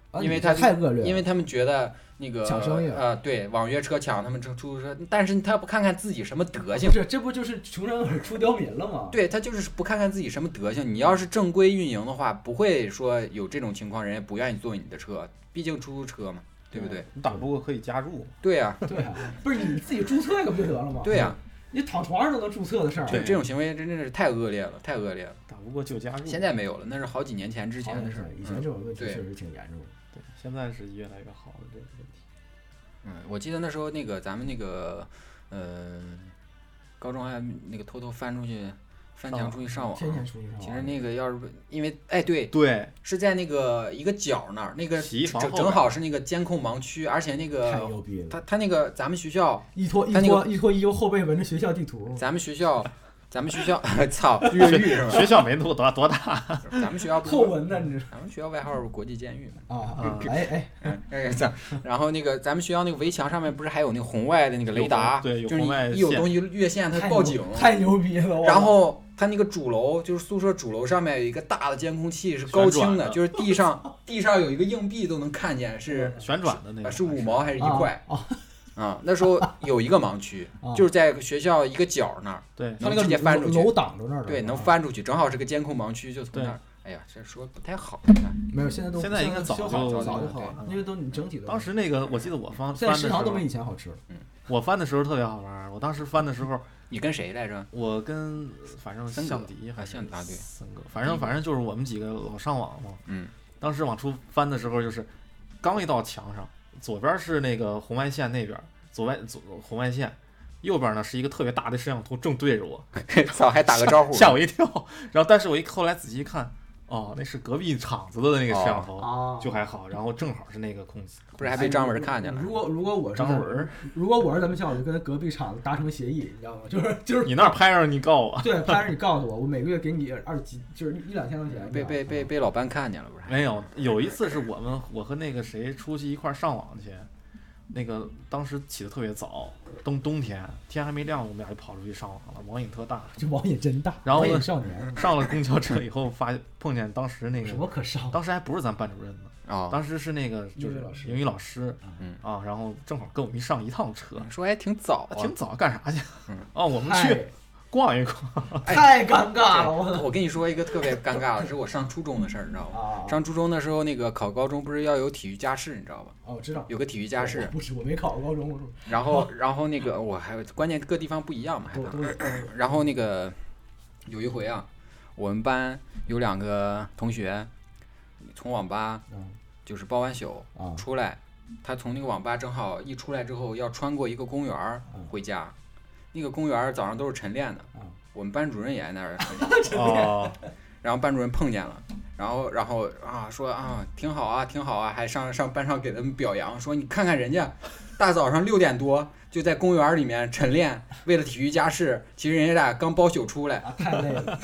Speaker 2: 啊
Speaker 1: 因为
Speaker 2: 你
Speaker 1: 他
Speaker 2: 这太恶劣了，
Speaker 1: 因为他们觉得那个
Speaker 2: 抢生意了
Speaker 1: 呃，对，网约车抢他们出出租车，但是他不看看自己什么德行
Speaker 2: 不，是这不就是穷山恶出刁民了吗？ (laughs)
Speaker 1: 对他就是不看看自己什么德行。你要是正规运营的话，不会说有这种情况，人家不愿意坐你的车，毕竟出租车嘛，对不对？啊
Speaker 3: 你打不过可以加入，
Speaker 1: 对呀、
Speaker 2: 对啊，不是你自己注册一个不就得了吗？
Speaker 1: 对呀、
Speaker 2: 你躺床上都能注册的事儿，
Speaker 1: 这这种行为真的是太恶劣了，太恶劣了。
Speaker 3: 打不过就加入。
Speaker 1: 现在没有了，那是好几年前之
Speaker 2: 好
Speaker 1: 前的事儿
Speaker 2: 像是。以前
Speaker 1: 嗯
Speaker 2: 这种问题
Speaker 1: 对
Speaker 2: 确实挺严重的。
Speaker 3: 对，现在是越来越好了这个问题。
Speaker 1: 嗯，我记得那时候那个咱们那个呃，高中还那个偷偷翻出去哦翻
Speaker 3: 上
Speaker 1: 墙
Speaker 3: 网
Speaker 1: 出去上网。
Speaker 2: 天天出去上
Speaker 1: 其实
Speaker 2: 网
Speaker 1: 那个要是不因为哎对，
Speaker 3: 对，
Speaker 1: 是在那个一个角那儿，那个
Speaker 3: 洗衣房
Speaker 1: 正
Speaker 3: 后
Speaker 1: 正
Speaker 3: 边
Speaker 1: 好是那个监控盲区，而且那
Speaker 2: 太
Speaker 1: 个
Speaker 2: 牛逼了！
Speaker 1: 他他那个咱们学校
Speaker 2: 一拖一
Speaker 1: 他那
Speaker 2: 拖一拖一悠后背纹着学校地图，
Speaker 1: 咱们学校咱们学校 (laughs) 操越狱是吧？
Speaker 3: 学校没多多多大
Speaker 1: 咱们学校不是
Speaker 2: 后纹的你知
Speaker 1: 咱们学校外号是国际监狱嘛？
Speaker 2: 道啊
Speaker 3: 啊？
Speaker 2: 哎哎，
Speaker 1: 嗯，那个咱然后那个咱们学校那个围墙上面不是还有那个红外的那个雷达，
Speaker 3: 有红对有
Speaker 1: 就是
Speaker 3: 红外
Speaker 1: 你一有
Speaker 3: 线
Speaker 1: 东西越线它
Speaker 2: 太
Speaker 1: 报
Speaker 2: 牛
Speaker 1: 警，
Speaker 2: 太牛逼了！我
Speaker 1: 然后他那个主楼就是宿舍主楼上面有一个大的监控器，是高清
Speaker 3: 旋转的
Speaker 1: 就是地上地上有一个硬币都能看见，是
Speaker 2: 嗯
Speaker 3: 旋转的那
Speaker 1: 呃
Speaker 3: 个，
Speaker 1: 是五毛还是一块
Speaker 2: 啊啊
Speaker 1: (laughs) 啊？那时候有一个盲区，
Speaker 2: (laughs) 啊
Speaker 1: 就是在学校一个角那儿，
Speaker 3: 对，
Speaker 1: 他那个直接翻出去
Speaker 2: 楼挡着那儿了，
Speaker 1: 对，能
Speaker 2: 啊。
Speaker 1: 翻出去，正好是个监控盲区，就从
Speaker 3: 对
Speaker 1: 那儿。哎呀，这说不太好，啊你看
Speaker 2: 没有，现在都
Speaker 3: 现在应该早
Speaker 2: 修
Speaker 3: 就
Speaker 2: 好了
Speaker 1: 早
Speaker 2: 早
Speaker 1: 就
Speaker 2: 就好了
Speaker 3: 对，
Speaker 2: 因为啊都你整体都
Speaker 3: 当时那个我记得我翻
Speaker 2: 现在
Speaker 3: 翻的
Speaker 2: 食
Speaker 3: 时
Speaker 2: 堂都
Speaker 3: 候
Speaker 2: 没，以前好吃了。
Speaker 3: 我翻的时候特别好玩儿。我当时翻的时候，
Speaker 1: 你跟谁来着？ (laughs)
Speaker 3: 我跟反正
Speaker 1: 森哥
Speaker 3: 向迪还
Speaker 1: 啊
Speaker 3: 是
Speaker 1: 向迪啊对
Speaker 3: 森哥，反正反正就是我们几个老上网嘛。
Speaker 1: 嗯，
Speaker 3: 当时往出翻的时候，就是刚一到墙上，左边是那个红外线那边，左外左红外线，右边呢是一个特别大的摄像头正对着我，
Speaker 1: 早还打个招呼，
Speaker 3: 吓我一跳。 (laughs) 然后但是我一后来仔细一看，哦，那是隔壁厂子的那个摄像
Speaker 1: 哦
Speaker 3: 头，
Speaker 2: 啊
Speaker 3: 就还好。然后正好是那个空隙，
Speaker 1: 不是还被张文看见了
Speaker 2: 如？果如果我是
Speaker 3: 张文儿，
Speaker 2: 如果我是咱们校友，就跟隔壁厂子达成协议，你知道吗？就是
Speaker 3: (laughs)
Speaker 2: 就是，
Speaker 3: 你那儿拍上你告我。
Speaker 2: 对，拍着你告诉我，我每个月给你二几，就是一两千块钱。
Speaker 1: 被被被被老班看见了，不是？
Speaker 3: 没有，有一次是我们我和那个谁出去一块儿上网去，那个当时起的特别早，冬冬天天还没亮，我们俩就跑出去上网了，网瘾
Speaker 1: (laughs)
Speaker 3: 特大。
Speaker 2: 这网瘾真大，
Speaker 3: 然后
Speaker 2: 网
Speaker 3: 呢
Speaker 2: 瘾少年
Speaker 3: 上了公交车以后，发碰见当时那
Speaker 2: 有什
Speaker 3: 个，
Speaker 2: 么可上的？
Speaker 3: 当时还不是咱班主任呢，
Speaker 1: 啊，
Speaker 3: 当时是那个就
Speaker 2: 英语
Speaker 3: 是
Speaker 2: 老师
Speaker 3: 英语老师，
Speaker 1: 嗯
Speaker 3: 啊，然后正好跟我们一上一趟车，
Speaker 1: 说还挺早啊，
Speaker 3: 挺早，干啥去 (laughs)
Speaker 1: 嗯？
Speaker 3: 啊，我们去
Speaker 2: 太
Speaker 3: 逛一逛，
Speaker 2: 太尴尬了，我
Speaker 1: 哎对我跟你说一个特别尴尬的，是我上初中的事儿，你知道吗？
Speaker 2: 啊！
Speaker 1: 上初中的时候，那个考高中不是要有体育加试，你知道吧？
Speaker 2: 哦，我知道
Speaker 1: 有个体育加
Speaker 2: 我
Speaker 1: 试，
Speaker 2: 不是我没考过高中，我
Speaker 1: 然后然后那个我还关键各地方不一样嘛，还
Speaker 2: 都
Speaker 1: 能
Speaker 2: 都
Speaker 1: (laughs)
Speaker 2: 有
Speaker 1: 然后那个有一回啊，我们班有两个同学从网吧
Speaker 2: 嗯
Speaker 1: 就是包完宿
Speaker 2: 啊
Speaker 1: 出来，他从那个网吧正好一出来之后要穿过一个公园儿
Speaker 2: 嗯
Speaker 1: 回家，那个公园儿早上都是晨练的，
Speaker 2: 啊！
Speaker 1: 我们班主任也在那儿晨练。
Speaker 3: 哦，
Speaker 1: 然后班主任碰见了，然后然后啊说啊挺好啊挺好啊，还上上班上给他们表扬，说你看看人家，大早上六点多就在公园里面晨练，为了体育加试，其实人家俩刚包宿出来，
Speaker 2: 啊，太累了，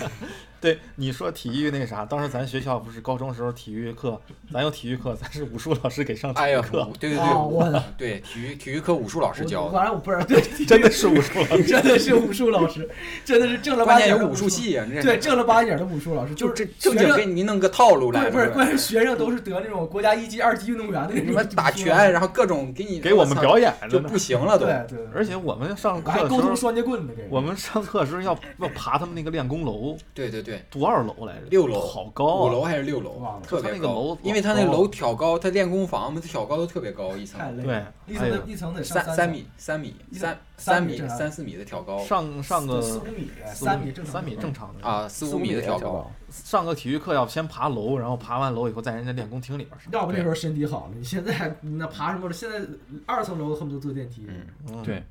Speaker 3: 对，你说体育那啥，当时咱学校不是高中时候体育课，咱有体育课，咱是武术老师
Speaker 2: (laughs)
Speaker 3: 给上体
Speaker 1: 哎
Speaker 3: 育
Speaker 1: 呀，
Speaker 3: 课，
Speaker 1: 对对
Speaker 2: 啊我
Speaker 1: 对，对体育体育课武术老师教
Speaker 2: 我
Speaker 1: 的，
Speaker 2: 反正我不是
Speaker 1: (laughs)
Speaker 2: 对，
Speaker 3: 真的是武术老
Speaker 2: (laughs)
Speaker 3: 师。
Speaker 2: 真的是武术老师，真的是正儿八
Speaker 1: 关键
Speaker 2: 经
Speaker 1: 有
Speaker 2: 的
Speaker 1: 武术，系啊，你这
Speaker 2: 对，正儿八经的武术老师，
Speaker 1: 就是这
Speaker 2: 学
Speaker 1: 正经
Speaker 2: 生
Speaker 1: 给你弄个套路来，
Speaker 2: 对，不是，
Speaker 1: 是
Speaker 2: 关键学生都是得那种国家一级、二级运动员的那
Speaker 1: 什
Speaker 2: 种
Speaker 1: 么打
Speaker 2: 书
Speaker 1: 拳，然后各种给你
Speaker 3: 给我们表演
Speaker 1: 就
Speaker 3: 着呢。
Speaker 1: 不行了都，
Speaker 2: 对对，
Speaker 3: 而且我们上课
Speaker 2: 还
Speaker 3: 的时
Speaker 2: 沟通
Speaker 3: 候，
Speaker 2: 双截棍的给人
Speaker 3: 我们上课的时候要要爬他们那个练功楼，
Speaker 1: 对对对。
Speaker 3: 多少楼来着？
Speaker 1: 六楼
Speaker 3: 好
Speaker 1: 五
Speaker 3: 高
Speaker 1: 楼
Speaker 3: 啊！
Speaker 1: 还是六
Speaker 2: 忘
Speaker 1: 楼
Speaker 2: 了，
Speaker 1: 特别
Speaker 3: 他那个
Speaker 1: 高
Speaker 3: 楼，哦
Speaker 1: 因为他那
Speaker 3: 高
Speaker 1: 楼挑高，他练功房嘛，他挑高都特别高，一层
Speaker 2: 太累
Speaker 3: 对
Speaker 2: 了，一
Speaker 3: 哎
Speaker 2: 层
Speaker 3: 呦
Speaker 2: 得一层得上
Speaker 1: 三
Speaker 2: 三
Speaker 1: 三，米、三米、
Speaker 2: 一
Speaker 1: 三
Speaker 2: 三
Speaker 1: 三
Speaker 2: 米
Speaker 1: 米、
Speaker 2: 正常
Speaker 1: 三四米的挑高
Speaker 3: 上上个
Speaker 2: 四五米，
Speaker 3: 四五
Speaker 2: 三米正常，嗯
Speaker 3: 三米正常的，
Speaker 1: 啊，四五米的挑高，
Speaker 3: 上个体育课要先爬楼，然后爬完楼以后在人家练功厅里边上。
Speaker 2: 要不那时候身体好呢，你现在你那爬什么了？现在二层楼恨不得坐电梯。
Speaker 1: 嗯，
Speaker 3: 嗯，
Speaker 1: 对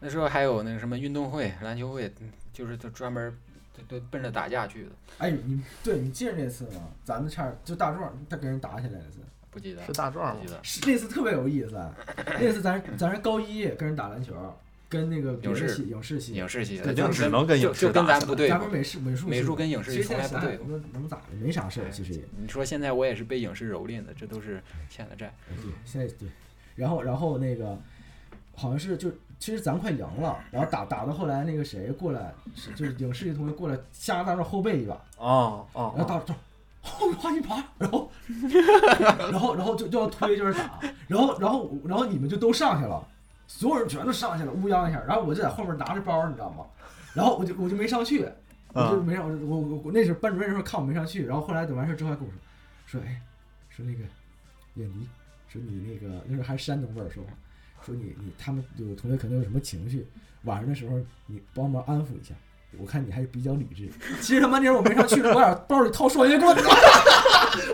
Speaker 1: 那时候还有那个什么运动会、篮球会，就是就专门都都奔着打架去的，
Speaker 2: 哎，你对你记着那次吗？咱们差点就大壮他跟人打起来那次，
Speaker 1: 不记得
Speaker 3: 是大壮
Speaker 1: 不
Speaker 3: 吗
Speaker 1: 记？得
Speaker 2: 是那次特别有意思。那次咱咱是高一跟人打篮球，跟那个别的
Speaker 1: 影视
Speaker 2: 系影视系，
Speaker 1: 影视系的，
Speaker 2: 对
Speaker 1: 就
Speaker 2: 咱
Speaker 1: 是
Speaker 3: 只能跟
Speaker 1: 就
Speaker 3: 影视
Speaker 1: 就跟
Speaker 3: 打
Speaker 1: 咱
Speaker 3: 起来
Speaker 1: 不对
Speaker 2: 咱
Speaker 1: 付
Speaker 2: 们，美术美术
Speaker 1: 美
Speaker 2: 系
Speaker 1: 术跟影视
Speaker 2: 其
Speaker 1: 系
Speaker 2: 实
Speaker 1: 从
Speaker 2: 现
Speaker 1: 来
Speaker 2: 在
Speaker 1: 不
Speaker 2: 想
Speaker 1: 对哎
Speaker 2: 想
Speaker 1: 付。
Speaker 2: 能能咋的，没啥事儿，其实也。
Speaker 1: 你说现在我也是被影视蹂躏的，这都是欠的债。
Speaker 2: 哎对，现在对，然后然后那个好像是就其实咱快赢了，然后打打到后来那个谁过来，是就是影视系同学过来掐大壮后背一把，
Speaker 3: 哦
Speaker 2: 然后
Speaker 3: 哦，
Speaker 2: 大壮后爬一爬，然后然后然后就就要推就是打，然后然后然后你们就都上去了，所有人全都上去了，乌泱一下，然后我就在后面拿着包，你知道吗？然后我就我就没上去，我就
Speaker 3: 嗯
Speaker 2: 没上，我我我那时候班主任那时候看我没上去，然后后来等完事之后还跟我说，说哎，说那个远离，说你那个那时候还是山东味儿说话，说你你他们有同学可能有什么情绪，晚上的时候你帮忙安抚一下，我看你还是比较理智。 (laughs) 其实他妈那时候我没上去，我在 (laughs) 包里掏双截棍， (laughs)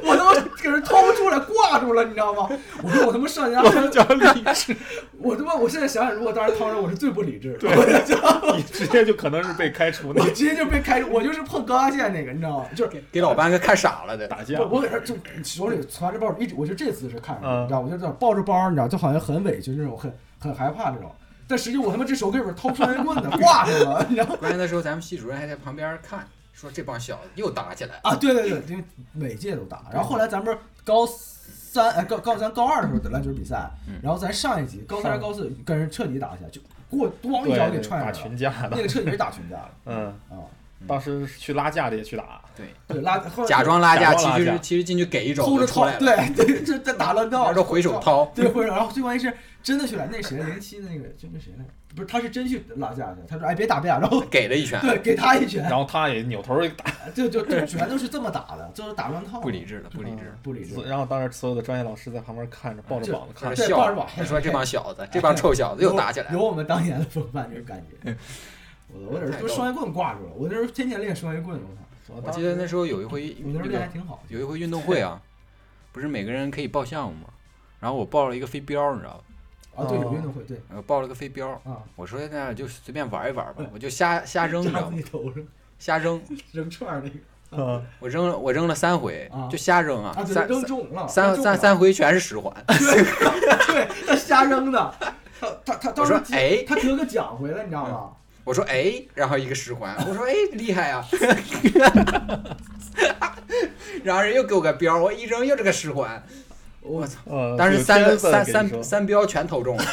Speaker 2: 我他妈给人掏出来挂住了，你知道吗？我说我他妈上人家
Speaker 3: (laughs) 我
Speaker 2: 身，
Speaker 3: 讲理智，
Speaker 2: (laughs) 我他妈我现在想想，如果当时掏着，我是 (laughs) 最不理智的。
Speaker 3: 对 (laughs) 你直接就可能是被开除
Speaker 2: 我 (laughs)
Speaker 3: 那
Speaker 2: 直接就被开除，我就是碰高压线那个，你知道吗？就是
Speaker 1: 给老班给看傻了的。
Speaker 3: 打架
Speaker 2: 我。我给他就手里攥着包，一直我就这姿势看着，
Speaker 3: 嗯
Speaker 2: 你知道，我就这样抱着包，你知道，就好像很委屈那种，很很害怕那种。但实际我他妈这手给里边掏双截棍子挂着了，你知道吗
Speaker 1: 关键那时候咱们系主任还在旁边看，说这帮小子又打起来了。
Speaker 2: 啊？对对对，因为每届都打。然后后来咱们高三哎高高咱高二的时候的篮球比赛
Speaker 1: 嗯，
Speaker 2: 然后咱上一集高三
Speaker 3: 上
Speaker 2: 高四跟人彻底打起来，就给我咣一脚给
Speaker 3: 对，
Speaker 2: 踹
Speaker 3: 打
Speaker 2: 上
Speaker 3: 群
Speaker 2: 了，
Speaker 3: 架
Speaker 2: 那
Speaker 3: 的，
Speaker 2: 个彻底是打群架了
Speaker 3: 嗯，
Speaker 2: 啊！
Speaker 3: 当时去拉架的也去打，
Speaker 2: 对，拉后来
Speaker 1: 假装拉架，
Speaker 3: 假装拉
Speaker 1: 其实
Speaker 3: 架
Speaker 1: 其实进去给一肘
Speaker 2: 偷着
Speaker 1: 就出
Speaker 2: 掏
Speaker 1: 来，了，
Speaker 2: 对对， (laughs) 这这打乱
Speaker 1: 然
Speaker 2: 道，
Speaker 1: 后回手掏。
Speaker 2: 对，或者然后最关键是真的去了，那谁零七那个就那谁来着，不是他是真去拉架去，他说哎别打别打，然后 (laughs)
Speaker 1: 给了一拳，
Speaker 2: 对给他一拳
Speaker 3: 然，后他也扭头打，
Speaker 2: 就就就全都是这么打的，就是打乱套，
Speaker 1: 不理智了，不理智了。
Speaker 2: 不理智，
Speaker 3: 然后当时所有的专业老师在旁边看着，抱着膀子看
Speaker 1: 他
Speaker 3: 着，
Speaker 2: 对抱着
Speaker 1: 笑
Speaker 2: 膀，
Speaker 1: 他说这帮小子，这帮臭小子又打起来
Speaker 2: 有
Speaker 1: 了。嗯
Speaker 2: 有我们当年的风范这个感觉。我我那时候都双截棍挂住了，我那时候天天练双截棍，我操，
Speaker 1: 我记得那时候有一回
Speaker 2: 我那时候
Speaker 1: 那
Speaker 2: 练还
Speaker 1: 个
Speaker 2: 挺好。
Speaker 1: 有一回运动会啊，不是每个人可以报项目吗？然后我报了一个飞镖，你知道吧？
Speaker 2: 啊，对，有运动会，对
Speaker 1: 我报了个飞镖，
Speaker 2: 啊，
Speaker 1: 我说那就随便玩一玩
Speaker 2: 嗯
Speaker 1: 吧，我就瞎瞎扔，你知道
Speaker 2: 自 (laughs)
Speaker 1: 吗
Speaker 2: 己？头上
Speaker 1: 瞎扔，
Speaker 2: 扔串儿那个
Speaker 3: 嗯，
Speaker 1: 我扔了我扔了三回
Speaker 2: 啊，
Speaker 1: 就瞎扔啊
Speaker 2: 啊，，对，
Speaker 1: 三
Speaker 2: 扔中了，
Speaker 1: 三
Speaker 2: 扔中
Speaker 1: 三
Speaker 2: 了，
Speaker 1: 三回全是十环。
Speaker 2: 对他瞎扔的，他他他当
Speaker 1: 我说
Speaker 2: 时记
Speaker 1: 哎，
Speaker 2: 他得个奖回来，你知道吗？
Speaker 1: 我说哎，然后一个十环，我说哎厉害啊， (laughs) 然后人又给我个标，我一扔又是个十环，我操！
Speaker 3: 呃，
Speaker 1: 当时
Speaker 3: 有
Speaker 1: 三
Speaker 3: 天
Speaker 1: 个
Speaker 3: 分
Speaker 1: 三
Speaker 3: 跟你说
Speaker 1: 三三标全投中了，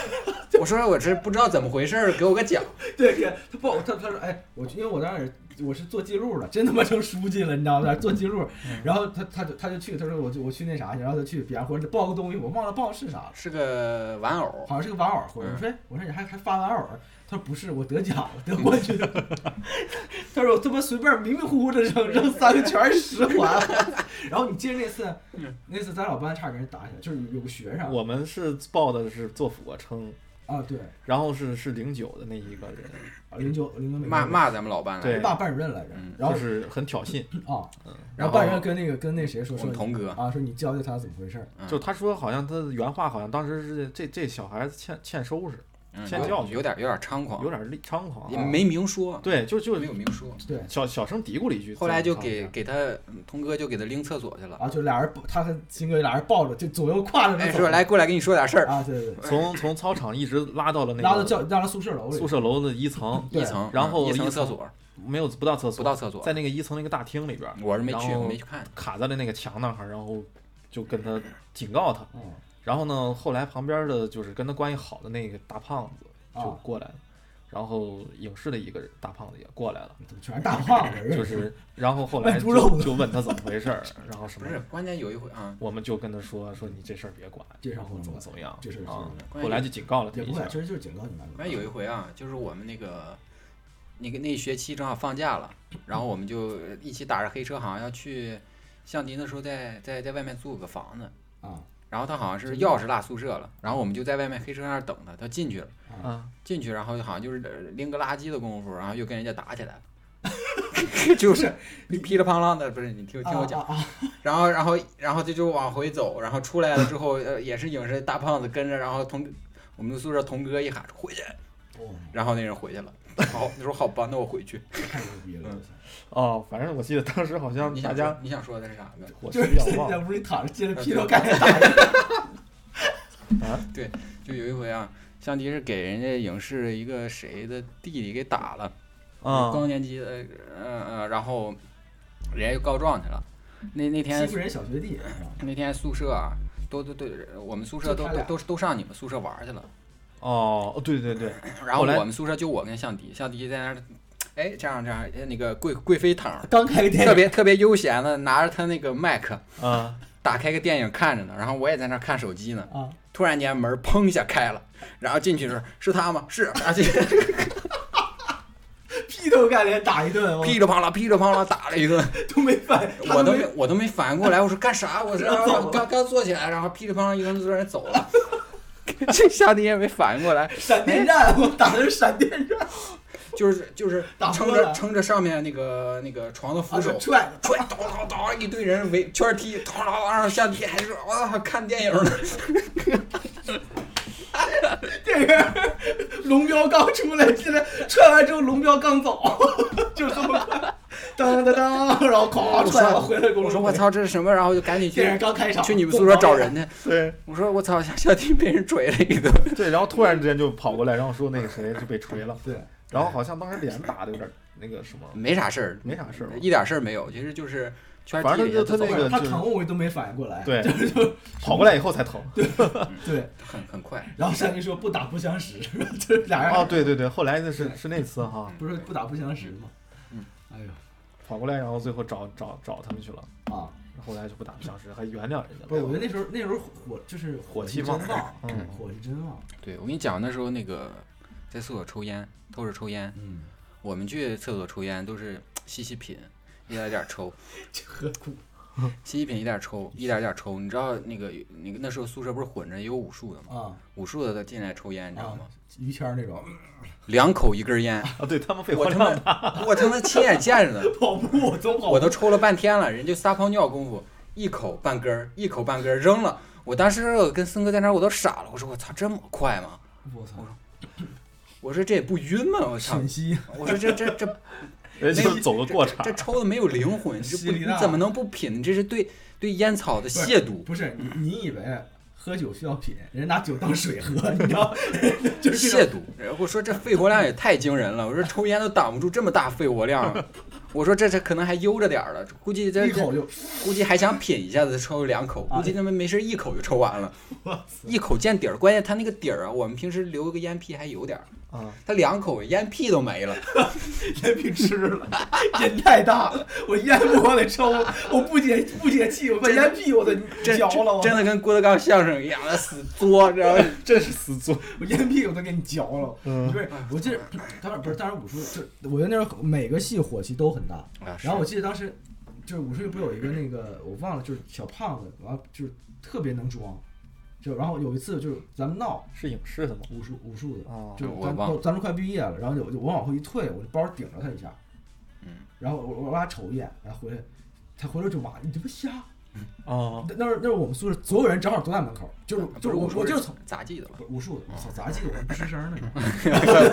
Speaker 1: 我说我这不知道怎么回事儿，给我个奖。
Speaker 2: 对，给他报他他说哎，我因为我当时也我是做记录的，真他妈成书记了，你知道吗？做记录，
Speaker 1: 嗯
Speaker 2: 然后他他就他就去，他说我就我去那啥去，然后他去，比方或者报个东西，我忘了报是啥了，
Speaker 1: 是个玩偶，
Speaker 2: 好像是个玩偶会，我
Speaker 1: 嗯
Speaker 2: 说哎我说你还还发玩偶儿，他说不是，我得奖了，得冠军了， (laughs) 他说我他妈随便迷迷糊糊的扔扔三个全是十
Speaker 1: (laughs)
Speaker 2: 环，然后你记得那次
Speaker 1: 嗯
Speaker 2: 那次咱老班差点给人打起来，就是有个学生
Speaker 3: 我们是报的是做俯卧撑，
Speaker 2: 啊对，
Speaker 3: 然后是是零九的那一个人，
Speaker 2: 零九零九美国
Speaker 1: 骂骂咱们老班来
Speaker 3: 对
Speaker 1: 着，
Speaker 2: 骂班主任来着
Speaker 1: 嗯，
Speaker 2: 然后
Speaker 3: 就是很挑衅，
Speaker 2: 啊，
Speaker 1: 然
Speaker 2: 然
Speaker 1: 后
Speaker 2: 后半人跟那个跟那谁说
Speaker 1: 我
Speaker 2: 说
Speaker 1: 们
Speaker 2: 你
Speaker 1: 童哥
Speaker 2: 啊，说你教教他怎么回事儿，
Speaker 1: 嗯
Speaker 3: 就他说好像他的原话好像当时是这这小孩子欠欠收拾，
Speaker 1: 嗯
Speaker 3: 先
Speaker 1: 有
Speaker 3: 教训
Speaker 1: 有点有点猖狂
Speaker 3: 有，点力猖狂
Speaker 1: 也
Speaker 3: 啊，
Speaker 1: 没明说，
Speaker 3: 对，就就
Speaker 1: 没有明说。
Speaker 2: 对，
Speaker 3: 小小声嘀咕了一句，
Speaker 1: 后来就
Speaker 3: 怎么着
Speaker 1: 给给他，嗯童哥就给他拎厕所去了，
Speaker 2: 啊，就俩人抱他和新哥俩人抱着，就左右挎着那
Speaker 1: 哎，
Speaker 2: 走
Speaker 1: 说来过来跟你说点事儿，
Speaker 2: 啊，对对对，
Speaker 3: 从从操场一直拉到了那
Speaker 2: 拉到
Speaker 3: 个
Speaker 2: 教拉到宿舍楼
Speaker 3: 宿
Speaker 2: 里，
Speaker 3: 舍楼的一层，
Speaker 2: 对
Speaker 1: 一层，啊
Speaker 3: 然后
Speaker 1: 一层
Speaker 3: 一
Speaker 1: 厕
Speaker 3: 层
Speaker 1: 所，
Speaker 3: 没有不到厕所，
Speaker 1: 不到厕所，
Speaker 3: 在那个一层那个大厅里边
Speaker 1: 我是没去，
Speaker 3: 然后
Speaker 1: 我没去看。
Speaker 3: 卡在了那个墙那儿，然后就跟他警告他，
Speaker 2: 嗯
Speaker 3: 然后呢，后来旁边的就是跟他关系好的那个大胖子就
Speaker 2: 啊，
Speaker 3: 过来了，然后影视的一个人大胖子也过来了。
Speaker 2: 怎么全是大
Speaker 1: (laughs)
Speaker 2: 胖子？
Speaker 3: 就
Speaker 2: 认识
Speaker 3: 是，然后后来
Speaker 2: 卖猪
Speaker 3: 就
Speaker 2: 肉的
Speaker 3: 就问他怎么回事
Speaker 2: (laughs)
Speaker 3: 儿，然后什
Speaker 1: 不
Speaker 3: 么
Speaker 1: 是，，关键有一回啊，
Speaker 3: 我们就跟他说说你这事儿别管，
Speaker 2: 这事儿
Speaker 3: 然后
Speaker 2: 不能
Speaker 3: 怎么
Speaker 2: 管
Speaker 3: 怎么样
Speaker 2: 这事儿
Speaker 3: 啊
Speaker 2: 不能，
Speaker 1: 管
Speaker 3: 后来就警告了他
Speaker 2: 也
Speaker 3: 一
Speaker 2: 不会
Speaker 3: 下，
Speaker 2: 其实就是警告你们。
Speaker 1: 关键有一回啊，就是我们那个那个那学期正好放假了，然后我们就一起打着黑车，好像要去向迪那时候在在在外面租个房子，
Speaker 2: 啊
Speaker 1: 然后他好像是钥匙落宿舍了，然后我们就在外面黑车那儿等他，他进去了，
Speaker 2: 啊，
Speaker 3: 啊，
Speaker 1: 进去然后好像就是拎个垃圾的功夫，然后又跟人家打起来
Speaker 3: (laughs)
Speaker 1: 了，就是噼里啪啦的，不是你听听我讲。
Speaker 3: 哦
Speaker 2: 啊啊，
Speaker 1: 然后，然后，然后他就往回走，然后出来了之后，呃，也是影视大胖子跟着，然后童我们宿舍童哥一喊说回去，
Speaker 2: 哦，
Speaker 1: 然后那人回去了。好，那时候好吧，那我回去。
Speaker 2: 太牛逼了！
Speaker 3: 哦，反正我记得当时好像
Speaker 1: 你
Speaker 3: 大
Speaker 1: 想
Speaker 3: 家
Speaker 1: 说你想说的是啥呢？
Speaker 3: 我
Speaker 2: 就是
Speaker 3: 要忘
Speaker 2: 在
Speaker 3: 了
Speaker 2: 屋里躺着，接
Speaker 1: 呃
Speaker 2: 着劈头盖脸打人。
Speaker 1: 就有一回啊，香迪是给人家影视一个谁的弟弟给打了，
Speaker 3: 啊，
Speaker 1: 高年级的，呃呃，然后人家就告状去了。那那天
Speaker 2: 欺负人小学弟，啊是吧
Speaker 1: 那天宿舍啊，都都都，我们宿舍都
Speaker 2: 就他
Speaker 1: 都
Speaker 2: 俩
Speaker 1: 都都上你们宿舍玩儿去了。 (clears throat)
Speaker 3: 哦，对对对，
Speaker 1: 然后
Speaker 3: 后来
Speaker 1: 我们宿舍就我跟向迪，向迪在那儿，哎，这样这样，哎那个贵贵妃
Speaker 2: (laughs)
Speaker 1: 躺，
Speaker 2: 刚开个电
Speaker 1: 特
Speaker 2: 影，
Speaker 1: 别特别悠闲的拿着他那个麦克，
Speaker 2: (laughs)
Speaker 3: 啊，
Speaker 1: 打开个电影看着呢，然后我也在那儿看手机呢，
Speaker 2: 啊，
Speaker 1: 突然间门砰一下开了，然后进去的时候是他吗？是，然后进去
Speaker 2: 劈头盖脸打一顿，我
Speaker 1: 噼里啪啦噼里啪啦打了一顿，
Speaker 2: 都没反应，他
Speaker 1: 我都
Speaker 2: 没
Speaker 1: 没我都没反应过来，我说干啥？
Speaker 2: (laughs)
Speaker 1: 我
Speaker 2: 然后走
Speaker 1: 说
Speaker 2: 了
Speaker 1: 刚刚坐起来，然后噼里啪啦一个人就在那走
Speaker 2: (laughs)
Speaker 1: 了， (laughs) 这向迪也没反应过来，哎
Speaker 2: 闪电战，我打的是闪电战。
Speaker 1: 就是就是
Speaker 4: 打
Speaker 1: 撑
Speaker 4: 破
Speaker 1: 着
Speaker 4: 了
Speaker 1: 撑着上面那个那个床的扶
Speaker 4: 啊，
Speaker 1: 手
Speaker 4: 就，踹
Speaker 1: 踹倒倒倒，一堆人围圈踢，倒倒倒下地还是我操看电影呢，
Speaker 4: 这个龙标刚出来，现在踹完之后龙标刚走，就这么快，当当当，然后哐踹完回来公路。
Speaker 1: 我说我，操这是什么，然后就赶紧
Speaker 4: 电影
Speaker 1: 去
Speaker 4: 刚开场，
Speaker 1: 去你们宿舍找人去，
Speaker 3: 对
Speaker 1: 我说我操小小弟被人锤了一顿，
Speaker 3: 对，然后突然之间就跑过来，然后说那个谁就被锤了，
Speaker 2: 对，
Speaker 3: 然后好像当时脸打的有点那个什么，
Speaker 1: 没啥事儿，
Speaker 3: 没啥事儿吧，
Speaker 1: 一点事儿没有，其实就是圈
Speaker 3: 反
Speaker 1: 踢
Speaker 3: 正
Speaker 1: 了一
Speaker 3: 就
Speaker 1: 下
Speaker 3: 他
Speaker 1: 走
Speaker 3: 那
Speaker 1: 了
Speaker 3: 个
Speaker 2: 他
Speaker 3: 就是
Speaker 2: 疼我都没反应过来，
Speaker 3: 对， (laughs) 跑过来以后才疼。
Speaker 2: 对，
Speaker 1: 很很快，
Speaker 4: 然后山民说不打不相识， (laughs) 这俩人
Speaker 3: 哦，对对对，后来那是是那次哈，
Speaker 2: 不是不打不相识嘛，
Speaker 1: 嗯，
Speaker 2: 哎呦
Speaker 3: 跑过来，然后最后找找找他们去了，
Speaker 1: 嗯
Speaker 2: 啊，
Speaker 3: 后来就不打不相识，还原谅人家
Speaker 2: 不是，我觉
Speaker 3: 了。
Speaker 2: 得那时候那时候火就是
Speaker 3: (laughs) 火
Speaker 2: 气
Speaker 3: 气旺
Speaker 2: 真 (laughs) 旺，
Speaker 3: 嗯，
Speaker 2: 火气真旺，
Speaker 1: 对我跟你讲那时候那个在厕所抽烟，偷着抽烟，
Speaker 2: 嗯，
Speaker 1: (laughs) 我们去厕所抽烟都是吸吸品，一点儿一点儿抽，
Speaker 4: 何苦？
Speaker 1: 吸一品一点儿抽，一点儿一点儿抽。你知道那个那个那时候宿舍不是混着有武术的吗？
Speaker 2: 啊
Speaker 1: 武术的他进来抽烟，你知道吗？
Speaker 2: 啊，于谦儿那种，
Speaker 1: 两口一根烟，
Speaker 3: 啊，对他 (laughs) 们被
Speaker 1: 我他
Speaker 3: 换上
Speaker 1: 妈 (laughs) 我他妈亲眼见着的，
Speaker 4: 跑步我总跑步，
Speaker 1: 我都抽了半天了，人就撒泡尿功夫，一口半根儿，一口半根儿扔了。我当时我跟森哥在那儿，我都傻了，我说我操这么快吗？
Speaker 2: 我操，
Speaker 1: 我说这也不晕吗？我操
Speaker 3: (laughs)
Speaker 2: 陕！西
Speaker 1: 我说这这这
Speaker 3: (laughs) 人家就走个过场
Speaker 1: 这，抽的没有灵魂，
Speaker 3: (laughs)
Speaker 1: 你这
Speaker 4: 吸
Speaker 1: 不
Speaker 4: 力
Speaker 1: 你
Speaker 4: 大
Speaker 1: 怎么能不品？你这是对对烟
Speaker 4: (laughs)
Speaker 1: 草的亵渎。
Speaker 2: 不是你
Speaker 4: 你以为喝酒需要品，人家拿酒当水喝，你知道， (laughs) 就是这
Speaker 1: 亵渎，然后哎说这肺活量也太惊人了，我
Speaker 2: (laughs)
Speaker 1: 说抽烟都挡不住这么大肺活量啊，我说这这可能还悠着点儿了，估计
Speaker 4: 种
Speaker 1: 这
Speaker 4: 一口就
Speaker 1: 估计还想品一下子抽两口，
Speaker 4: 啊
Speaker 1: 估
Speaker 2: 哎
Speaker 1: 计他们没事一口就抽完了，
Speaker 4: 哇
Speaker 1: 一口见底儿，关键他那个底儿啊，我们平时留个烟屁还有点儿，
Speaker 3: 啊，
Speaker 1: 他两口烟屁都没
Speaker 2: (laughs)
Speaker 1: 了，
Speaker 4: 烟屁吃了，瘾太大了，我烟不往里抽，我不解不解气，我把烟屁我都
Speaker 1: 真
Speaker 4: 嚼了，我
Speaker 1: 真的跟郭德纲相声一样，那死作，
Speaker 2: (laughs)
Speaker 1: 知道吗？
Speaker 3: 真是死作。
Speaker 4: 我烟屁我都给你嚼了。
Speaker 3: 嗯
Speaker 2: 不，是，我记得当时不是，当时武术就我觉得那时候每个系火气都很大。
Speaker 1: 啊是
Speaker 2: 然后我记得当时就是武术不是有一个那个我忘了，就是小胖子，然后就是特别能装，就然后有一次就是咱们闹
Speaker 3: 是影视的吗？
Speaker 2: 武术武术的， (laughs)
Speaker 3: 啊，
Speaker 2: 就是
Speaker 1: 我
Speaker 2: 咱
Speaker 1: 忘
Speaker 2: 都咱都快毕业了，然后有我往后一退，我就包顶着他一下，
Speaker 1: 嗯，
Speaker 2: 然后我我俩瞅一眼，然后回来，他回来就骂你这不瞎。
Speaker 3: 哦，
Speaker 2: 那那是那是我们宿舍所有人正好都在门口，就是
Speaker 1: 不
Speaker 2: 就是我
Speaker 1: 说
Speaker 2: 我就是是从
Speaker 1: 杂技的
Speaker 2: (laughs)
Speaker 1: 吧，
Speaker 2: 不是武术的，我操杂技我还不吱声
Speaker 1: (laughs)
Speaker 2: 呢。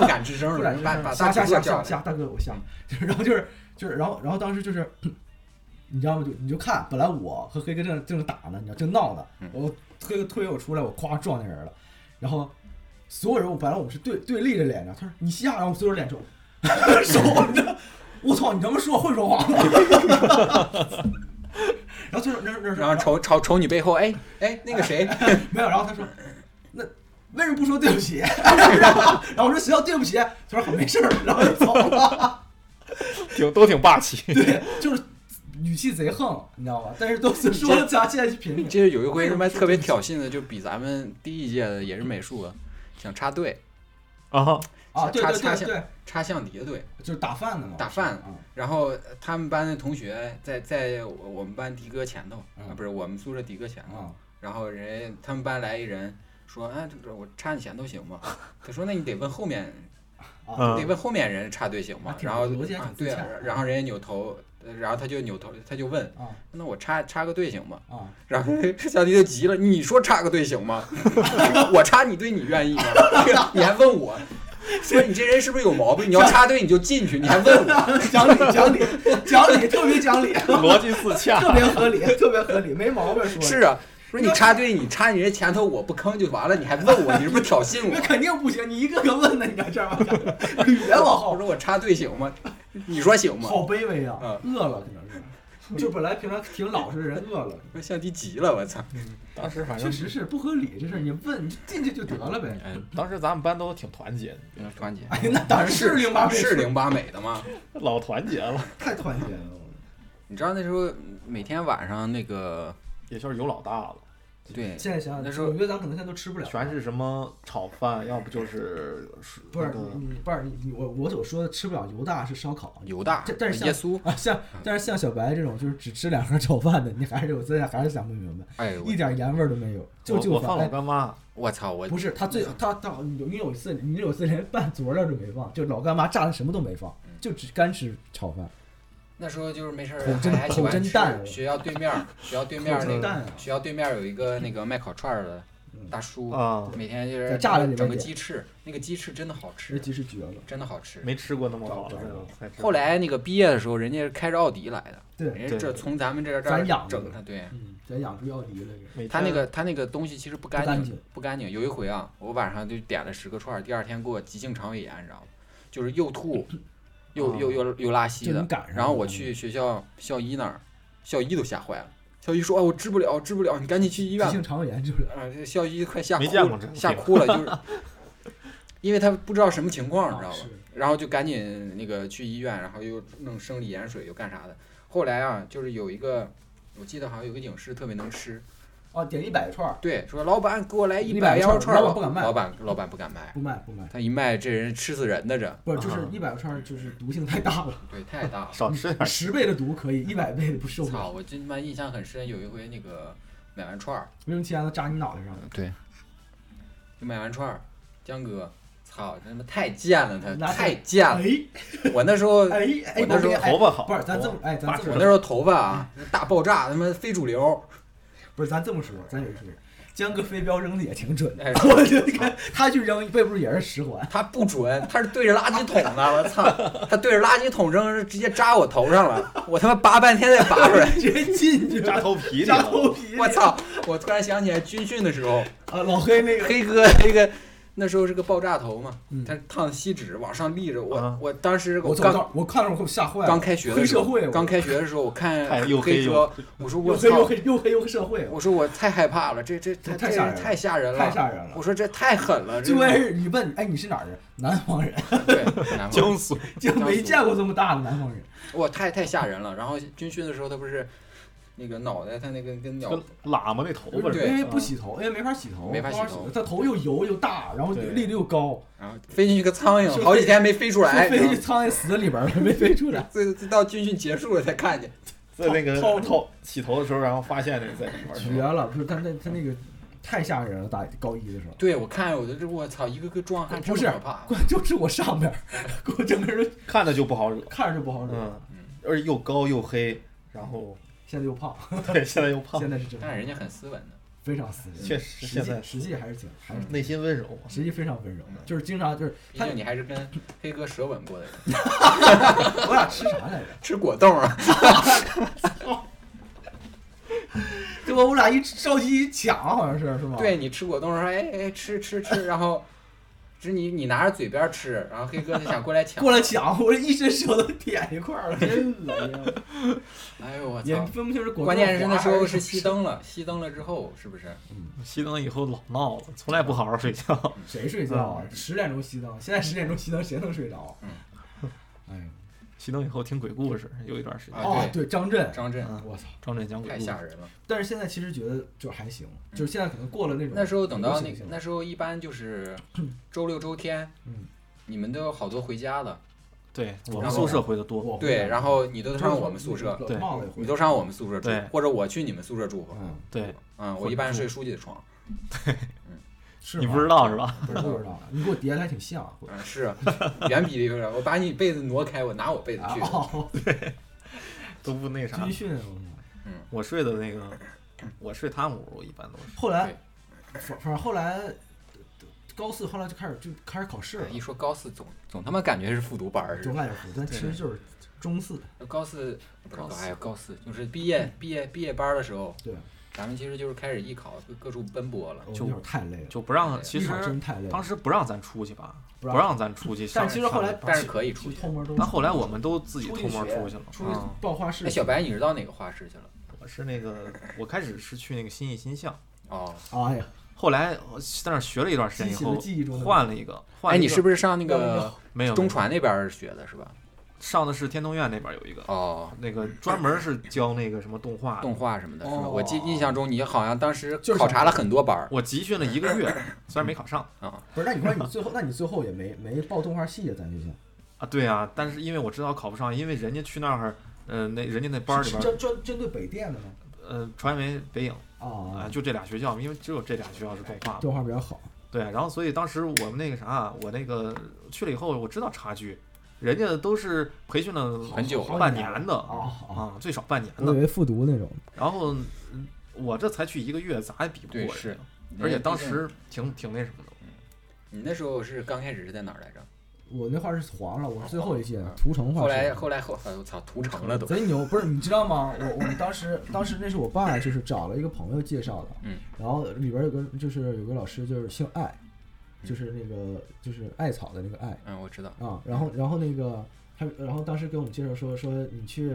Speaker 1: 不敢吱声
Speaker 2: 不
Speaker 1: 了
Speaker 2: 然，
Speaker 1: 把把
Speaker 2: 瞎
Speaker 1: 大
Speaker 2: 瞎
Speaker 1: 哥
Speaker 2: 瞎
Speaker 1: 叫
Speaker 2: 瞎
Speaker 1: 来
Speaker 2: 瞎，大哥我瞎， (laughs) 就是然后就是就是然后然后当时就是，你知道吗？就你就看，本来我和黑哥正正打呢，你知道正闹呢
Speaker 1: 嗯，
Speaker 2: 我黑哥推我出来，我咵撞那人了，然后所有人我本来我们是对对立着脸的，他说你瞎，然后我所有人脸说 (laughs) 手，你知道，我操，你他妈说会说话吗？ (laughs) 然后他说那那那
Speaker 1: 然后瞅瞅瞅你背后，哎哎那个
Speaker 2: (laughs)
Speaker 1: 谁，
Speaker 2: 没有，然后他说，那为什么不说对不起？ (laughs) 然后然后我说行，对不起。他说好，没事儿，然后就走了。 (laughs)
Speaker 3: 挺都挺霸气。
Speaker 2: 对，就是语气贼横，你知道吧？但是都是说了加现在去
Speaker 1: (laughs)
Speaker 2: 评评，
Speaker 1: 记得有一回他妈特别挑衅的，就比咱们第一届的也是美术的，想插队，
Speaker 3: 啊，
Speaker 2: 啊，对
Speaker 1: 插
Speaker 2: 对
Speaker 1: 插
Speaker 2: 对
Speaker 1: 线
Speaker 2: 对，
Speaker 1: 插象敌的队。
Speaker 2: 就是打饭的嘛，
Speaker 1: 打饭
Speaker 2: 啊，
Speaker 1: 然后他们班的同学在在我我们班迪哥前头，
Speaker 2: 嗯
Speaker 1: 啊不是我们宿舍迪哥前头。
Speaker 2: 啊，
Speaker 1: 然后人家他们班来一人说，哎，这个我插你前头行吗？他说那你得问后面，
Speaker 2: 啊
Speaker 1: 得问后面人插队行
Speaker 2: 啊
Speaker 1: 吗？
Speaker 2: 挺
Speaker 1: 然后
Speaker 2: 逻辑还
Speaker 1: 啊
Speaker 2: 挺自
Speaker 1: 对
Speaker 2: 洽
Speaker 1: 啊，然后人家扭头，呃然后他就扭头他就问，
Speaker 2: 啊
Speaker 1: 那我插插个队行吗？
Speaker 2: 啊， (laughs)
Speaker 1: 然后小迪就急了，你说插个队行吗？ (laughs) 我插你队，你愿意吗？ (laughs) 你还问我，说你这人是不是有毛病？你要插队你就进去，你还问
Speaker 2: (laughs)
Speaker 1: 我？
Speaker 2: 讲理讲理讲理，特别讲理，
Speaker 3: 逻辑自洽。
Speaker 2: 特别合理，特别合理，没毛病说的。
Speaker 1: 是啊，说你插队，你插你人前头，我不吭就完了，你还问我，你是不是挑衅
Speaker 2: 那 (laughs)
Speaker 1: 我？
Speaker 2: 肯定不行，你一个个问呢，你看这样吧， (laughs) 语言往后
Speaker 1: 我说我插队行吗？你说行吗？
Speaker 2: 好卑微啊！
Speaker 1: 嗯
Speaker 2: 饿了可能是，就本来平常挺老实的人，饿了，
Speaker 1: 那向迪急了，我操！
Speaker 3: 当时反
Speaker 2: 确
Speaker 3: 正，
Speaker 2: 实是不合理这事儿。你问你进去就得了呗。
Speaker 1: 嗯，
Speaker 3: 当时咱们班都挺团结的，
Speaker 1: 团结
Speaker 2: 哎，那当然是零八
Speaker 1: 是零八美的吗？
Speaker 3: 老团结了，
Speaker 2: 太团结了。
Speaker 1: 你知道那时候每天晚上那个
Speaker 3: 也就是有老大了。
Speaker 1: 对，
Speaker 2: 现在想想，
Speaker 1: 那时候
Speaker 2: 我觉得咱可能现在都吃不了。
Speaker 3: 全是什么炒饭，要不就是
Speaker 2: 不是
Speaker 3: 那个
Speaker 2: 你你不是你你我我所说的吃不了油大是烧烤，
Speaker 1: 油大
Speaker 2: 这但是像
Speaker 1: 耶稣，
Speaker 2: 啊，像但是像小白这种就是只吃两盒炒饭的，你还是我现在还是想不明白，
Speaker 1: 哎，我
Speaker 2: 一点盐味儿都没有，就
Speaker 3: 我
Speaker 2: 就
Speaker 3: 我
Speaker 2: 反
Speaker 3: 放老
Speaker 2: 哎
Speaker 3: 干妈，
Speaker 1: 我操，我
Speaker 2: 不是他最他他好像有你有一次你有一次连拌佐料都没放，就老干妈炸的什么都没放，就只干吃炒饭，
Speaker 1: 那时候就是没事儿
Speaker 2: 口真
Speaker 1: 还还喜
Speaker 2: 口真
Speaker 1: 欢
Speaker 2: 淡
Speaker 1: 吃学校对面儿，学校对面
Speaker 2: 口
Speaker 1: 儿那
Speaker 2: 真
Speaker 1: 个
Speaker 2: 淡啊，
Speaker 1: 学校对面儿有一个那个卖烤串儿的
Speaker 2: 嗯
Speaker 1: 大叔，
Speaker 3: 啊，
Speaker 1: 每天就是
Speaker 2: 在炸的里面
Speaker 1: 整个
Speaker 2: 点
Speaker 1: 鸡翅，那个鸡翅真的好
Speaker 2: 这
Speaker 1: 吃，
Speaker 2: 鸡是绝了。
Speaker 1: 真的好吃。
Speaker 3: 没吃过那么啊老的那种菜。
Speaker 1: 后来那个毕业的时候，人家是开着奥迪来的，
Speaker 2: 对
Speaker 1: 人家这
Speaker 3: 对
Speaker 1: 从咱们这儿这
Speaker 2: 咱
Speaker 1: 儿
Speaker 2: 养
Speaker 1: 整
Speaker 2: 的
Speaker 1: 的，对。
Speaker 2: 嗯，咱养猪要离了这。
Speaker 3: 每天
Speaker 1: 他那个他那个东西其实不干
Speaker 2: 不干
Speaker 1: 净
Speaker 2: 净，
Speaker 1: 不干净。有一回啊，我晚上就点了十个串儿，第二天给我急性肠胃炎，你知道吗？就是又吐，
Speaker 2: (laughs)
Speaker 1: 又又又又拉稀
Speaker 2: 哦就
Speaker 1: 的
Speaker 2: 你赶上。
Speaker 1: 然后
Speaker 2: 了
Speaker 1: 我
Speaker 2: 嗯
Speaker 1: 去学校校医那儿，校医都吓坏了。校医说：“啊，我治不了，治不了，你赶紧去医院
Speaker 2: 急
Speaker 1: 吧。
Speaker 2: 性肠胃炎治不了，
Speaker 1: 啊，这校医快吓哭
Speaker 3: 没见过这
Speaker 1: 了，
Speaker 3: 种
Speaker 1: 吓
Speaker 3: 病
Speaker 1: 哭
Speaker 3: (laughs)
Speaker 1: 了，就是因为他不知道什么情况，你知道
Speaker 2: 啊
Speaker 1: 吧？
Speaker 2: 是
Speaker 1: 然后就赶紧那个去医院，然后又弄生理盐水，又干啥的。后来啊，就是有一个，我记得好像有个影视特别能吃，
Speaker 2: 哦，点一百串儿
Speaker 1: 对，说老板给我来
Speaker 2: 100
Speaker 1: 百羊肉
Speaker 2: 串
Speaker 1: 串
Speaker 2: 儿
Speaker 1: 儿
Speaker 2: 老
Speaker 1: 吧，
Speaker 2: 板不敢卖
Speaker 1: 老板老板不敢卖，
Speaker 2: 不卖不卖，
Speaker 1: 他一卖这人吃死人的这，
Speaker 2: 不是就是
Speaker 3: 啊
Speaker 2: 一百串儿就是毒性太
Speaker 1: (laughs)
Speaker 2: 大了，
Speaker 1: 对，太大了。
Speaker 3: 少吃点儿，
Speaker 2: 十倍的毒可以，一百倍的不受不了。
Speaker 1: 操！我真他妈印象很深，有一回那个买完串儿，
Speaker 2: 用签子扎你脑袋上，
Speaker 1: 对，就买完串儿，江哥，操，他妈太贱了，他
Speaker 2: 拿
Speaker 1: 太贱了。
Speaker 2: 哎
Speaker 1: 我那时候
Speaker 2: (laughs) 哎哎，
Speaker 1: 我那时候
Speaker 2: 哎
Speaker 3: 头发好。
Speaker 2: 不是咱这么哎，咱
Speaker 3: 八
Speaker 2: 这
Speaker 3: 十
Speaker 2: 么
Speaker 1: 我那时候头发啊，大爆炸，他妈非主流。
Speaker 2: 不是咱这么说，咱也是，江哥飞镖扔的也挺准的，
Speaker 1: 哎
Speaker 2: 我就
Speaker 1: (laughs)
Speaker 2: 看他去扔，背不住也是十环，
Speaker 1: 他不准，他是对着垃圾桶的，我操！他对着垃圾桶扔，直接扎我头上了，我他妈拔半天才拔出来。
Speaker 2: 直接进去
Speaker 3: (laughs) 扎
Speaker 2: 了，
Speaker 3: 头皮里
Speaker 2: 扎
Speaker 3: 了，
Speaker 2: 头皮，
Speaker 1: 我操！我突然想起来军训的时候，
Speaker 2: 啊！老黑那个
Speaker 1: 黑哥那个那时候是个爆炸头嘛
Speaker 2: 嗯，
Speaker 1: 他烫锡纸往上立着，我
Speaker 3: 啊
Speaker 1: 我当时
Speaker 2: 我
Speaker 1: 刚
Speaker 2: 操，我看着我给我吓坏了，
Speaker 1: 刚开学的时
Speaker 2: 黑社会
Speaker 1: 候，
Speaker 2: 我
Speaker 1: 刚开学的时候，我看
Speaker 3: 太又黑
Speaker 1: 黑
Speaker 3: 又
Speaker 1: 哥，我说
Speaker 2: 又
Speaker 1: 我
Speaker 2: 黑又
Speaker 1: 操，
Speaker 2: 黑又黑又黑社会，
Speaker 1: 我说我太害怕了，这这
Speaker 2: 这
Speaker 1: 这
Speaker 2: 太吓人了
Speaker 1: 太吓人
Speaker 2: 太
Speaker 1: 了，
Speaker 2: 吓人了
Speaker 1: 我。说这太狠了，
Speaker 2: 就
Speaker 1: 这
Speaker 2: 关
Speaker 1: 个
Speaker 2: 是你问，哎，你是哪儿人？南
Speaker 1: (laughs)
Speaker 2: 方人，
Speaker 1: 对，
Speaker 2: (laughs)
Speaker 1: 难怪
Speaker 3: 江苏
Speaker 2: 就没见过这么大的南方人。
Speaker 1: 哇，太太吓人了。然后军训的时候，他不是那个脑袋，他那个跟鸟
Speaker 3: 跟喇嘛那头发啊似
Speaker 1: 对
Speaker 3: 的，
Speaker 2: 因为不洗头，因为没法洗头，
Speaker 1: 没法洗头
Speaker 2: 他头又油又大，然后
Speaker 3: 对
Speaker 2: 力又高，
Speaker 1: 然后飞进去个苍
Speaker 2: 是
Speaker 1: 蝇，好几天没飞出来，你
Speaker 2: 说
Speaker 1: 知道
Speaker 2: 飞 (laughs)
Speaker 1: 吗
Speaker 2: 去苍蝇死里边了，没飞出来。
Speaker 1: (laughs) 这这到军训结束了才看见。
Speaker 3: 在那个
Speaker 2: 掏
Speaker 3: 掏洗头的时候，然后发现这在里面
Speaker 2: 绝了！不是他那他那个太吓人了，打高一的时候，
Speaker 1: 对，我看我就这，我操，一个个壮汉，
Speaker 2: 不
Speaker 1: 真可
Speaker 2: 是
Speaker 1: 怕。
Speaker 2: 关就是我上边儿，给我整个人
Speaker 3: 看着就不好惹，
Speaker 2: 看着就不好惹。
Speaker 3: 嗯，而且又高又黑，然后
Speaker 2: 现在又胖，
Speaker 3: 对，现在又胖
Speaker 2: 现，在是真
Speaker 1: 但
Speaker 2: 的
Speaker 1: 是人家很斯文的，
Speaker 2: 非常斯文，
Speaker 3: 确实
Speaker 2: 实
Speaker 3: 现
Speaker 2: 际
Speaker 3: 在
Speaker 2: 实际还是挺还是
Speaker 3: 内心温柔嘛，
Speaker 2: 实际非常温柔的，
Speaker 1: 嗯
Speaker 2: 就是经常就是
Speaker 1: 毕
Speaker 2: 他
Speaker 1: 竟你还是跟黑哥舌吻过的人，
Speaker 2: 我俩 (laughs) 吃啥来着？
Speaker 1: 吃果冻啊，
Speaker 2: (laughs) 对吧？我俩一着急一抢，好像是是吗？
Speaker 1: 对你吃果冻说，哎哎吃吃吃，然后。只你你拿着嘴边吃，然后黑哥就想过来抢
Speaker 2: (laughs) 过，来抢，我这一伸舌头舔一块儿了，真恶 (laughs) 心！
Speaker 1: 哎呦我
Speaker 2: 也
Speaker 1: 操！
Speaker 2: 分不清是果冻
Speaker 1: 关键是那时候
Speaker 2: 是嗯
Speaker 1: 是熄，灯了，熄灯了之后是不是？
Speaker 3: 熄灯以后老闹了，从来不好好睡觉。 (laughs)
Speaker 2: 谁睡觉啊？
Speaker 1: 嗯
Speaker 2: 十点钟熄灯，现在十点钟熄灯，谁能睡着？啊 (laughs) 哎呦，
Speaker 3: 熄灯以后听鬼故事，有一段时间
Speaker 1: 嗯啊，
Speaker 2: 哦，对，张震，
Speaker 1: 张震
Speaker 3: 嗯
Speaker 2: 我操！
Speaker 3: 张震讲鬼
Speaker 1: 太
Speaker 3: 故事
Speaker 1: 吓，人了。
Speaker 2: 但是现在其实觉得就还行，就是现在可能过了那种
Speaker 1: 那时候等到那
Speaker 2: 流行性
Speaker 1: 那时候一般就是周六周天，
Speaker 2: 嗯
Speaker 1: 你们都有好多回家的，
Speaker 3: 对我
Speaker 1: 然
Speaker 3: 们
Speaker 1: 后
Speaker 3: 宿舍回的多，
Speaker 2: 我会
Speaker 1: 对，
Speaker 2: 的
Speaker 1: 然后你都上我们宿舍，
Speaker 2: 就是说
Speaker 3: 对
Speaker 2: 帽子也会
Speaker 1: 你都上我们宿舍住
Speaker 3: 对，
Speaker 1: 或者我去你们宿舍住会儿。
Speaker 2: 嗯
Speaker 3: 对
Speaker 1: 嗯，我一般睡书记的床。
Speaker 2: 是
Speaker 3: 你
Speaker 2: 吗
Speaker 3: 不知道是吧？
Speaker 2: 不知道，你给我叠的还挺像，
Speaker 1: 嗯，是啊 (laughs) 远比例我把你被子挪开，我拿我被子去。
Speaker 2: 哦，
Speaker 3: 都不那啥
Speaker 2: 军。训，我操
Speaker 3: 我睡的那个，我睡他们屋，我一般都是。
Speaker 2: 后来
Speaker 1: 对
Speaker 2: 反反正后来高四后来就开始就开始考试了
Speaker 1: 哎，一说高四总总他妈感觉是复读班儿似
Speaker 2: 总
Speaker 1: 的。
Speaker 2: 感觉不，但其实就是中四，
Speaker 1: 高四不是
Speaker 3: 高四
Speaker 1: 哎呀，高四就是毕业毕业毕业班儿的时候，
Speaker 2: 对，啊
Speaker 1: 咱们其实就是开始艺考，各各处奔波了。
Speaker 2: 我
Speaker 3: 就
Speaker 2: 那会儿太累了，
Speaker 3: 就不让，其
Speaker 2: 一
Speaker 3: 实
Speaker 2: 场真太累了。
Speaker 3: 当时不让咱出去吧，
Speaker 2: 不
Speaker 3: 不
Speaker 2: 让
Speaker 3: 让咱出去上。
Speaker 2: 但其实后来
Speaker 3: 上
Speaker 1: 但是可以出去
Speaker 2: 去偷摸东西，
Speaker 3: 但后来我们都自己
Speaker 2: 出去
Speaker 3: 偷摸
Speaker 2: 学
Speaker 3: 出去了。
Speaker 2: 出去
Speaker 3: 啊
Speaker 2: 报画室
Speaker 1: 哎，小白，你是到哪个画室去了？
Speaker 3: 我是那个，我开始是去那个新义新校，
Speaker 1: 哦，
Speaker 2: 哎呀，
Speaker 3: 后来我在那儿学了一段时间
Speaker 2: 激
Speaker 3: 以
Speaker 2: 起
Speaker 3: 后
Speaker 2: 了记忆中的，
Speaker 3: 换了一个，换
Speaker 1: 哎，
Speaker 3: 了一
Speaker 1: 你
Speaker 3: 个
Speaker 1: 是不是上那
Speaker 2: 要不
Speaker 1: 个
Speaker 2: 要
Speaker 3: 没有
Speaker 1: 中传那边儿学的是吧？
Speaker 3: 上的是天通苑那边有一个，
Speaker 1: 哦，
Speaker 3: 那个
Speaker 2: 嗯
Speaker 3: 专门是教那个什么动画的。
Speaker 1: 动画什么的，是吧？
Speaker 4: 哦
Speaker 1: 我记印象中你好像当时
Speaker 2: 就是
Speaker 1: 考察了很多班儿
Speaker 3: 我集训了一个月，虽然没考上
Speaker 1: 啊，
Speaker 2: 不是，那你说你最后，那你最后也没没报动画系啊？咱就像
Speaker 3: 啊，对啊，但是因为我知道考不上，因为人家去那儿，呃，那人家那班儿里
Speaker 2: 是
Speaker 3: 边
Speaker 2: 针
Speaker 3: 儿，
Speaker 2: 针针对北电的吗？
Speaker 3: 呃，传媒、北影啊、
Speaker 2: 啊，
Speaker 3: 就这俩学校，因为只有这俩学校是动画的。
Speaker 2: 动画比较好，
Speaker 3: 对，然后所以当时我们那个啥，我那个去了以后，我知道差距，人家都是培训了
Speaker 1: 很久
Speaker 2: 好
Speaker 3: 半
Speaker 2: 几年
Speaker 3: 年的
Speaker 2: 哦哦
Speaker 3: 啊，最少半年
Speaker 2: 我以
Speaker 3: 的。
Speaker 2: 为复读那种。
Speaker 3: 然后嗯我这才去一个月，咋也比不过
Speaker 1: 对
Speaker 3: 人
Speaker 1: 是
Speaker 3: 家，而且当时挺挺那什么的。
Speaker 1: 你那时候是刚开始是在哪儿来着？
Speaker 2: 我那画是黄了，我是最后一届
Speaker 3: 啊
Speaker 2: 的
Speaker 1: 嗯
Speaker 2: 图腾画。
Speaker 1: 后来后来后，哎我操，屠城了都。
Speaker 2: 贼牛，不是你知道吗？我我们当时当时那是我爸就是找了一个朋友介绍的，
Speaker 1: 嗯，
Speaker 2: 然后里边有个就是有个老师就是姓艾，就是那个就是艾草的那个艾
Speaker 1: 嗯，我知道。
Speaker 2: 啊，然后然后那个他然后当时给我们介绍说说你去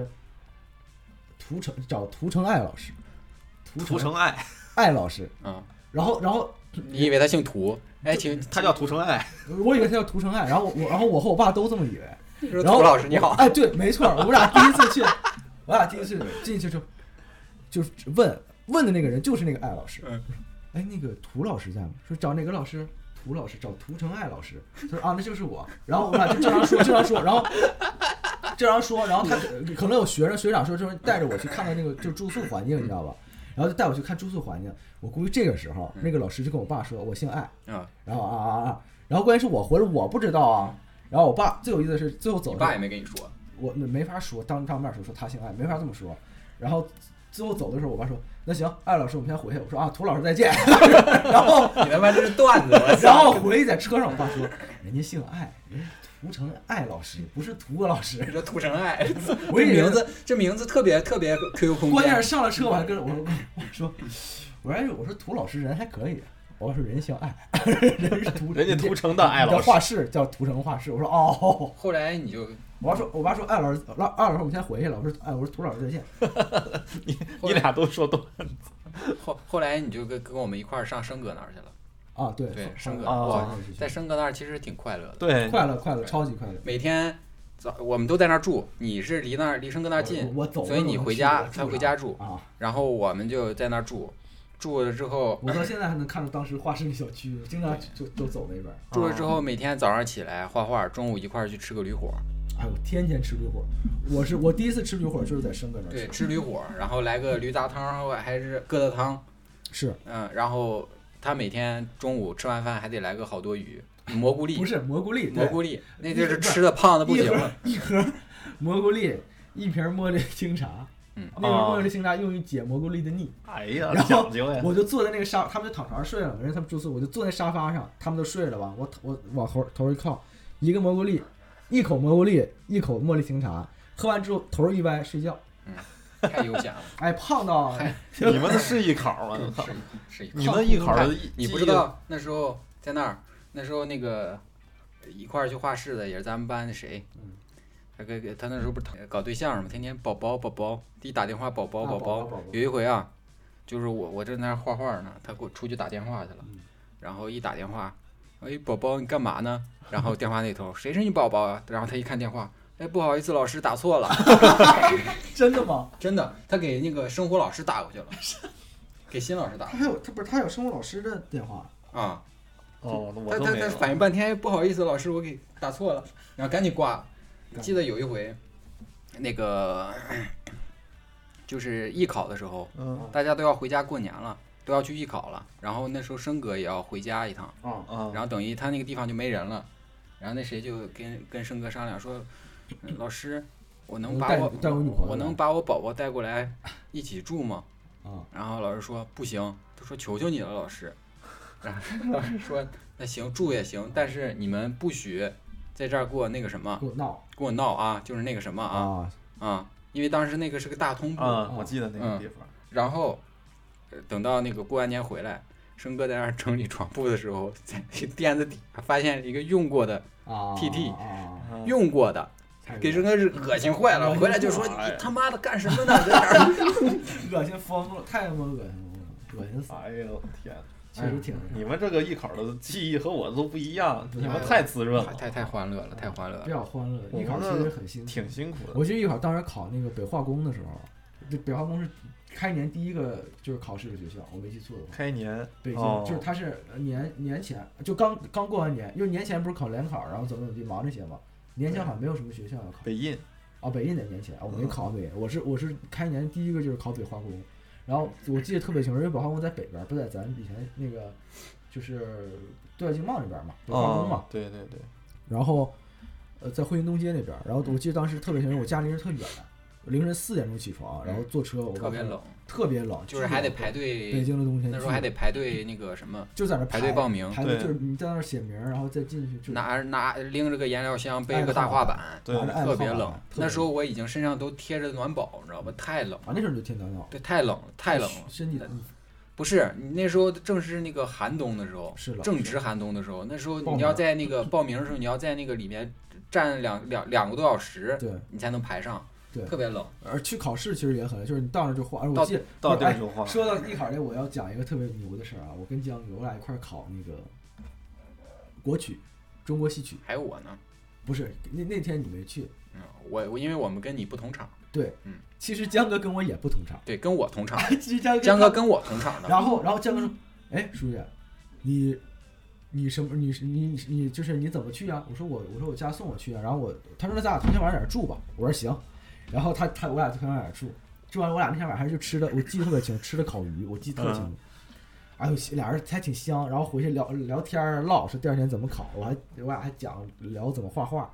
Speaker 2: 涂城找涂城艾老师，
Speaker 3: 涂
Speaker 2: 涂
Speaker 3: 城爱，
Speaker 2: 艾老师，
Speaker 1: 嗯，
Speaker 2: 然后然后
Speaker 1: 你以为他姓屠？哎，请
Speaker 3: 他叫涂城爱，
Speaker 2: 我以为他叫涂城艾，然后我我然后我和我爸都这么以为，
Speaker 1: 说
Speaker 2: 然后
Speaker 1: 屠老师你好。
Speaker 2: 哎，对，没错，我们俩第一
Speaker 1: (laughs)
Speaker 2: 次去，我俩第一次进去就就是问问的那个人就是那个艾老师
Speaker 1: 嗯，
Speaker 2: 哎，那个涂老师在吗？说找哪个老师？涂老师找涂成艾老师，他说啊，那就是我。然后我们俩就正常说，正常说，然后正常说，然
Speaker 1: (laughs)
Speaker 2: 后他可能有学生学长说，就是带着我去看看那个就住宿环境，你知道吧？然后就带我去看住宿环境。我估计这个时候，那个老师就跟我爸说，我姓艾，
Speaker 1: 嗯，
Speaker 2: 然后啊啊啊，然后关键是我回来我不知道啊。然后我爸最有意思的是，最后走
Speaker 1: 你
Speaker 2: 的
Speaker 1: 爸也没跟你说。
Speaker 2: 我没没法说，当当面说说他姓艾，没法这么说。然后最后走的时候，我爸说：“那行，艾老师，我们先回去。”我说：“啊，涂老师再见。” (laughs) 然后
Speaker 1: 你他妈这是段子！我操
Speaker 2: 然后回去在车上，我爸说：“人家姓艾，人家涂成艾老师，不是涂老师。
Speaker 1: 你说屠城
Speaker 2: (laughs)
Speaker 1: 爱，
Speaker 2: 我以
Speaker 1: 这
Speaker 2: 为
Speaker 1: 名字这名字特别特别 QQ 空间。
Speaker 2: 关键是上了车，我还跟我说：“我说我说哎我说涂老师人还可以。”我爸说：“人家姓艾， (laughs) 人是涂
Speaker 3: 人家涂城的爱老
Speaker 2: 叫画
Speaker 3: 师。
Speaker 2: 室叫涂成画室。”我说：“哦。”
Speaker 1: 后来你就
Speaker 2: 我爸说：“我爸说艾老师，老艾老师，我们先回去了。”我说：“哎，我说涂老师再见。”
Speaker 3: 你俩都说都
Speaker 1: 后后来你就跟跟我们一块儿上生哥那儿去了。
Speaker 2: 啊，对
Speaker 1: 对
Speaker 2: 好
Speaker 1: 生哥
Speaker 2: 好
Speaker 3: 哇
Speaker 2: 好
Speaker 1: 在生哥那儿其实挺快乐的，
Speaker 3: 对，
Speaker 2: 快乐快乐，超级快乐。
Speaker 1: 每天早我们都在那儿住，你是离那儿离生哥那儿近，
Speaker 2: 我我走，
Speaker 1: 所以你回家他回家住，
Speaker 2: 啊。
Speaker 1: 然后我们就在那儿住，住了之后
Speaker 2: 我到现在还能看到当时画室那小区，经常就就走那边儿。
Speaker 1: 住了之后每天早上起来画画，中午一块儿去吃个驴火，
Speaker 2: 哎，我天天吃驴火，我是我第一次吃驴火就是在生哥那儿
Speaker 1: 对，
Speaker 2: 吃，
Speaker 1: 吃驴火，然后来个驴杂汤或还是疙瘩汤，
Speaker 2: 是
Speaker 1: 嗯，然后他每天中午吃完饭还得来个好多
Speaker 2: (laughs)
Speaker 1: 鱼，蘑菇粒，
Speaker 2: 不是蘑菇粒？
Speaker 1: 蘑菇粒，那
Speaker 2: 一
Speaker 1: 就是
Speaker 2: 盒
Speaker 1: 吃的胖的
Speaker 2: 对
Speaker 1: 不
Speaker 2: 一
Speaker 1: 行
Speaker 2: 盒
Speaker 1: 了，
Speaker 2: 一盒蘑菇粒，一瓶茉莉清茶。
Speaker 1: 嗯
Speaker 2: 那个茉莉清茶用于解蘑菇粒的腻。
Speaker 3: 哎呀
Speaker 2: 然，后
Speaker 3: 讲究呀！
Speaker 2: 我就坐在那个沙，他们就躺床上睡了，人家他们住宿，我就坐在沙发上，他们都睡了吧，我我往头头一靠，一个蘑菇粒，一口蘑菇粒，一口茉莉清茶，喝完之后头一歪睡觉，
Speaker 1: 太悠闲了。 (laughs)
Speaker 2: 哎，胖到
Speaker 1: 嗨
Speaker 3: 你们的是艺考
Speaker 2: (laughs)
Speaker 3: 啊！我操
Speaker 1: 是是一个
Speaker 3: 你们艺考的
Speaker 1: 你看你不知
Speaker 3: 记忆
Speaker 1: 道那时候在那儿，那时候那个一块儿去画室的也是咱们班的谁，
Speaker 2: 嗯
Speaker 1: 他跟他那时候不是谈搞对象嘛，天天宝宝宝宝，一打电话宝宝
Speaker 2: 啊
Speaker 1: 宝
Speaker 2: 宝宝
Speaker 1: 宝
Speaker 2: 宝宝。
Speaker 1: 有一回啊，就是我我正在那儿画画呢，他给我出去打电话去了
Speaker 2: 嗯，
Speaker 1: 然后一打电话，哎宝宝你干嘛呢？然后电话那头谁是你宝宝啊？然后他一看电话。哎，不好意思，老师打错了， (laughs)
Speaker 2: 真的吗？
Speaker 1: 真的，他给那个生活老师打过去
Speaker 2: (laughs)
Speaker 1: 了，给新老师打
Speaker 2: 他还有他不是他有生活老师的电话，
Speaker 1: 啊。
Speaker 3: 哦，那我
Speaker 1: 他
Speaker 3: 都
Speaker 1: 他
Speaker 3: 没
Speaker 1: 他
Speaker 3: 有。
Speaker 1: 反应半天，哎不好意思，老师，我给打错了，然后赶紧挂了。记得有一回，那个就是艺考的时候，
Speaker 3: 嗯
Speaker 1: 大家都要回家过年了，都要去艺考了。然后那时候生哥也要回家一趟，
Speaker 2: 啊
Speaker 3: 啊
Speaker 1: 然后等于他那个地方就没人了。然后那谁就跟跟生哥商量说，
Speaker 2: (coughs)
Speaker 1: 嗯老师，我能把
Speaker 2: 带
Speaker 1: 我
Speaker 2: 带我女朋友
Speaker 1: 我能把我宝宝带过来一起住吗？
Speaker 2: 啊，
Speaker 1: 然后老师说不行，他说求求你了，老
Speaker 2: (laughs)
Speaker 1: 师。然后老师说那行住也行，但是你们不许在这儿给我那个什么，
Speaker 2: 给我闹
Speaker 1: 给我闹啊，就是那个什么啊
Speaker 2: 啊，
Speaker 1: 啊，因为当时那个是个大通铺。
Speaker 3: 啊，我记得那个
Speaker 1: 嗯
Speaker 3: 地方。
Speaker 1: 然后呃等到那个过完年回来，生哥在那儿整理床铺的时候，在垫子底下发现一个用过的、
Speaker 2: 啊
Speaker 1: TT
Speaker 2: 啊啊
Speaker 3: 嗯
Speaker 1: 用过的，
Speaker 2: 啊
Speaker 1: 给生哥是恶心坏了，回来就说你
Speaker 3: 哎
Speaker 1: 他妈的干什么呢？在这儿
Speaker 2: 恶心疯了，太他妈恶心了，恶心死了。
Speaker 3: 哎呦天！
Speaker 2: 确实挺那啥
Speaker 3: 你们这个艺考的记忆和我都不一样，你
Speaker 1: 哎
Speaker 3: 们
Speaker 1: 呀
Speaker 3: 太滋润
Speaker 1: 太 (laughs)
Speaker 3: 了，
Speaker 1: 太太欢乐了，太欢乐
Speaker 2: 比
Speaker 1: 了。
Speaker 2: 较欢乐的。
Speaker 3: 我
Speaker 2: 艺考
Speaker 3: 们
Speaker 2: 其
Speaker 3: 那
Speaker 2: 实很辛苦，
Speaker 3: 挺辛苦的。
Speaker 2: 我记得艺考当时考那个北化工的时候，就北化工是开年第一个就是考试的学校，我没记错的话。
Speaker 3: 开年
Speaker 2: 北京、
Speaker 3: 哦，
Speaker 2: 就是他是呃年年前就刚刚过完年，因为年前不是考联考，然后怎么怎么地忙这些嘛。年前好像没有什么学校要考。
Speaker 3: 北印
Speaker 2: 哦，北印的年前，我
Speaker 3: 嗯
Speaker 2: 没考北，我是我是开年第一个就是考北化工，然后我记得特别清楚，因为北化工在北边儿，不在咱以前那个就是对外经贸那边儿嘛，北化工嘛
Speaker 3: 哦，，对对对，
Speaker 2: 然后呃在汇云东街那边儿，然后我记得当时特别清楚，我家离人特远，凌晨四点钟起床，
Speaker 3: 嗯
Speaker 2: 然后坐车，我
Speaker 1: 特别
Speaker 2: 爸妈，
Speaker 1: 冷，
Speaker 2: 特别冷，
Speaker 1: 就是还得
Speaker 2: 巨冷
Speaker 1: 排
Speaker 2: 北
Speaker 1: 队，
Speaker 2: 京的冬天，
Speaker 1: 那时候
Speaker 2: 巨
Speaker 1: 还
Speaker 2: 冷
Speaker 1: 得排队那个什么，
Speaker 2: 就在那
Speaker 1: 排队报名
Speaker 2: 排队
Speaker 3: 对
Speaker 2: 就是你在那儿写名儿，然后再进去就
Speaker 1: 拿拿拎着个颜料箱，背
Speaker 2: 爱
Speaker 1: 着个
Speaker 2: 好
Speaker 1: 大画板，
Speaker 3: 对
Speaker 2: 拿着爱
Speaker 1: 特别
Speaker 2: 好
Speaker 1: 冷
Speaker 2: 啊。
Speaker 1: 那时候我已经身上都贴着暖宝，你知道吧？太冷，
Speaker 2: 啊，那时候就天暖暖，
Speaker 1: 对，太冷了，太冷了。
Speaker 2: 身体嗯
Speaker 1: 不是你那时候正是那个寒冬的时候，
Speaker 2: 是冷
Speaker 1: 正值寒冬的时候。那时候
Speaker 2: 报名
Speaker 1: 你要在那个报名的时候，你要在那个里面站两两两个多小时，
Speaker 2: 对，
Speaker 1: 你才能排上，
Speaker 2: 对
Speaker 1: 特别冷。
Speaker 2: 而去考试其实也很，就是你到那儿就画。而我
Speaker 1: 到
Speaker 2: 记得
Speaker 3: 到这
Speaker 2: 哎
Speaker 3: 儿就晃。
Speaker 2: 说到艺考这，我要讲一个特别牛的事儿啊！我跟江哥，我俩一块儿考那个国曲，中国戏曲，
Speaker 1: 还有我呢，
Speaker 2: 不是那那天你没去，
Speaker 1: 嗯，我我因为我们跟你不同场，
Speaker 2: 对，
Speaker 1: 嗯
Speaker 2: 其实江哥跟我也不同场，
Speaker 1: 对，跟我
Speaker 2: (laughs)
Speaker 1: 同场，
Speaker 3: 啊
Speaker 2: 其实江哥
Speaker 1: 江哥跟我同场
Speaker 2: (laughs)
Speaker 1: 的，
Speaker 2: 然后，然后江哥说：“哎，书记，你你什么？你你你你就是你怎么去啊？”我说我：“我说我家送我去啊。”然后我他说：“那咱俩头天晚上在哪儿住吧？”我说：“行。”然后他他我俩头天晚上在哪儿住？住完我俩那天晚上就吃的，我记得特别清，吃的烤鱼，我记得特清楚。哎呦，俩人还挺香，然后回去聊聊天儿唠，说第二天怎么考，我还我俩还讲聊怎么画画。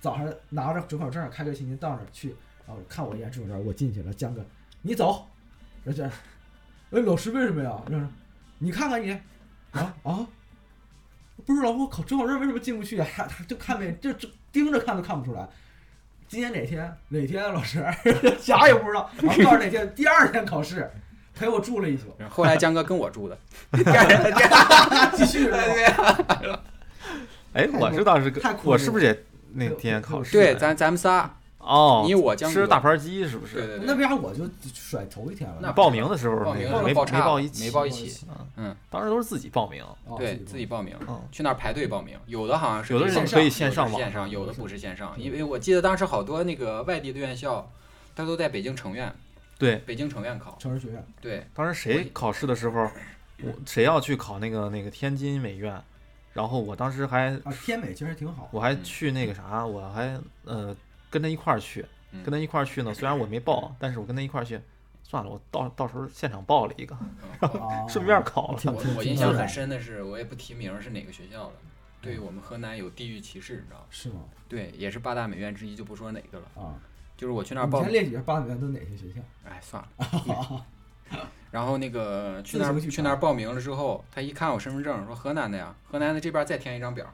Speaker 2: 早上拿着准考证，开开心心到那儿去，然后看我一眼准考证，我进去了。江哥，你走，然后这样，哎，老师为什么呀？然后说你看看你，啊啊，不是老师，我考准考证为什么进不去啊？还还就看没，就就盯着看都看不出来。今天哪天哪天啊老师， (laughs) 啥也不知道。然后告诉哪天，第二天考试，陪我住了一宿，
Speaker 1: 然后后来江哥跟我住的， (laughs) 第二天第二
Speaker 2: 继续是吧
Speaker 1: 天
Speaker 3: 哎，我是当时跟
Speaker 2: 太酷了
Speaker 3: 我是不是也那天考试？
Speaker 1: 对，咱咱们仨，
Speaker 3: 哦，
Speaker 1: 你我江哥
Speaker 3: 吃大盘鸡是不
Speaker 1: 对
Speaker 3: 是？
Speaker 1: 对
Speaker 2: 那
Speaker 1: 对，
Speaker 2: 为啥我就甩头一天了？
Speaker 1: 那
Speaker 3: 报名的时候
Speaker 1: 报
Speaker 3: 那
Speaker 1: 名
Speaker 3: 个没没
Speaker 1: 报差
Speaker 3: 报
Speaker 1: 了
Speaker 3: 一起，
Speaker 1: 没报一起，
Speaker 3: 嗯
Speaker 1: 嗯，
Speaker 3: 当时都是自己报名。
Speaker 2: 哦
Speaker 1: 对
Speaker 2: 自
Speaker 1: 自己
Speaker 2: 己哦
Speaker 1: 报名，
Speaker 3: 嗯，
Speaker 1: 去那儿排队报名，有的好像是
Speaker 3: 有的
Speaker 1: 那
Speaker 3: 是
Speaker 1: 种
Speaker 3: 可以
Speaker 1: 线
Speaker 3: 线上网
Speaker 1: 线上，有的不是线上，因为我记得当时好多那个外地的院校，他都在北京城院，
Speaker 3: 对，
Speaker 1: 北京城院考，
Speaker 2: 城市学院
Speaker 3: (laughs)
Speaker 1: 对，
Speaker 3: 当时谁考试的时候，我谁要去考那个那个天津美院，然后我当时还
Speaker 2: 啊，天美其实挺好。
Speaker 3: 我还去那个啥，我还呃跟他一块儿去，
Speaker 1: 嗯
Speaker 3: 跟他一块儿去呢。虽然我没
Speaker 2: 嗯
Speaker 3: 报，但是我跟他一块儿去，算了，我到到时候现场报了一个，
Speaker 1: (laughs)
Speaker 2: 啊
Speaker 3: 顺便考了。
Speaker 2: 挺
Speaker 1: 我
Speaker 2: 挺
Speaker 1: 我
Speaker 2: 挺
Speaker 1: 印象
Speaker 2: 自
Speaker 1: 很
Speaker 2: 然嗯
Speaker 1: 深的是，我也不提名是哪个学校了，对于我们河南有地域歧视，你知道吗？
Speaker 2: 是吗？
Speaker 1: 对，也是八大美院之一，就不说哪个了，
Speaker 2: 啊，
Speaker 1: 就是我去那儿
Speaker 2: 你
Speaker 1: 报
Speaker 2: 先，列举一下八美院都哪些学校？
Speaker 1: 哎，算了。然后那
Speaker 2: (laughs)
Speaker 1: 个去那
Speaker 2: 自
Speaker 1: 儿
Speaker 2: 行去
Speaker 1: 去那儿报名了之后，他一看我身份证，说河南的呀，河南的这边再填一张表，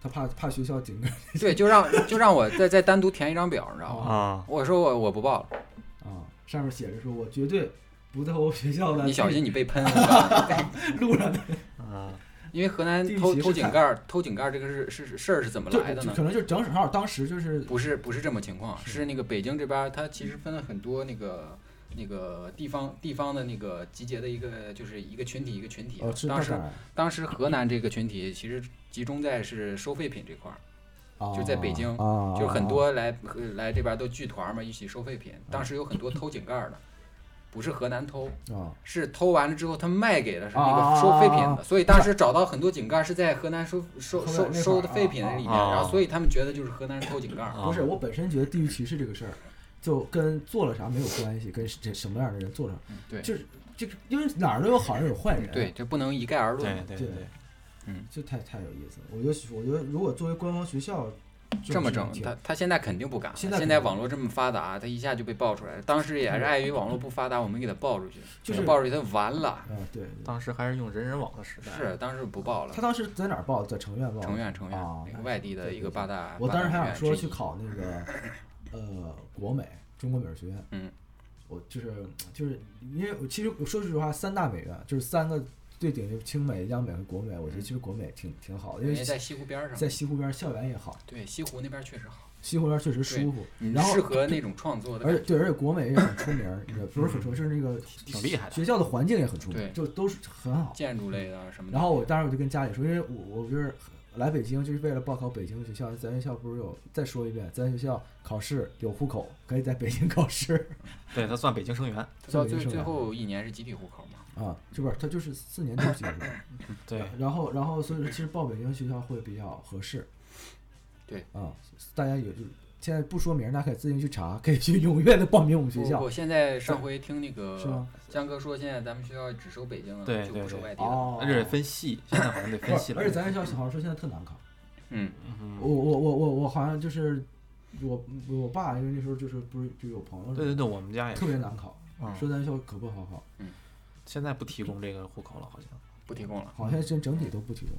Speaker 2: 他怕怕学校紧跟 (laughs)
Speaker 1: 对，就让就让我再再单独填一张表，你知道吗？
Speaker 3: 啊，
Speaker 1: 我说我我不报了。
Speaker 2: 啊，上面写着说我绝对不在我学校的
Speaker 1: 你小心你被
Speaker 2: (laughs)
Speaker 1: 喷，我告诉你
Speaker 2: 路上的，
Speaker 3: 啊，
Speaker 1: 因为河南
Speaker 2: 地域
Speaker 1: 偷
Speaker 2: 歧视
Speaker 1: 偷井盖儿，偷井盖儿这个是是事儿是怎么
Speaker 2: 就
Speaker 1: 来的
Speaker 2: 就
Speaker 1: 呢
Speaker 2: 可？能就正好当时就是
Speaker 1: 不是不是这么情况，
Speaker 2: 是
Speaker 1: 是那个北京这边儿它其实分了很多那个那个地方地方的那个集结的一个就是一个群体一个群体啊
Speaker 2: 哦，。是
Speaker 1: 当
Speaker 2: 那
Speaker 1: 时
Speaker 2: 啥
Speaker 1: 当时河南这个群体其实集中在是收废品这块儿，
Speaker 2: 啊，
Speaker 1: 就在北京
Speaker 2: 啊，
Speaker 1: 就是很多来呃来这边儿都聚团儿嘛，一起收废品。当时有很多偷井盖儿的，不是河南偷，
Speaker 2: 啊，
Speaker 1: 是偷完了之后他卖给了是那
Speaker 2: 啊
Speaker 1: 个收废品
Speaker 2: 啊啊
Speaker 1: 的，
Speaker 2: 啊
Speaker 1: 所以当时找到很多井盖是在河南收收
Speaker 2: 河
Speaker 1: 收
Speaker 2: 南那块儿
Speaker 1: 收的废品里面，
Speaker 3: 啊啊啊
Speaker 1: 然后所以他们觉得就是河南人偷井盖儿。
Speaker 3: 啊
Speaker 2: 不是我本身觉得地域歧视这个事儿，就跟做了啥没有关系，跟这什么样的人做了啥，
Speaker 1: 对
Speaker 2: 就是就是因为哪儿都有好人有坏人，
Speaker 1: 对，，这不能一概而
Speaker 3: 对
Speaker 1: 论。
Speaker 3: 对
Speaker 2: 对
Speaker 3: 对，
Speaker 2: 这太太有意思了。我觉得我觉得如果作为官方学校
Speaker 1: 这么整
Speaker 2: 挺，
Speaker 1: 他他现在肯定不敢了。
Speaker 2: 现在
Speaker 1: 现
Speaker 2: 肯定
Speaker 1: 在网络这么发达，他一下就被爆出来了。当时也是碍于网络不发达，我们给他爆出去，
Speaker 2: 就是
Speaker 1: 爆出去他完了。
Speaker 2: 啊，对，对
Speaker 3: 当时还是用人人网的时代。
Speaker 1: 是，当时不报了
Speaker 2: 他。当时在哪儿报？在成院报的。
Speaker 1: 成院成院
Speaker 2: 啊，
Speaker 1: 那个外地
Speaker 2: 对
Speaker 1: 的
Speaker 2: 对
Speaker 1: 一个
Speaker 2: 对
Speaker 1: 八大。
Speaker 2: 我当时还
Speaker 1: 八大
Speaker 2: 想
Speaker 1: 院
Speaker 2: 说
Speaker 1: 之
Speaker 2: 去
Speaker 1: 一
Speaker 2: 考那个，呃，国美中国美术学院。
Speaker 1: 嗯，
Speaker 2: 我就是就是因为我其实我说实话，三大美院就是三个最顶级，清美、央美和国美。我觉得其实国美挺挺好的，因
Speaker 1: 人家
Speaker 2: 为
Speaker 1: 在西湖边儿上。
Speaker 2: 在西湖边儿校园也好，
Speaker 1: 对，西湖那边儿确实好。
Speaker 2: 西湖边确实舒服，
Speaker 1: 你
Speaker 2: 然后
Speaker 1: 适合那种创作的
Speaker 2: 而
Speaker 1: 感
Speaker 2: 且
Speaker 1: 觉，
Speaker 2: 对，而且国美也很出名儿，也不是很出名，就是那个
Speaker 3: 挺厉害的。
Speaker 2: 学校的环境也很出
Speaker 1: 对
Speaker 2: 名，就都是很好。
Speaker 1: 建筑类的啊什么的。
Speaker 2: 然后我当时我就跟家里说，因为我我就是来北京就是为了报考北京的学校，咱学校不是有再说一遍，咱学校考试有户口，可以在北京考试 (laughs)
Speaker 3: 对他算北京生源，
Speaker 1: 他到最
Speaker 2: 这个也是
Speaker 1: 最
Speaker 2: 吧
Speaker 1: 后一年是集体户口嘛？
Speaker 2: 啊，这不是他就是四年就是结束。
Speaker 3: 对，
Speaker 2: 然后然后所以说其实报北京学校会比较合适。
Speaker 1: 对
Speaker 2: 啊，大家也就现在不说名儿，大家可以自行去查，可以去踊跃的报名我们学
Speaker 1: 不
Speaker 2: 校
Speaker 1: 不，，现在上回听那个
Speaker 2: 是
Speaker 3: 呃
Speaker 2: 吗？
Speaker 1: 江哥说，现在咱们学校只收北京了，
Speaker 3: 对
Speaker 1: 就
Speaker 3: 对
Speaker 1: 不收
Speaker 3: 对
Speaker 1: 外地了。哎
Speaker 2: 哦，
Speaker 3: 而且分系，现在好像得分系了。
Speaker 2: 而且咱学校好像说现在特难考。
Speaker 1: 嗯，
Speaker 3: 嗯
Speaker 2: 我我我我我好像就是我我爸，因为那时候就是不是就有朋友
Speaker 3: 对对对，我们家也
Speaker 2: 特别
Speaker 3: 是，
Speaker 2: 难考，
Speaker 3: 嗯
Speaker 2: 说咱学校可不好
Speaker 1: 嗯
Speaker 2: 考，
Speaker 3: 现在不提供这个户口了，好像。
Speaker 1: 不提供了。
Speaker 2: 好像现在整体都不提供。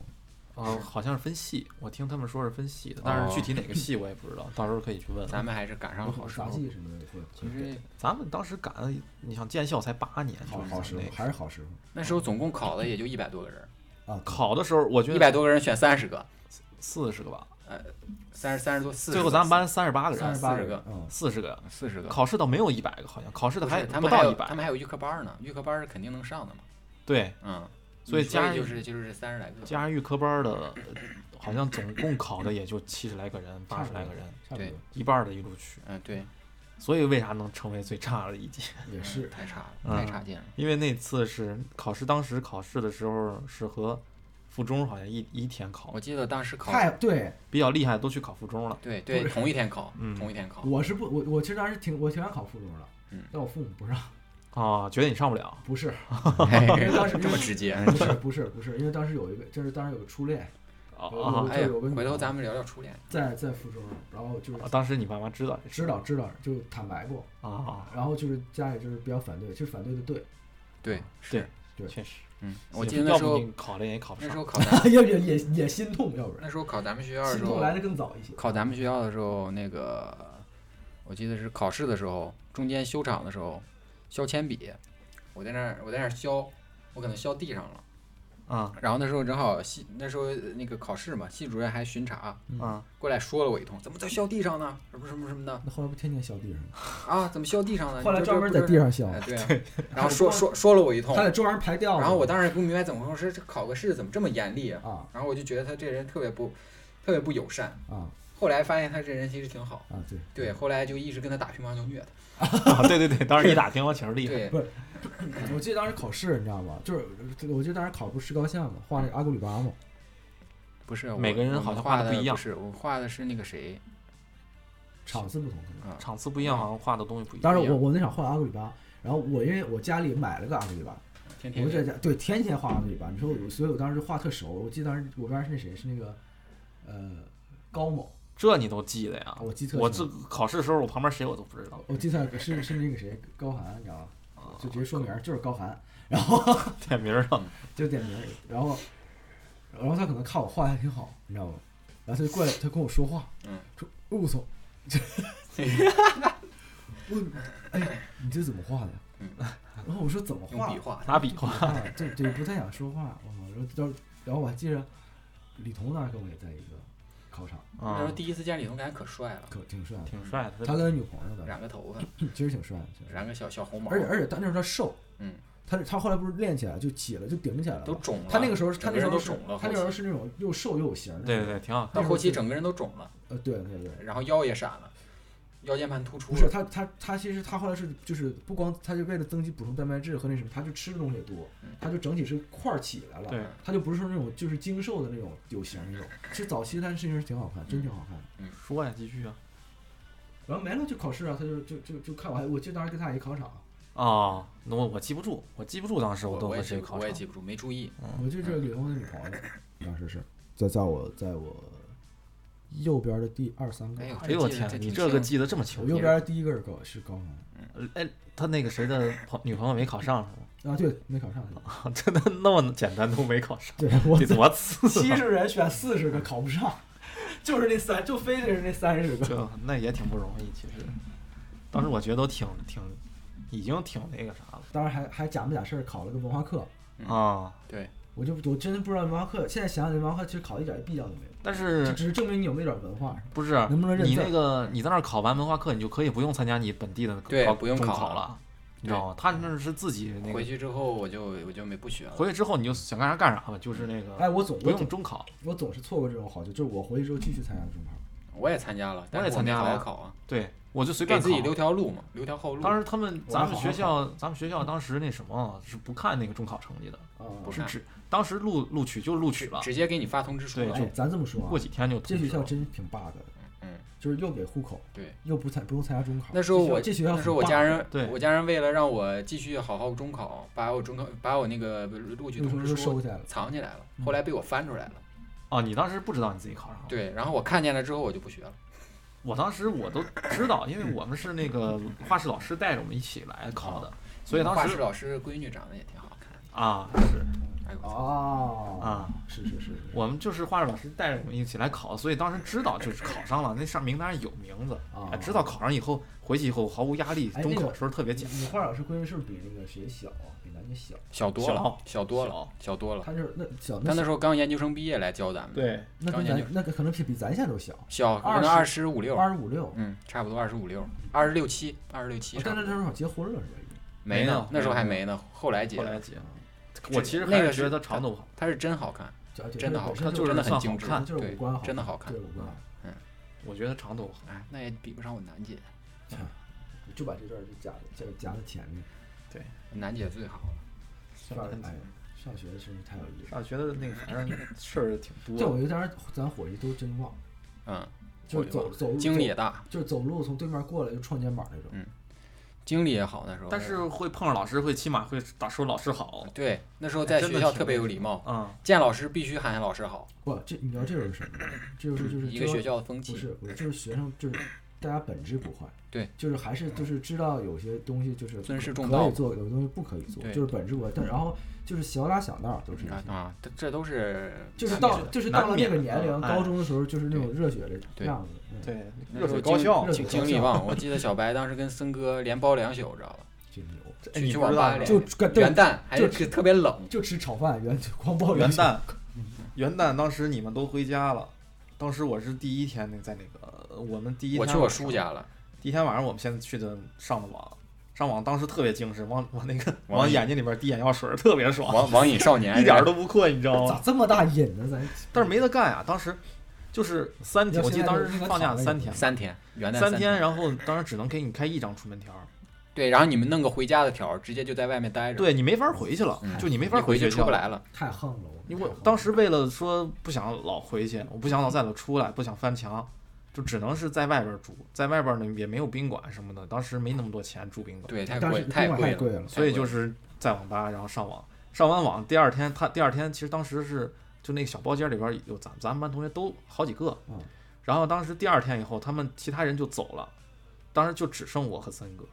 Speaker 3: 哦，好像是分系，我听他们说是分系
Speaker 2: 哦
Speaker 3: 的，但是具体哪个系我也不知道，到时候可以去问问。
Speaker 1: 咱们还是赶上了好时
Speaker 2: 杂
Speaker 1: 候。
Speaker 2: 技什么的会，
Speaker 1: 其实
Speaker 3: 咱们当时赶，你想建校才八年，
Speaker 2: 好
Speaker 3: 就是
Speaker 2: 好
Speaker 3: 咱
Speaker 2: 时
Speaker 3: 们
Speaker 2: 候
Speaker 3: 那个
Speaker 2: 还是好时候
Speaker 1: 那时候总共考的也就一百多个人，
Speaker 2: 啊。
Speaker 3: 考的时候，我觉
Speaker 1: 一
Speaker 3: 得
Speaker 1: 百多个人选三十个，
Speaker 3: 四十个吧，
Speaker 1: 三十三十多四十。
Speaker 3: 最后咱们班三十八个
Speaker 1: 三
Speaker 3: 人
Speaker 1: 十，
Speaker 2: 八
Speaker 1: 40
Speaker 2: 人
Speaker 1: 个，
Speaker 2: 嗯，
Speaker 3: 四十个，
Speaker 1: 四十个，
Speaker 3: 考试倒没有一百个，好像考试的
Speaker 1: 不是他
Speaker 3: 不
Speaker 1: 们还
Speaker 3: 到一
Speaker 1: 有他们
Speaker 3: 百，
Speaker 1: 还有预科班呢，预科班是肯定能上的嘛。
Speaker 3: 对，
Speaker 1: 嗯，
Speaker 3: 所以
Speaker 1: 你说
Speaker 3: 加
Speaker 1: 也就是就是三十来个。
Speaker 3: 加上预科班的，呃好像总共考的也就七十来个人，八十来个人，
Speaker 2: 差不
Speaker 1: 对
Speaker 2: 多
Speaker 3: 一半儿的一录取，
Speaker 1: 嗯，对，
Speaker 3: 所以为啥能成为最差的一届？
Speaker 2: 也是
Speaker 1: 太差了，
Speaker 3: 嗯
Speaker 1: 太差劲了。
Speaker 3: 因为那次是考试，当时考试的时候是和附中好像一一天考
Speaker 1: 我，记得当时考，
Speaker 2: 太对
Speaker 3: 比较厉害的都去考附中了。
Speaker 1: 对对，同一天考，
Speaker 3: 嗯
Speaker 1: 同一天考。
Speaker 2: 我是不我我其实当时挺我挺想考附中的
Speaker 1: 哦嗯，
Speaker 2: 但我父母不让， (laughs)
Speaker 3: 啊，觉得你上不了，
Speaker 2: 不是
Speaker 1: (laughs) 哎
Speaker 2: 当时
Speaker 1: 这么直接。
Speaker 2: 不是不是不是，因为当时有一个就是当时有个初恋
Speaker 3: 啊
Speaker 2: 我
Speaker 1: 哎呀，
Speaker 2: 有个女
Speaker 1: 回头
Speaker 2: 朋
Speaker 1: 咱们聊聊初恋。
Speaker 2: 在在附中，然后就是
Speaker 3: 啊！当时你爸妈知道这事
Speaker 2: 知道知道就坦白过，
Speaker 3: 啊，
Speaker 2: 然后就是家里就是比较反对，就是反对的对， (laughs)
Speaker 1: 对，是，
Speaker 3: 对确实，
Speaker 1: 嗯，我
Speaker 3: 要
Speaker 1: 记得那
Speaker 3: 要
Speaker 1: 时
Speaker 3: 不
Speaker 1: 候
Speaker 3: 你考了也考不
Speaker 1: 那时
Speaker 3: 上
Speaker 1: 候考咱
Speaker 2: 要也也也心痛，要不然
Speaker 1: 那时候考咱们学校的
Speaker 2: 心
Speaker 1: 时
Speaker 2: 痛
Speaker 1: 候，
Speaker 2: 来的更早一些。
Speaker 1: 考咱们学校的时候，那个我记得是考试的时候，中间修场的时候，削铅笔，我在那儿我在那儿削，我可能削地上了。
Speaker 3: 啊
Speaker 1: 然后那时候正好系那时候呃那个考试嘛，系主任还巡查
Speaker 3: 啊！
Speaker 1: 过来说了我一通，怎么在削地上呢？什么什么什么的
Speaker 2: 嗯那后来不天天削地上吗？
Speaker 1: 啊？怎么削地上呢？
Speaker 2: 后来
Speaker 1: 你这
Speaker 2: 专门在
Speaker 1: 这
Speaker 2: 地上削，
Speaker 1: 哎 (laughs) 对啊，然后说说说了我一通
Speaker 2: 他，得专门排
Speaker 3: 哦
Speaker 2: 调。
Speaker 1: 哦然后我当时也不明白怎么回事，这考个试怎么这么严厉啊？
Speaker 2: 啊
Speaker 1: 然后我就觉得他这人特别不特别不友善，
Speaker 2: 啊
Speaker 1: 后来发现他这人其实挺好。
Speaker 2: 啊，对，
Speaker 3: 嗯
Speaker 1: 对，后来就一直跟他打乒乓球虐他。
Speaker 3: 啊 (laughs) 对对对，当时你打乒乓球厉害，
Speaker 1: 对，
Speaker 2: 我记得当时考试，你知道吗？就是我记得当时考不是石膏像嘛，画那个阿古里巴嘛，
Speaker 1: 不是我
Speaker 3: 每个人
Speaker 1: 我
Speaker 3: 好像
Speaker 1: 画
Speaker 3: 画的不一样
Speaker 1: 是我画的是那个谁
Speaker 2: 场次不同可能。
Speaker 1: 啊？
Speaker 3: 场次不一样，好像画的东西不一
Speaker 2: 当
Speaker 3: 样。
Speaker 2: 时我我那场画阿古里巴，然后我因为我家里买了个阿古里巴，
Speaker 1: 天
Speaker 2: 我
Speaker 1: 天
Speaker 2: 就在家对天天画阿古里巴，你说我，所以我当时画特熟。我记得当时我边是那谁是那个呃高某，
Speaker 3: 这你都记得呀
Speaker 2: 啊？我记特
Speaker 3: 我这
Speaker 2: 清
Speaker 3: 考试的时候，我旁边谁我都不知道
Speaker 2: 哦我记得是是那个谁高寒，你知道吗？
Speaker 3: 啊，
Speaker 2: 就直接说名儿就是高寒，然后
Speaker 3: 点名儿 (laughs) 了。
Speaker 2: 就点名儿，然后然后他可能看我画的还挺好，你知道吗？然后他就过来，他跟我说话，
Speaker 1: 嗯，
Speaker 2: 说我操，这我哎，你这怎么画的？
Speaker 1: 嗯，
Speaker 2: (laughs) 然后我说怎么
Speaker 1: (laughs) 用
Speaker 2: (laughs) 画
Speaker 1: 笔？画的。
Speaker 3: 拿笔画，
Speaker 2: 啊，对对，不太想说话，我操！然后到然后我还记着李彤当时跟我也在一个考场，
Speaker 1: 那时候
Speaker 3: 啊，
Speaker 1: 第一次见李彤，感觉可帅了，
Speaker 2: 可挺帅的，
Speaker 3: 挺帅的。
Speaker 2: 他跟他女朋友的，
Speaker 1: 染个头发，
Speaker 2: 其实挺帅的，挺帅的
Speaker 1: 染个小小红毛，
Speaker 2: 而且而且他那时候他瘦，
Speaker 1: 啊嗯，
Speaker 2: 他他后来不是练起来就起了就顶起来了嘛，
Speaker 1: 都肿了。
Speaker 2: 他那个时候他
Speaker 1: 整
Speaker 2: 那
Speaker 1: 个
Speaker 2: 时
Speaker 1: 人
Speaker 2: 候
Speaker 1: 都
Speaker 2: 是
Speaker 1: 肿了，
Speaker 2: 他那时候是那种又瘦又有型儿的，
Speaker 3: 对对对，挺好。
Speaker 1: 到后期整个人都肿了，
Speaker 2: 呃对对对。
Speaker 1: 然后腰也闪了，腰间盘突出
Speaker 2: 不是
Speaker 1: 了。
Speaker 2: 他，他他其实他后来是就是不光他就为了增肌补充蛋白质和那什么，他就吃的东西也多
Speaker 1: 嗯，
Speaker 2: 他就整体是块儿起来了，
Speaker 3: 对，
Speaker 2: 他就不是说那种就是精瘦的那种有型儿那种。其实早期他身形是挺好看，真挺好看的。
Speaker 3: 说呀，继续啊。
Speaker 2: 然后没了就考试啊，他就就就就看我还我记得当时跟他一考场，
Speaker 3: 啊，那我我记不住，我记不住当时
Speaker 1: 我
Speaker 3: 都
Speaker 1: 我也
Speaker 3: 和
Speaker 1: 记
Speaker 3: 谁
Speaker 1: 不住，
Speaker 3: 考
Speaker 1: 我也
Speaker 3: 场。
Speaker 1: 记不住，没注意。
Speaker 2: 我记得
Speaker 1: 嗯
Speaker 2: 这是李彤的女朋友，当时是在在我在我右边的第二三个
Speaker 1: 哎，呦，
Speaker 3: 哎呦我
Speaker 1: 记得
Speaker 3: 天，你
Speaker 1: 挺
Speaker 3: 这个
Speaker 1: 清
Speaker 3: 记得这么
Speaker 2: 我
Speaker 3: 清
Speaker 2: 右
Speaker 3: 楚。
Speaker 2: 边的第一个是高是高寒。
Speaker 3: 哎，他那个谁的朋女朋友没考上是吗？
Speaker 2: 啊，对，没考上。
Speaker 1: 哦
Speaker 3: 啊 (laughs) 真的那么简单都没考上，
Speaker 2: 对
Speaker 3: 得
Speaker 2: 我
Speaker 3: 多
Speaker 1: (laughs)
Speaker 3: 次啊！
Speaker 2: 七十人选四十个考不上，就是那三，就非得是那三
Speaker 3: (laughs)
Speaker 2: 十个。
Speaker 3: 这那也挺不容易，其实。
Speaker 2: 嗯
Speaker 3: 当时我觉得都挺挺，已经挺那个啥
Speaker 2: 当时还还假模假式考了个文化课，
Speaker 3: 了啊。
Speaker 1: 对，
Speaker 2: 我就我真的不知道文化课。现在想想，文化课其实考一点必要都没有。
Speaker 3: 但
Speaker 2: 这
Speaker 3: 是
Speaker 2: 只是证明你有没有点文化。
Speaker 3: 不是
Speaker 2: 能不能认
Speaker 3: 你
Speaker 2: 字儿
Speaker 3: 那个你在那儿考完文化课，你就可以不用参加你本地的
Speaker 1: 对
Speaker 3: 考
Speaker 1: 不用
Speaker 3: 中
Speaker 1: 考
Speaker 3: 考
Speaker 1: 了
Speaker 3: 了，你知道吗？他那是自己那个
Speaker 1: 回去之后我就我就没不学了。
Speaker 3: 回去之后你就想干啥干啥吧，就是那个
Speaker 2: 哎，我总
Speaker 3: 不
Speaker 2: 我
Speaker 3: 用
Speaker 2: 总
Speaker 3: 中考。
Speaker 2: 我总是错过这种好球，就是我回去之后继续参加中考。
Speaker 1: 我也参加了，但
Speaker 3: 我也
Speaker 1: 是
Speaker 3: 参
Speaker 1: 没
Speaker 3: 加
Speaker 1: 好
Speaker 3: 了
Speaker 1: 好
Speaker 3: 呀
Speaker 1: 考啊，
Speaker 3: 对，我就随
Speaker 1: 给
Speaker 3: 便
Speaker 1: 自己
Speaker 3: 考
Speaker 1: 留条路嘛，留条后路。
Speaker 3: 当时他们
Speaker 2: 我还
Speaker 3: 咱们
Speaker 2: 好好
Speaker 3: 学校咱们学校当时那什么啊是不看那个中考成绩的，
Speaker 2: 啊
Speaker 1: 不，
Speaker 3: 是
Speaker 1: 看
Speaker 3: 只当时录录取就录取了，
Speaker 1: 直接给你发通知书
Speaker 3: 对
Speaker 1: 了
Speaker 3: 就
Speaker 2: 哎，咱这么说啊
Speaker 3: 过，几天就
Speaker 2: 这
Speaker 3: 通
Speaker 2: 学
Speaker 3: 知
Speaker 2: 校
Speaker 3: 了。
Speaker 2: 真挺 bug 的，
Speaker 1: 嗯，
Speaker 2: 就是又给户口，
Speaker 1: 对，
Speaker 2: 又不参不用参加中考。
Speaker 1: 那时候
Speaker 2: 这学校
Speaker 1: 我
Speaker 2: 这学校
Speaker 1: 那时候
Speaker 2: 很
Speaker 1: 我
Speaker 2: bug
Speaker 1: 家人，
Speaker 3: 对
Speaker 1: 我家人为了让我继续好好中考，把我中考把我那个录取
Speaker 2: 有时
Speaker 1: 通
Speaker 2: 候
Speaker 1: 知
Speaker 2: 就
Speaker 1: 书
Speaker 2: 收起来了，
Speaker 1: 藏起来了，
Speaker 2: 嗯
Speaker 1: 后来被我翻出来了。
Speaker 3: 哦，你当时不知道你自己考上了？
Speaker 1: 对，然后我看见了之后我就不学了。
Speaker 3: 我当时我都知道，因为我们是那个画室老师带着我们一起来考的，所以
Speaker 1: 画
Speaker 3: 当
Speaker 1: 室
Speaker 3: 时
Speaker 1: 老师闺女长得也挺好看的。
Speaker 3: 啊是
Speaker 1: 哎呦我操，
Speaker 2: 哦
Speaker 3: 啊，
Speaker 2: 是是是，
Speaker 3: 我们就是画室老师带着我们一起来考，所以当时知道就是考上了，那上名单上有名字，
Speaker 2: 啊
Speaker 3: 哎知道考上以后回去以后毫无压力，
Speaker 2: 哎
Speaker 3: 中
Speaker 2: 那
Speaker 3: 考
Speaker 2: 个
Speaker 3: 时候特别
Speaker 2: 你
Speaker 3: 简
Speaker 2: 你画老师闺女是不是比那个谁小啊？比楠姐小？
Speaker 1: 小多了
Speaker 3: 小，
Speaker 1: 小多了，小多了。
Speaker 2: 她就是那小，
Speaker 1: 他
Speaker 2: 那
Speaker 1: 那
Speaker 2: 小
Speaker 1: 时候刚研究生毕业来教咱们，，
Speaker 3: 对，
Speaker 2: 那
Speaker 1: 刚
Speaker 2: 跟
Speaker 1: 研究
Speaker 2: 咱那个可能比比咱现在都小，
Speaker 1: 小可能
Speaker 2: 二
Speaker 1: 二十五六，
Speaker 2: 二十五六。
Speaker 1: 嗯，差不多二十五六，二十六七，二十六七
Speaker 2: 我
Speaker 1: 差
Speaker 2: 但
Speaker 1: 不
Speaker 2: 那
Speaker 1: 多。
Speaker 2: 时候好结婚了是吧？
Speaker 1: 没
Speaker 3: 没
Speaker 1: 呢
Speaker 3: 有，
Speaker 1: 那时候还
Speaker 3: 没
Speaker 1: 没呢，后来结
Speaker 3: 后
Speaker 1: 的。
Speaker 3: 来结。
Speaker 1: 这
Speaker 3: 我其实
Speaker 1: 那
Speaker 3: 还
Speaker 1: 个
Speaker 3: 是觉
Speaker 1: 是
Speaker 3: 得长头发好
Speaker 1: 她是真好看，
Speaker 2: 就而且
Speaker 1: 真的好
Speaker 2: 本身
Speaker 1: 看，
Speaker 3: 就
Speaker 1: 真
Speaker 3: 是
Speaker 1: 的
Speaker 3: 算
Speaker 1: 很
Speaker 3: 好
Speaker 1: 精致
Speaker 3: 看，
Speaker 2: 就是
Speaker 1: 对
Speaker 2: 五官好，
Speaker 1: 真的好看嗯
Speaker 2: 就是。五官好，
Speaker 3: 我觉得长头发好。
Speaker 1: 哎，那也比不上我楠姐，
Speaker 2: 就把这段就夹就夹在前面。
Speaker 1: 楠姐最好了。
Speaker 2: 上哎，
Speaker 1: 嗯
Speaker 2: 上学的时候太有意思了，
Speaker 3: 上学的啊那个反正事儿挺
Speaker 2: 这
Speaker 3: 多
Speaker 2: 我
Speaker 3: 的，
Speaker 2: 觉得当时咱伙计都真旺，
Speaker 1: 嗯，
Speaker 2: 就是走走路
Speaker 1: 经理也大，
Speaker 2: 就是走路从对面过来就撞肩膀那种。
Speaker 1: 经理也好那时候。
Speaker 3: 但是会碰上老师，会起码会打说老师好，
Speaker 1: 对那时候在
Speaker 3: 真的
Speaker 1: 学校
Speaker 3: 挺
Speaker 1: 特别
Speaker 3: 那
Speaker 1: 有
Speaker 3: 什
Speaker 1: 礼貌，
Speaker 3: 嗯，
Speaker 1: 见老师必须喊老师好，
Speaker 2: 不，这你知道这就是什么吗？这就是就是
Speaker 1: 一个
Speaker 2: 这
Speaker 1: 学校的风
Speaker 2: 不
Speaker 1: 气。
Speaker 2: 是不是，就是学生就是大家本质不换，
Speaker 1: 对，
Speaker 2: 就是还是就是知道有些东西就是
Speaker 1: 尊
Speaker 2: 可
Speaker 1: 师重
Speaker 2: 可
Speaker 1: 道
Speaker 2: 以做，有些东西不可以做，
Speaker 1: 对
Speaker 2: 就是本质不换。但然后就是小打小闹都是这
Speaker 1: 啊
Speaker 2: 些。
Speaker 1: 啊，这这都是
Speaker 2: 就是
Speaker 1: 难
Speaker 2: 到
Speaker 1: 免的
Speaker 2: 就是到了那个
Speaker 3: 难免
Speaker 2: 年龄，
Speaker 3: 哎
Speaker 2: 高中的时候就是那种热血的
Speaker 1: 对
Speaker 2: 样子。嗯，
Speaker 3: 对，
Speaker 1: 那时候经
Speaker 2: 热血
Speaker 1: 经
Speaker 2: 高
Speaker 1: 经历
Speaker 2: 校
Speaker 1: 旺。我记得小白当时跟森哥连包两宿，知道吧？
Speaker 2: 真牛，
Speaker 3: 哎
Speaker 1: 去
Speaker 3: 你
Speaker 1: 去
Speaker 3: 不
Speaker 1: 网
Speaker 3: 知
Speaker 1: 吧
Speaker 3: 道
Speaker 1: 里
Speaker 2: 就对
Speaker 1: 元，旦还
Speaker 2: 就是
Speaker 1: 特别冷，
Speaker 2: 就吃炒饭，元光爆
Speaker 3: 元
Speaker 2: 元宵，
Speaker 3: 旦，元旦当时你们都回家了，当时我是第一天那在那个我们第一天
Speaker 1: 我去我
Speaker 3: 晚
Speaker 1: 叔
Speaker 3: 上，
Speaker 1: 家了，
Speaker 3: 第一天晚上我们先去的上的网，上网当时特别精神，往我那个
Speaker 1: 网
Speaker 3: 往
Speaker 1: 瘾
Speaker 3: 眼睛里边滴眼药水儿，特别爽，
Speaker 1: 网网瘾少年
Speaker 3: (laughs) 一点儿
Speaker 1: 是吧
Speaker 3: 都不困，你知道
Speaker 2: 咋
Speaker 3: 吗？
Speaker 2: 这么大瘾呢？咱
Speaker 3: 但是没得干呀，当时就是三天，我记得当时是放假三天，
Speaker 1: 三天元旦
Speaker 3: 三
Speaker 1: 天，
Speaker 3: 天，然后当时只能给你开一张出门条儿，
Speaker 1: 对，然后你们弄个回家的条儿，直接就在外面待着，
Speaker 3: 对你没法回去了
Speaker 1: 嗯，
Speaker 3: 就你没
Speaker 1: 你
Speaker 3: 法
Speaker 1: 回
Speaker 3: 学
Speaker 1: 去出
Speaker 3: 校
Speaker 1: 不。来了，
Speaker 2: 太横了，我
Speaker 3: 因
Speaker 2: 太
Speaker 3: 为
Speaker 2: 横了
Speaker 3: 当时为了说不想老回去，我不想老再老出来，不想翻墙，就只能是在外边住，在外边呢也没有宾馆什么的，当时没那么多钱住宾馆，
Speaker 1: 对，太
Speaker 2: 但
Speaker 1: 贵
Speaker 2: 是宾馆
Speaker 1: 贵
Speaker 2: 太贵了
Speaker 3: 所以就是是在网吧，然后上网，上完网第二天他第二天其实当时是就那个小包间里边有咱咱们班同学都好几个
Speaker 2: 嗯，
Speaker 3: 然后当时第二天以后他们其他人就走了，当时就只剩我和森哥，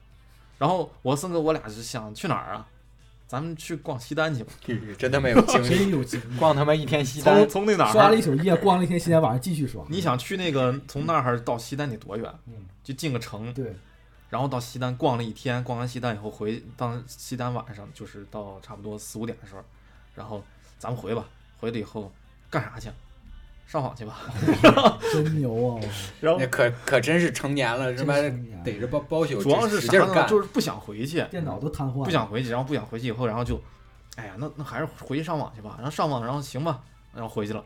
Speaker 3: 然后我和森哥我俩就想去哪儿啊？咱们去逛西单去吧， (laughs)
Speaker 1: 真他妈有精
Speaker 2: 真
Speaker 1: 力，
Speaker 2: 有劲。
Speaker 1: 逛他妈一天西
Speaker 3: 从
Speaker 1: 单，
Speaker 3: 从那哪儿
Speaker 2: 刷了一宿夜，逛了一天，西单晚上继续爽。
Speaker 3: 你想去那个从那儿到西单得多远？
Speaker 2: 嗯，
Speaker 3: 就进个城，
Speaker 2: 对，
Speaker 3: 然后到西单逛了一天，逛完西单以后回到西单晚上就是到差不多四五点的时候，然后咱们回吧，回了以后干啥去？上网去吧。
Speaker 2: 真牛啊！
Speaker 3: 然后
Speaker 1: 那可可真是成年了，他
Speaker 2: 真
Speaker 1: 妈
Speaker 2: 是成年
Speaker 1: 逮着包包宿，
Speaker 3: 主要
Speaker 1: 使
Speaker 3: 是
Speaker 1: 使劲
Speaker 3: 啥
Speaker 1: 儿
Speaker 3: 呢？
Speaker 1: 干，
Speaker 3: 就是不想回去，
Speaker 2: 电脑都瘫痪了，
Speaker 3: 不想回去，然后不想回去以后，然后就，哎呀，那那还是回去上网去吧。然后上网，然后行吧，然后回去了。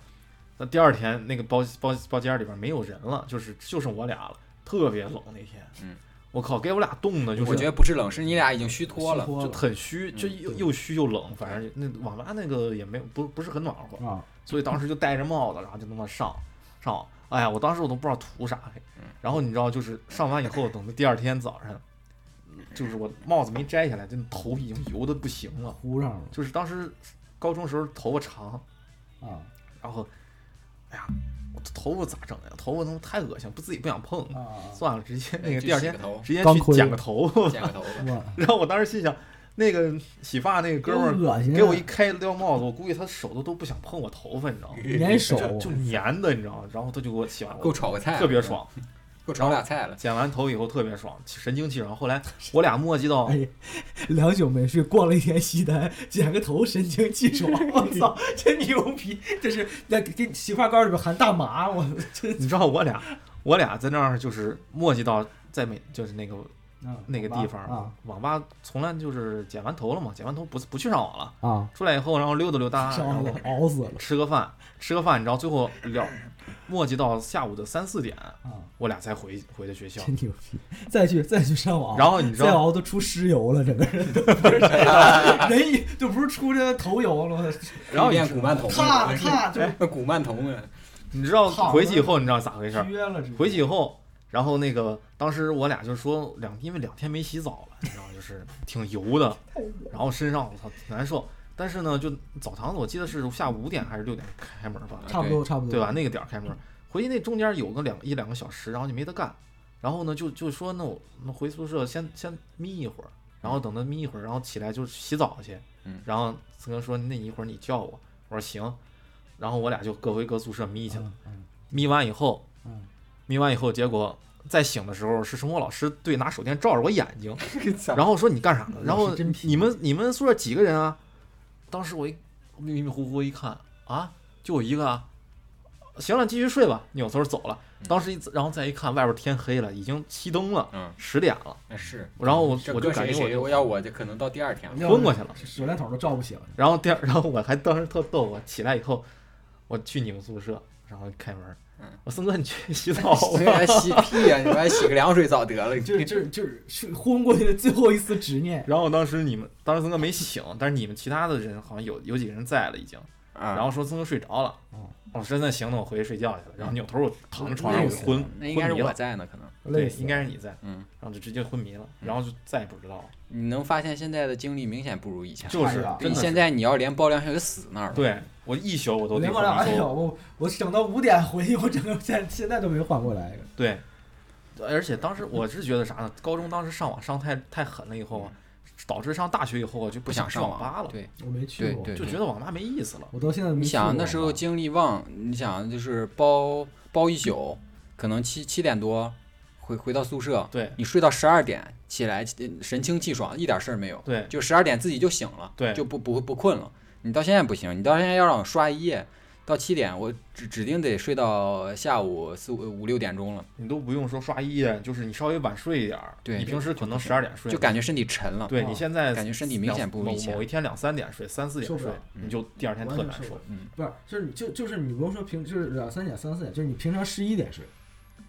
Speaker 3: 那第二天那个包包包间里边没有人了，就是就剩我俩了，特别冷那天。
Speaker 1: 嗯，
Speaker 3: 我靠，给我俩冻的，就
Speaker 1: 我觉
Speaker 3: 是
Speaker 1: 得不是冷，是你俩已经虚脱了，
Speaker 2: 脱
Speaker 3: 就很虚，
Speaker 1: 嗯
Speaker 3: 就又又虚又冷，反正那网吧那个也没有不不是很暖和，
Speaker 2: 啊，
Speaker 3: 所以当时就戴着帽子，然后就那么上上网。哎呀，我当时我都不知道图啥嘞
Speaker 1: 嗯。
Speaker 3: 然后你知道，就是上完以后，等到第二天早上，就是我帽子没摘下来，真的头已经油的不行了。
Speaker 2: 糊上了
Speaker 3: 就是当时高中时候头发长，
Speaker 2: 啊
Speaker 3: 然后，哎呀，我头发咋整呀？头发他妈太恶心，不自己不想碰，
Speaker 2: 啊啊！
Speaker 3: 算了，直接那个
Speaker 1: 哎去
Speaker 3: 第二
Speaker 1: 洗
Speaker 3: 天
Speaker 1: 个头，
Speaker 3: 直接
Speaker 2: 钢
Speaker 3: 去
Speaker 2: 盔
Speaker 3: 剪个头。
Speaker 1: 剪个头发，
Speaker 2: 哇，
Speaker 3: (laughs) 然后我当时心想，那个洗发那个哥们儿
Speaker 2: 恶心啊，
Speaker 3: 给我一开撩帽子，我估计他手都都不想碰我头发，你知道吗？
Speaker 2: 粘手，
Speaker 3: 就就粘的，你知道吗？然后他就给我洗完，
Speaker 1: 够炒个菜，
Speaker 3: 特别爽。
Speaker 1: 够炒俩菜了。
Speaker 3: 剪完头以后特别爽，神清气爽。后来我俩磨叽到
Speaker 2: 哎，两宿没睡，逛了一天西单，剪个头，神清气爽。
Speaker 4: 我操，真牛逼！这是那这洗发膏里边含大麻，我真
Speaker 3: 你知道我俩，我俩在那儿就是磨叽到在美，就是那个
Speaker 4: 啊
Speaker 3: 那个地方
Speaker 4: 啊，
Speaker 3: 网吧从来就是剪完头了嘛，剪完头不不去上网了，
Speaker 2: 啊，
Speaker 3: 出来以后然后溜达溜达，然
Speaker 2: 上
Speaker 3: 后
Speaker 2: 啊了熬死了
Speaker 3: 吃个饭，吃个饭，你知道最后聊磨叽到下午的三四点，
Speaker 2: 啊，
Speaker 3: 我俩才回回的学校。
Speaker 2: 真牛逼！再去再去上网，
Speaker 3: 然后你知
Speaker 2: 再
Speaker 3: 道，
Speaker 2: 熬都出尸油了，整个人都
Speaker 4: 人一就不是出这头油了，我操
Speaker 3: 然后你
Speaker 1: 练
Speaker 3: 知
Speaker 1: 古曼童，
Speaker 4: 踏踏就
Speaker 1: (laughs) 那古曼童
Speaker 3: (laughs)
Speaker 1: 啊，
Speaker 3: 你知道
Speaker 4: 躺
Speaker 3: 回去以
Speaker 4: 着
Speaker 3: 后你知道咋回事儿？
Speaker 4: 撅了，直接
Speaker 3: 回去以后，然后那个当时我俩就说两，因为两天没洗澡了，你知道，就是挺油的，然后身上我操挺难受。但是呢，就澡堂子我记得是下午五点还是六点开门吧，
Speaker 2: 差不多差不多，
Speaker 3: 对吧？？那个点儿开门，回去那中间有个两一两个小时，然后就没得干，然后呢就就说那我那回宿舍先先眯一会儿，然后等他眯一会儿，然后起来就洗澡去
Speaker 1: 嗯，
Speaker 3: 然后曾哥说那一会儿你叫我，我说行，然后我俩就各回各宿舍眯去了，
Speaker 2: 嗯嗯
Speaker 3: 眯完以后，
Speaker 2: 嗯
Speaker 3: 眯完以后结果。再醒的时候是生活老师对拿手电照着我眼睛，
Speaker 1: 操
Speaker 3: 然后说你干啥呢？然
Speaker 2: 老
Speaker 3: 后
Speaker 2: 师真皮
Speaker 3: 你们你们宿舍几个人啊？当时我一迷迷糊糊一看啊，就我一个啊。嗯行了，继续睡吧。扭头走了。当时一然后再一看，外边天黑了，已经熄灯了，
Speaker 1: 嗯，
Speaker 3: 十点了。
Speaker 1: 那是。
Speaker 3: 然后我
Speaker 1: 嗯这
Speaker 3: 我
Speaker 1: 搁
Speaker 3: 就感
Speaker 1: 谁
Speaker 3: 觉我
Speaker 1: 谁
Speaker 3: 就
Speaker 1: 要我就可能到第二天了。
Speaker 3: (laughs) 昏过去了。
Speaker 2: 手电筒都照不醒，
Speaker 3: 然后第二，然后我还当时特逗，我起来以后，我去你们宿舍，然后开门
Speaker 1: 嗯，
Speaker 3: 我说森哥你去洗澡
Speaker 1: 谁
Speaker 3: 吧。 (laughs)
Speaker 1: 还洗屁呀、你们还洗个凉水澡得了。
Speaker 2: 就是就是就是是昏过去的最后一丝执念。
Speaker 3: 然后当时你们当时森哥没醒，但是你们其他的人好像有有几个人在了已经。
Speaker 1: 啊，
Speaker 3: 然后说曾哥睡着了
Speaker 2: 嗯，
Speaker 3: 我说那行，那我回去睡觉去了。然后扭头我躺在床上
Speaker 2: 累
Speaker 3: 我
Speaker 2: 死
Speaker 3: 昏
Speaker 1: 那应该
Speaker 3: 昏
Speaker 1: 是
Speaker 3: 迷
Speaker 1: 我
Speaker 3: 了，
Speaker 1: 在呢，可能。
Speaker 3: 对，
Speaker 2: 累死了
Speaker 3: 应该是你在，
Speaker 1: 嗯，
Speaker 3: 然后就直接昏迷了，然后就再也不知道了，
Speaker 1: 你能发现现在的经历明显不如以前。
Speaker 3: 就是
Speaker 2: 是啊
Speaker 3: 真
Speaker 1: 你
Speaker 3: 的
Speaker 1: 现
Speaker 3: 是。
Speaker 1: 在你要连包两宿就死那儿了。
Speaker 3: 对我一宿我都得
Speaker 2: 连我俩，
Speaker 3: 昏
Speaker 2: 哎
Speaker 3: 迷
Speaker 2: 呦，
Speaker 3: 都
Speaker 2: 我我整到五点回去，我整个现现在都没缓过来。
Speaker 3: 对，而且当时我是觉得啥呢？高中当时上网上太太狠了，以后啊，导致上大学以后啊我就
Speaker 1: 不
Speaker 3: 想
Speaker 1: 上
Speaker 3: 网吧了，
Speaker 1: 对
Speaker 2: 我没去
Speaker 1: 对
Speaker 2: 过，
Speaker 1: 对，
Speaker 3: 就觉得网吧没意思了。
Speaker 2: 我到现在都没
Speaker 1: 你
Speaker 2: 去过啊
Speaker 1: 想啊那时候精力旺，你想就是包包一宿，可能七七点多回回到宿舍，
Speaker 3: 对
Speaker 1: 你睡到十二点起来，呃神清气爽，一点事儿没有，
Speaker 3: 对
Speaker 1: 就十二点自己就醒了，
Speaker 3: 对
Speaker 1: 就不不不困了。你到现在不行，你到现在要让我刷一夜，到七点我指指定得睡到下午四五五六点钟了，
Speaker 3: 你都不用说刷一夜，就是你稍微晚睡一点儿，
Speaker 1: 对
Speaker 3: 你平时可
Speaker 1: 就
Speaker 3: 能十二点睡，
Speaker 1: 就感觉身体沉了。
Speaker 2: 哦
Speaker 3: 对你现在
Speaker 1: 啊感觉身体明显不如以
Speaker 3: 某
Speaker 1: 前
Speaker 3: 某一天两三点睡，三四
Speaker 2: 受
Speaker 3: 点
Speaker 2: 不
Speaker 3: 睡
Speaker 2: 了，嗯
Speaker 3: 你就第二天
Speaker 2: 完
Speaker 3: 特
Speaker 2: 全
Speaker 3: 难
Speaker 2: 受不
Speaker 3: 受
Speaker 2: 了。不是，就是你就就是你不用说平，就是两三点、三四点，就是你平常十一点睡，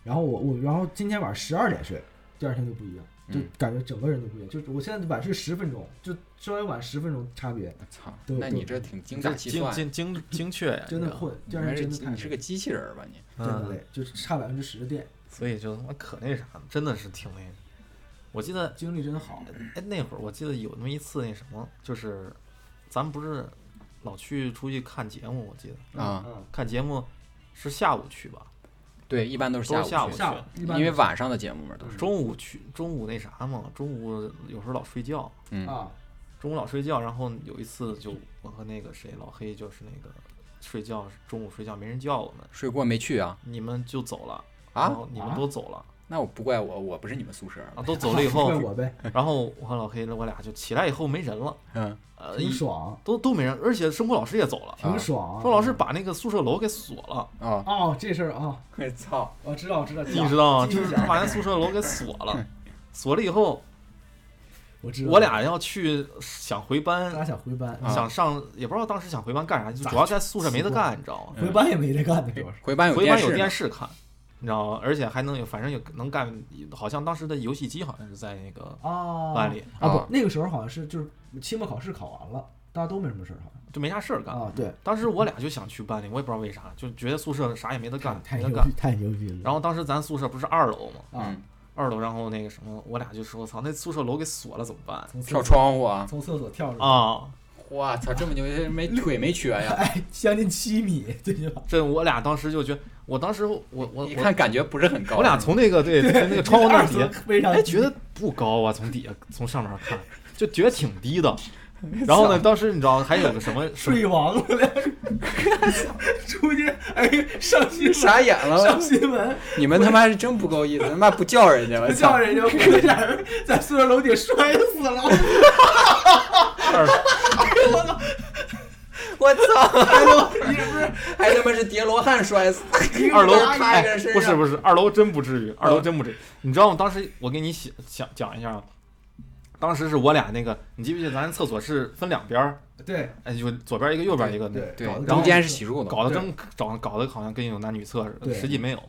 Speaker 2: 然后我我然后今天晚上十二点睡，第二天就不一样，就
Speaker 1: 嗯
Speaker 2: 感觉整个人都不一样。就是我现在晚睡十分钟，就稍微晚十分钟差别，
Speaker 1: 操，
Speaker 2: 对
Speaker 1: 那你这
Speaker 2: 对
Speaker 1: 挺精
Speaker 3: 你
Speaker 1: 打
Speaker 3: 这
Speaker 1: 细
Speaker 3: 精
Speaker 1: 算，
Speaker 3: 精
Speaker 1: (laughs)
Speaker 3: 精精确呀，
Speaker 2: 真
Speaker 3: 你
Speaker 1: 哎
Speaker 2: 的
Speaker 3: 知道
Speaker 2: 混，
Speaker 1: 你
Speaker 2: 第二
Speaker 1: 还
Speaker 2: 天
Speaker 1: 是
Speaker 2: 真的
Speaker 1: 你
Speaker 2: 太
Speaker 1: 是
Speaker 2: 累
Speaker 1: 个机器人儿吧你？
Speaker 2: 真的
Speaker 3: 嗯，
Speaker 2: 累，就是差百分之十的电，
Speaker 3: 所以就他妈可那啥了，真的是挺那个。我记得
Speaker 2: 精力真好。
Speaker 3: 哎那会儿，我记得有那么一次那什么，就是咱们不是老去出去看节目，我记得
Speaker 1: 啊
Speaker 2: 嗯，
Speaker 3: 看节目是下午去吧，
Speaker 1: 对，一般都是
Speaker 3: 都是
Speaker 1: 下
Speaker 3: 下
Speaker 1: 午
Speaker 3: 午
Speaker 1: 去，
Speaker 3: 去，
Speaker 2: 下午一般
Speaker 1: 因为晚上的节目嘛都是。
Speaker 3: 中午去中午那啥嘛，中午有时候老睡觉，
Speaker 1: 嗯，
Speaker 2: 啊，
Speaker 3: 中午老睡觉，然后有一次就我和那个谁老黑就是那个睡觉中午睡觉没人叫我们，
Speaker 1: 睡过没去啊？
Speaker 3: 你们就走了
Speaker 1: 啊
Speaker 3: 然后你们都走了
Speaker 1: 那我不怪我，我不是你们宿舍的。
Speaker 3: 啊，都 (laughs) 走了以后
Speaker 2: (laughs) 怪，我呗，
Speaker 3: 然后我和老黑我俩就起来以后没人了，
Speaker 1: 嗯，
Speaker 3: 呃，
Speaker 2: 挺
Speaker 3: 一
Speaker 2: 爽，啊
Speaker 3: 都都没人，而且生活老师也走了，
Speaker 1: 啊
Speaker 2: 挺爽。
Speaker 3: 生活老师把那个宿舍楼给锁了， (laughs)
Speaker 1: 哦，
Speaker 2: 哦，这事儿啊，
Speaker 1: 我操，
Speaker 2: 我知道，我知道，
Speaker 3: 你知道吗？
Speaker 2: 记
Speaker 3: 就
Speaker 2: 一
Speaker 3: 是
Speaker 2: 下
Speaker 3: 他把那宿舍楼给锁了，锁了以后，
Speaker 2: 我知道，
Speaker 3: 我俩嗯要去想回
Speaker 2: 咱俩
Speaker 3: 班，
Speaker 2: 想回班，
Speaker 1: 啊
Speaker 3: 想上也不知道当时想回班干啥，就
Speaker 2: 咋
Speaker 3: 主要在宿舍没得干，你知道吗？
Speaker 2: 回班也没得干的，主要是。
Speaker 1: 回班有
Speaker 3: 回班
Speaker 1: 视
Speaker 3: 有
Speaker 1: 呢，
Speaker 3: 电视看，你知道吗？而且还能有，反正有能干，好像当时的游戏机好像是在那个
Speaker 2: 啊，
Speaker 3: 班里，
Speaker 2: 啊，
Speaker 1: 啊
Speaker 2: 不，那个时候好像是就是期末考试考完了，大家都没什么事儿，好
Speaker 3: 就没啥事儿
Speaker 2: 像
Speaker 3: 干。
Speaker 2: 啊，对，
Speaker 3: 当时我俩就想去班里，我也不知道为啥，就觉得宿舍啥也没得干，
Speaker 2: 太
Speaker 3: 没
Speaker 2: 牛
Speaker 3: 得干。
Speaker 2: 逼，太牛逼了，
Speaker 3: 然后当时咱宿舍不是二楼吗？
Speaker 2: 啊，
Speaker 1: 嗯，
Speaker 3: 二楼，然后那个什么，我俩就说：“操，那宿舍楼给锁了，怎么办
Speaker 2: 从厕
Speaker 1: 跳
Speaker 2: 所，
Speaker 1: 窗户啊！
Speaker 2: 从厕所跳出来，
Speaker 3: 啊？”
Speaker 1: 我操，这么牛，这没腿没瘸呀？
Speaker 2: 哎，将近七米，对吧？
Speaker 3: 这我俩当时就觉得，我当时我我我
Speaker 1: 一看感觉不是很高。啊
Speaker 3: 我俩从那个对从那
Speaker 2: (laughs)
Speaker 3: 个窗户那儿底下，哎
Speaker 2: 非常 (laughs)
Speaker 3: 哎，觉得不高啊，从底下从上面看就觉得挺低的。然后呢，当时你知道还有个什么什么
Speaker 4: 睡王
Speaker 2: (laughs)
Speaker 4: 了，出去哎上新
Speaker 1: 你
Speaker 4: 闻
Speaker 1: 傻眼
Speaker 4: 上
Speaker 1: 了，
Speaker 4: 新闻，
Speaker 1: 你们他妈是真不够意思，他妈不叫人
Speaker 4: (laughs)
Speaker 1: 家，我
Speaker 4: 不叫
Speaker 1: 操！
Speaker 4: 人家回俩人在宿舍楼顶摔死了，
Speaker 3: 二
Speaker 1: 我操！
Speaker 4: 哎呦，你不是
Speaker 1: 还他妈是叠罗汉摔死，
Speaker 3: 二楼哎
Speaker 1: 趴一个人身上，嗯
Speaker 3: 不是不是，二楼真不至于，二楼真不至于。你知道吗？当时我给你想想讲一下啊，当时是我俩那个，你记不记得咱厕所是分两边儿，
Speaker 4: (laughs) 对
Speaker 3: 哎，就左边一个，右边一个那个，
Speaker 4: 对
Speaker 1: 对
Speaker 2: 搞得，
Speaker 1: 中间是洗漱的，
Speaker 3: 搞得跟找搞得好像跟有男女厕似的，
Speaker 2: 对
Speaker 3: 实际没有嘛。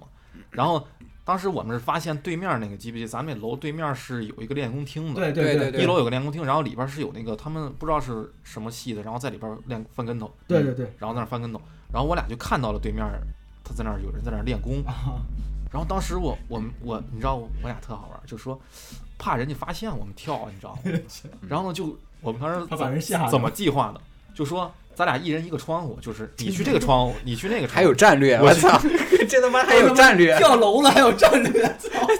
Speaker 3: 然后当时我们是发现对面那个，记不记得咱们那楼对面是有一个练功厅的，
Speaker 2: 对
Speaker 1: 对
Speaker 2: 对
Speaker 1: 对
Speaker 3: 一楼有个练功厅，然后里边是有那个他们不知道是什么系的，然后在里边练翻跟头，
Speaker 2: 对对对
Speaker 3: (laughs) 然后在那儿翻跟头，然后我俩就看到了对面他在那儿有人在那儿练功。
Speaker 2: 啊，
Speaker 3: 然后当时我我们我你知道我我俩特好玩儿，就说怕人家发现我们跳，啊你
Speaker 2: (laughs)
Speaker 3: 知道吗？然后呢就我们当时
Speaker 2: 怕把人吓
Speaker 3: 怎
Speaker 2: 着
Speaker 3: 怎么计划的？就说咱俩一人一个窗户，就是你去这个窗
Speaker 2: (laughs)
Speaker 3: 户，你去那个窗户，
Speaker 1: 还有战略，
Speaker 3: 我
Speaker 1: 我操！这他妈还有战略，
Speaker 4: 啊
Speaker 1: (laughs)
Speaker 4: 跳楼了还有战略，操，
Speaker 1: 我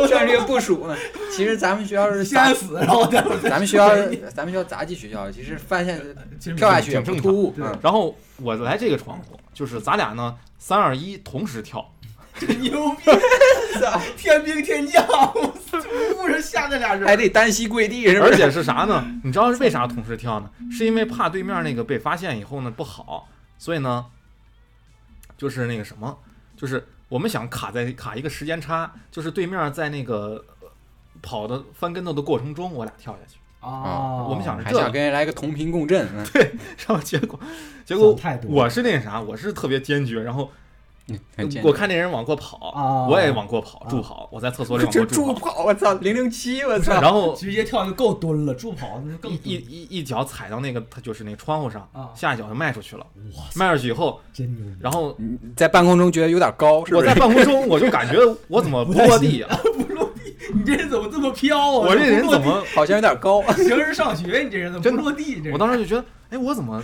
Speaker 1: 操！战略部署呢？其实咱们学
Speaker 2: (laughs)
Speaker 1: 校是
Speaker 4: 先死，然后再
Speaker 1: 咱们学
Speaker 4: (laughs)
Speaker 1: 校是，咱们学校杂技学校，其实翻下
Speaker 2: 其实
Speaker 1: 跳下去也
Speaker 3: 挺
Speaker 1: 不
Speaker 3: 正
Speaker 1: 突兀，
Speaker 2: 对
Speaker 1: 嗯
Speaker 3: 然后我来这个窗户，就是咱俩呢三二一同时跳，
Speaker 4: (laughs) 牛逼， (laughs) 天兵天将，突然吓那俩
Speaker 1: 还
Speaker 4: 人，
Speaker 1: 得单膝跪地，是不啊
Speaker 3: 而
Speaker 1: 是？
Speaker 3: 且是啥呢？你知道为啥同时跳呢？是因为怕对面那个被发现以后呢不好，所以呢，就是那个什么，就是我们想卡在卡一个时间差，就是对面在那个呃跑的翻跟头的过程中，我俩跳下去， (laughs)
Speaker 2: 啊，
Speaker 3: 我们想着
Speaker 1: 还
Speaker 3: 这
Speaker 1: 想
Speaker 3: 个，
Speaker 1: 跟人来个同频共振，嗯
Speaker 3: 然后结果结果
Speaker 2: 想太多
Speaker 3: 我是那啥，我是特别坚决，然后
Speaker 1: 很贱
Speaker 3: 我看那人往过跑，
Speaker 2: 啊
Speaker 3: 我也往过跑，
Speaker 2: 啊
Speaker 3: 助跑，我在厕所里往
Speaker 1: 这
Speaker 3: 过
Speaker 1: 助
Speaker 3: 助跑，
Speaker 1: 跑，我操，零零七，我操！
Speaker 2: (laughs)
Speaker 3: 然后
Speaker 2: 直接跳就够蹲了，助跑那就更
Speaker 3: 一一一一脚踩到那个，他就是那窗户上，
Speaker 2: 啊
Speaker 3: 下一脚就迈出去了。
Speaker 2: 哇塞，
Speaker 3: 迈出去以后，
Speaker 2: 真牛逼！
Speaker 3: 然后
Speaker 1: 你在半空中觉得有点高，是
Speaker 3: 我
Speaker 1: 不
Speaker 3: 在
Speaker 1: 是？
Speaker 3: 半空中，我就感觉我怎么不落地啊？
Speaker 4: (laughs) 你这人怎么这么飘啊？
Speaker 3: 我这人怎么？
Speaker 1: 好像有点高。啊
Speaker 2: (laughs)
Speaker 4: 平时上学，你这人怎么不落地？这
Speaker 3: 我当时就觉得，哎，我怎么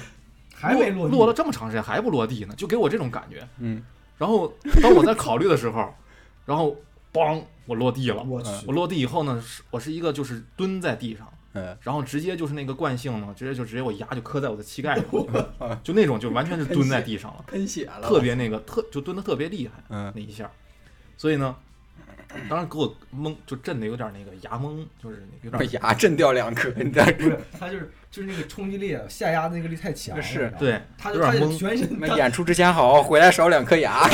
Speaker 2: 还没
Speaker 3: 落
Speaker 2: 落地
Speaker 3: 了这么长时间还不落地呢？就给我这种感觉。
Speaker 1: 嗯，
Speaker 3: 然后当我在考虑的时候， (laughs) 然后梆，我落地了。
Speaker 2: 我去，
Speaker 3: 我落地以后呢，是我是一个就是蹲在地上，
Speaker 1: 嗯，
Speaker 3: 然后直接就是那个惯性呢，直接就直接我牙就磕在我的膝盖上了，就那种就完全是蹲在地上了。
Speaker 1: 喷血了，
Speaker 3: 特别那个特就蹲的特别厉害，
Speaker 1: 嗯
Speaker 3: (laughs) 那一下，所以呢，当时给我蒙就震的有点那个牙蒙，就是有
Speaker 1: 把
Speaker 3: 点
Speaker 1: 牙震掉两颗，你在
Speaker 2: 不是他就是就是那个冲击力啊，下压那个力太强了，
Speaker 1: 是
Speaker 2: 你知道吗，
Speaker 3: 对，
Speaker 2: 他
Speaker 3: 有
Speaker 2: 就他
Speaker 3: 点
Speaker 2: 就
Speaker 3: 懵。
Speaker 2: 全身
Speaker 1: 他妈演出之前好好回来少两颗牙。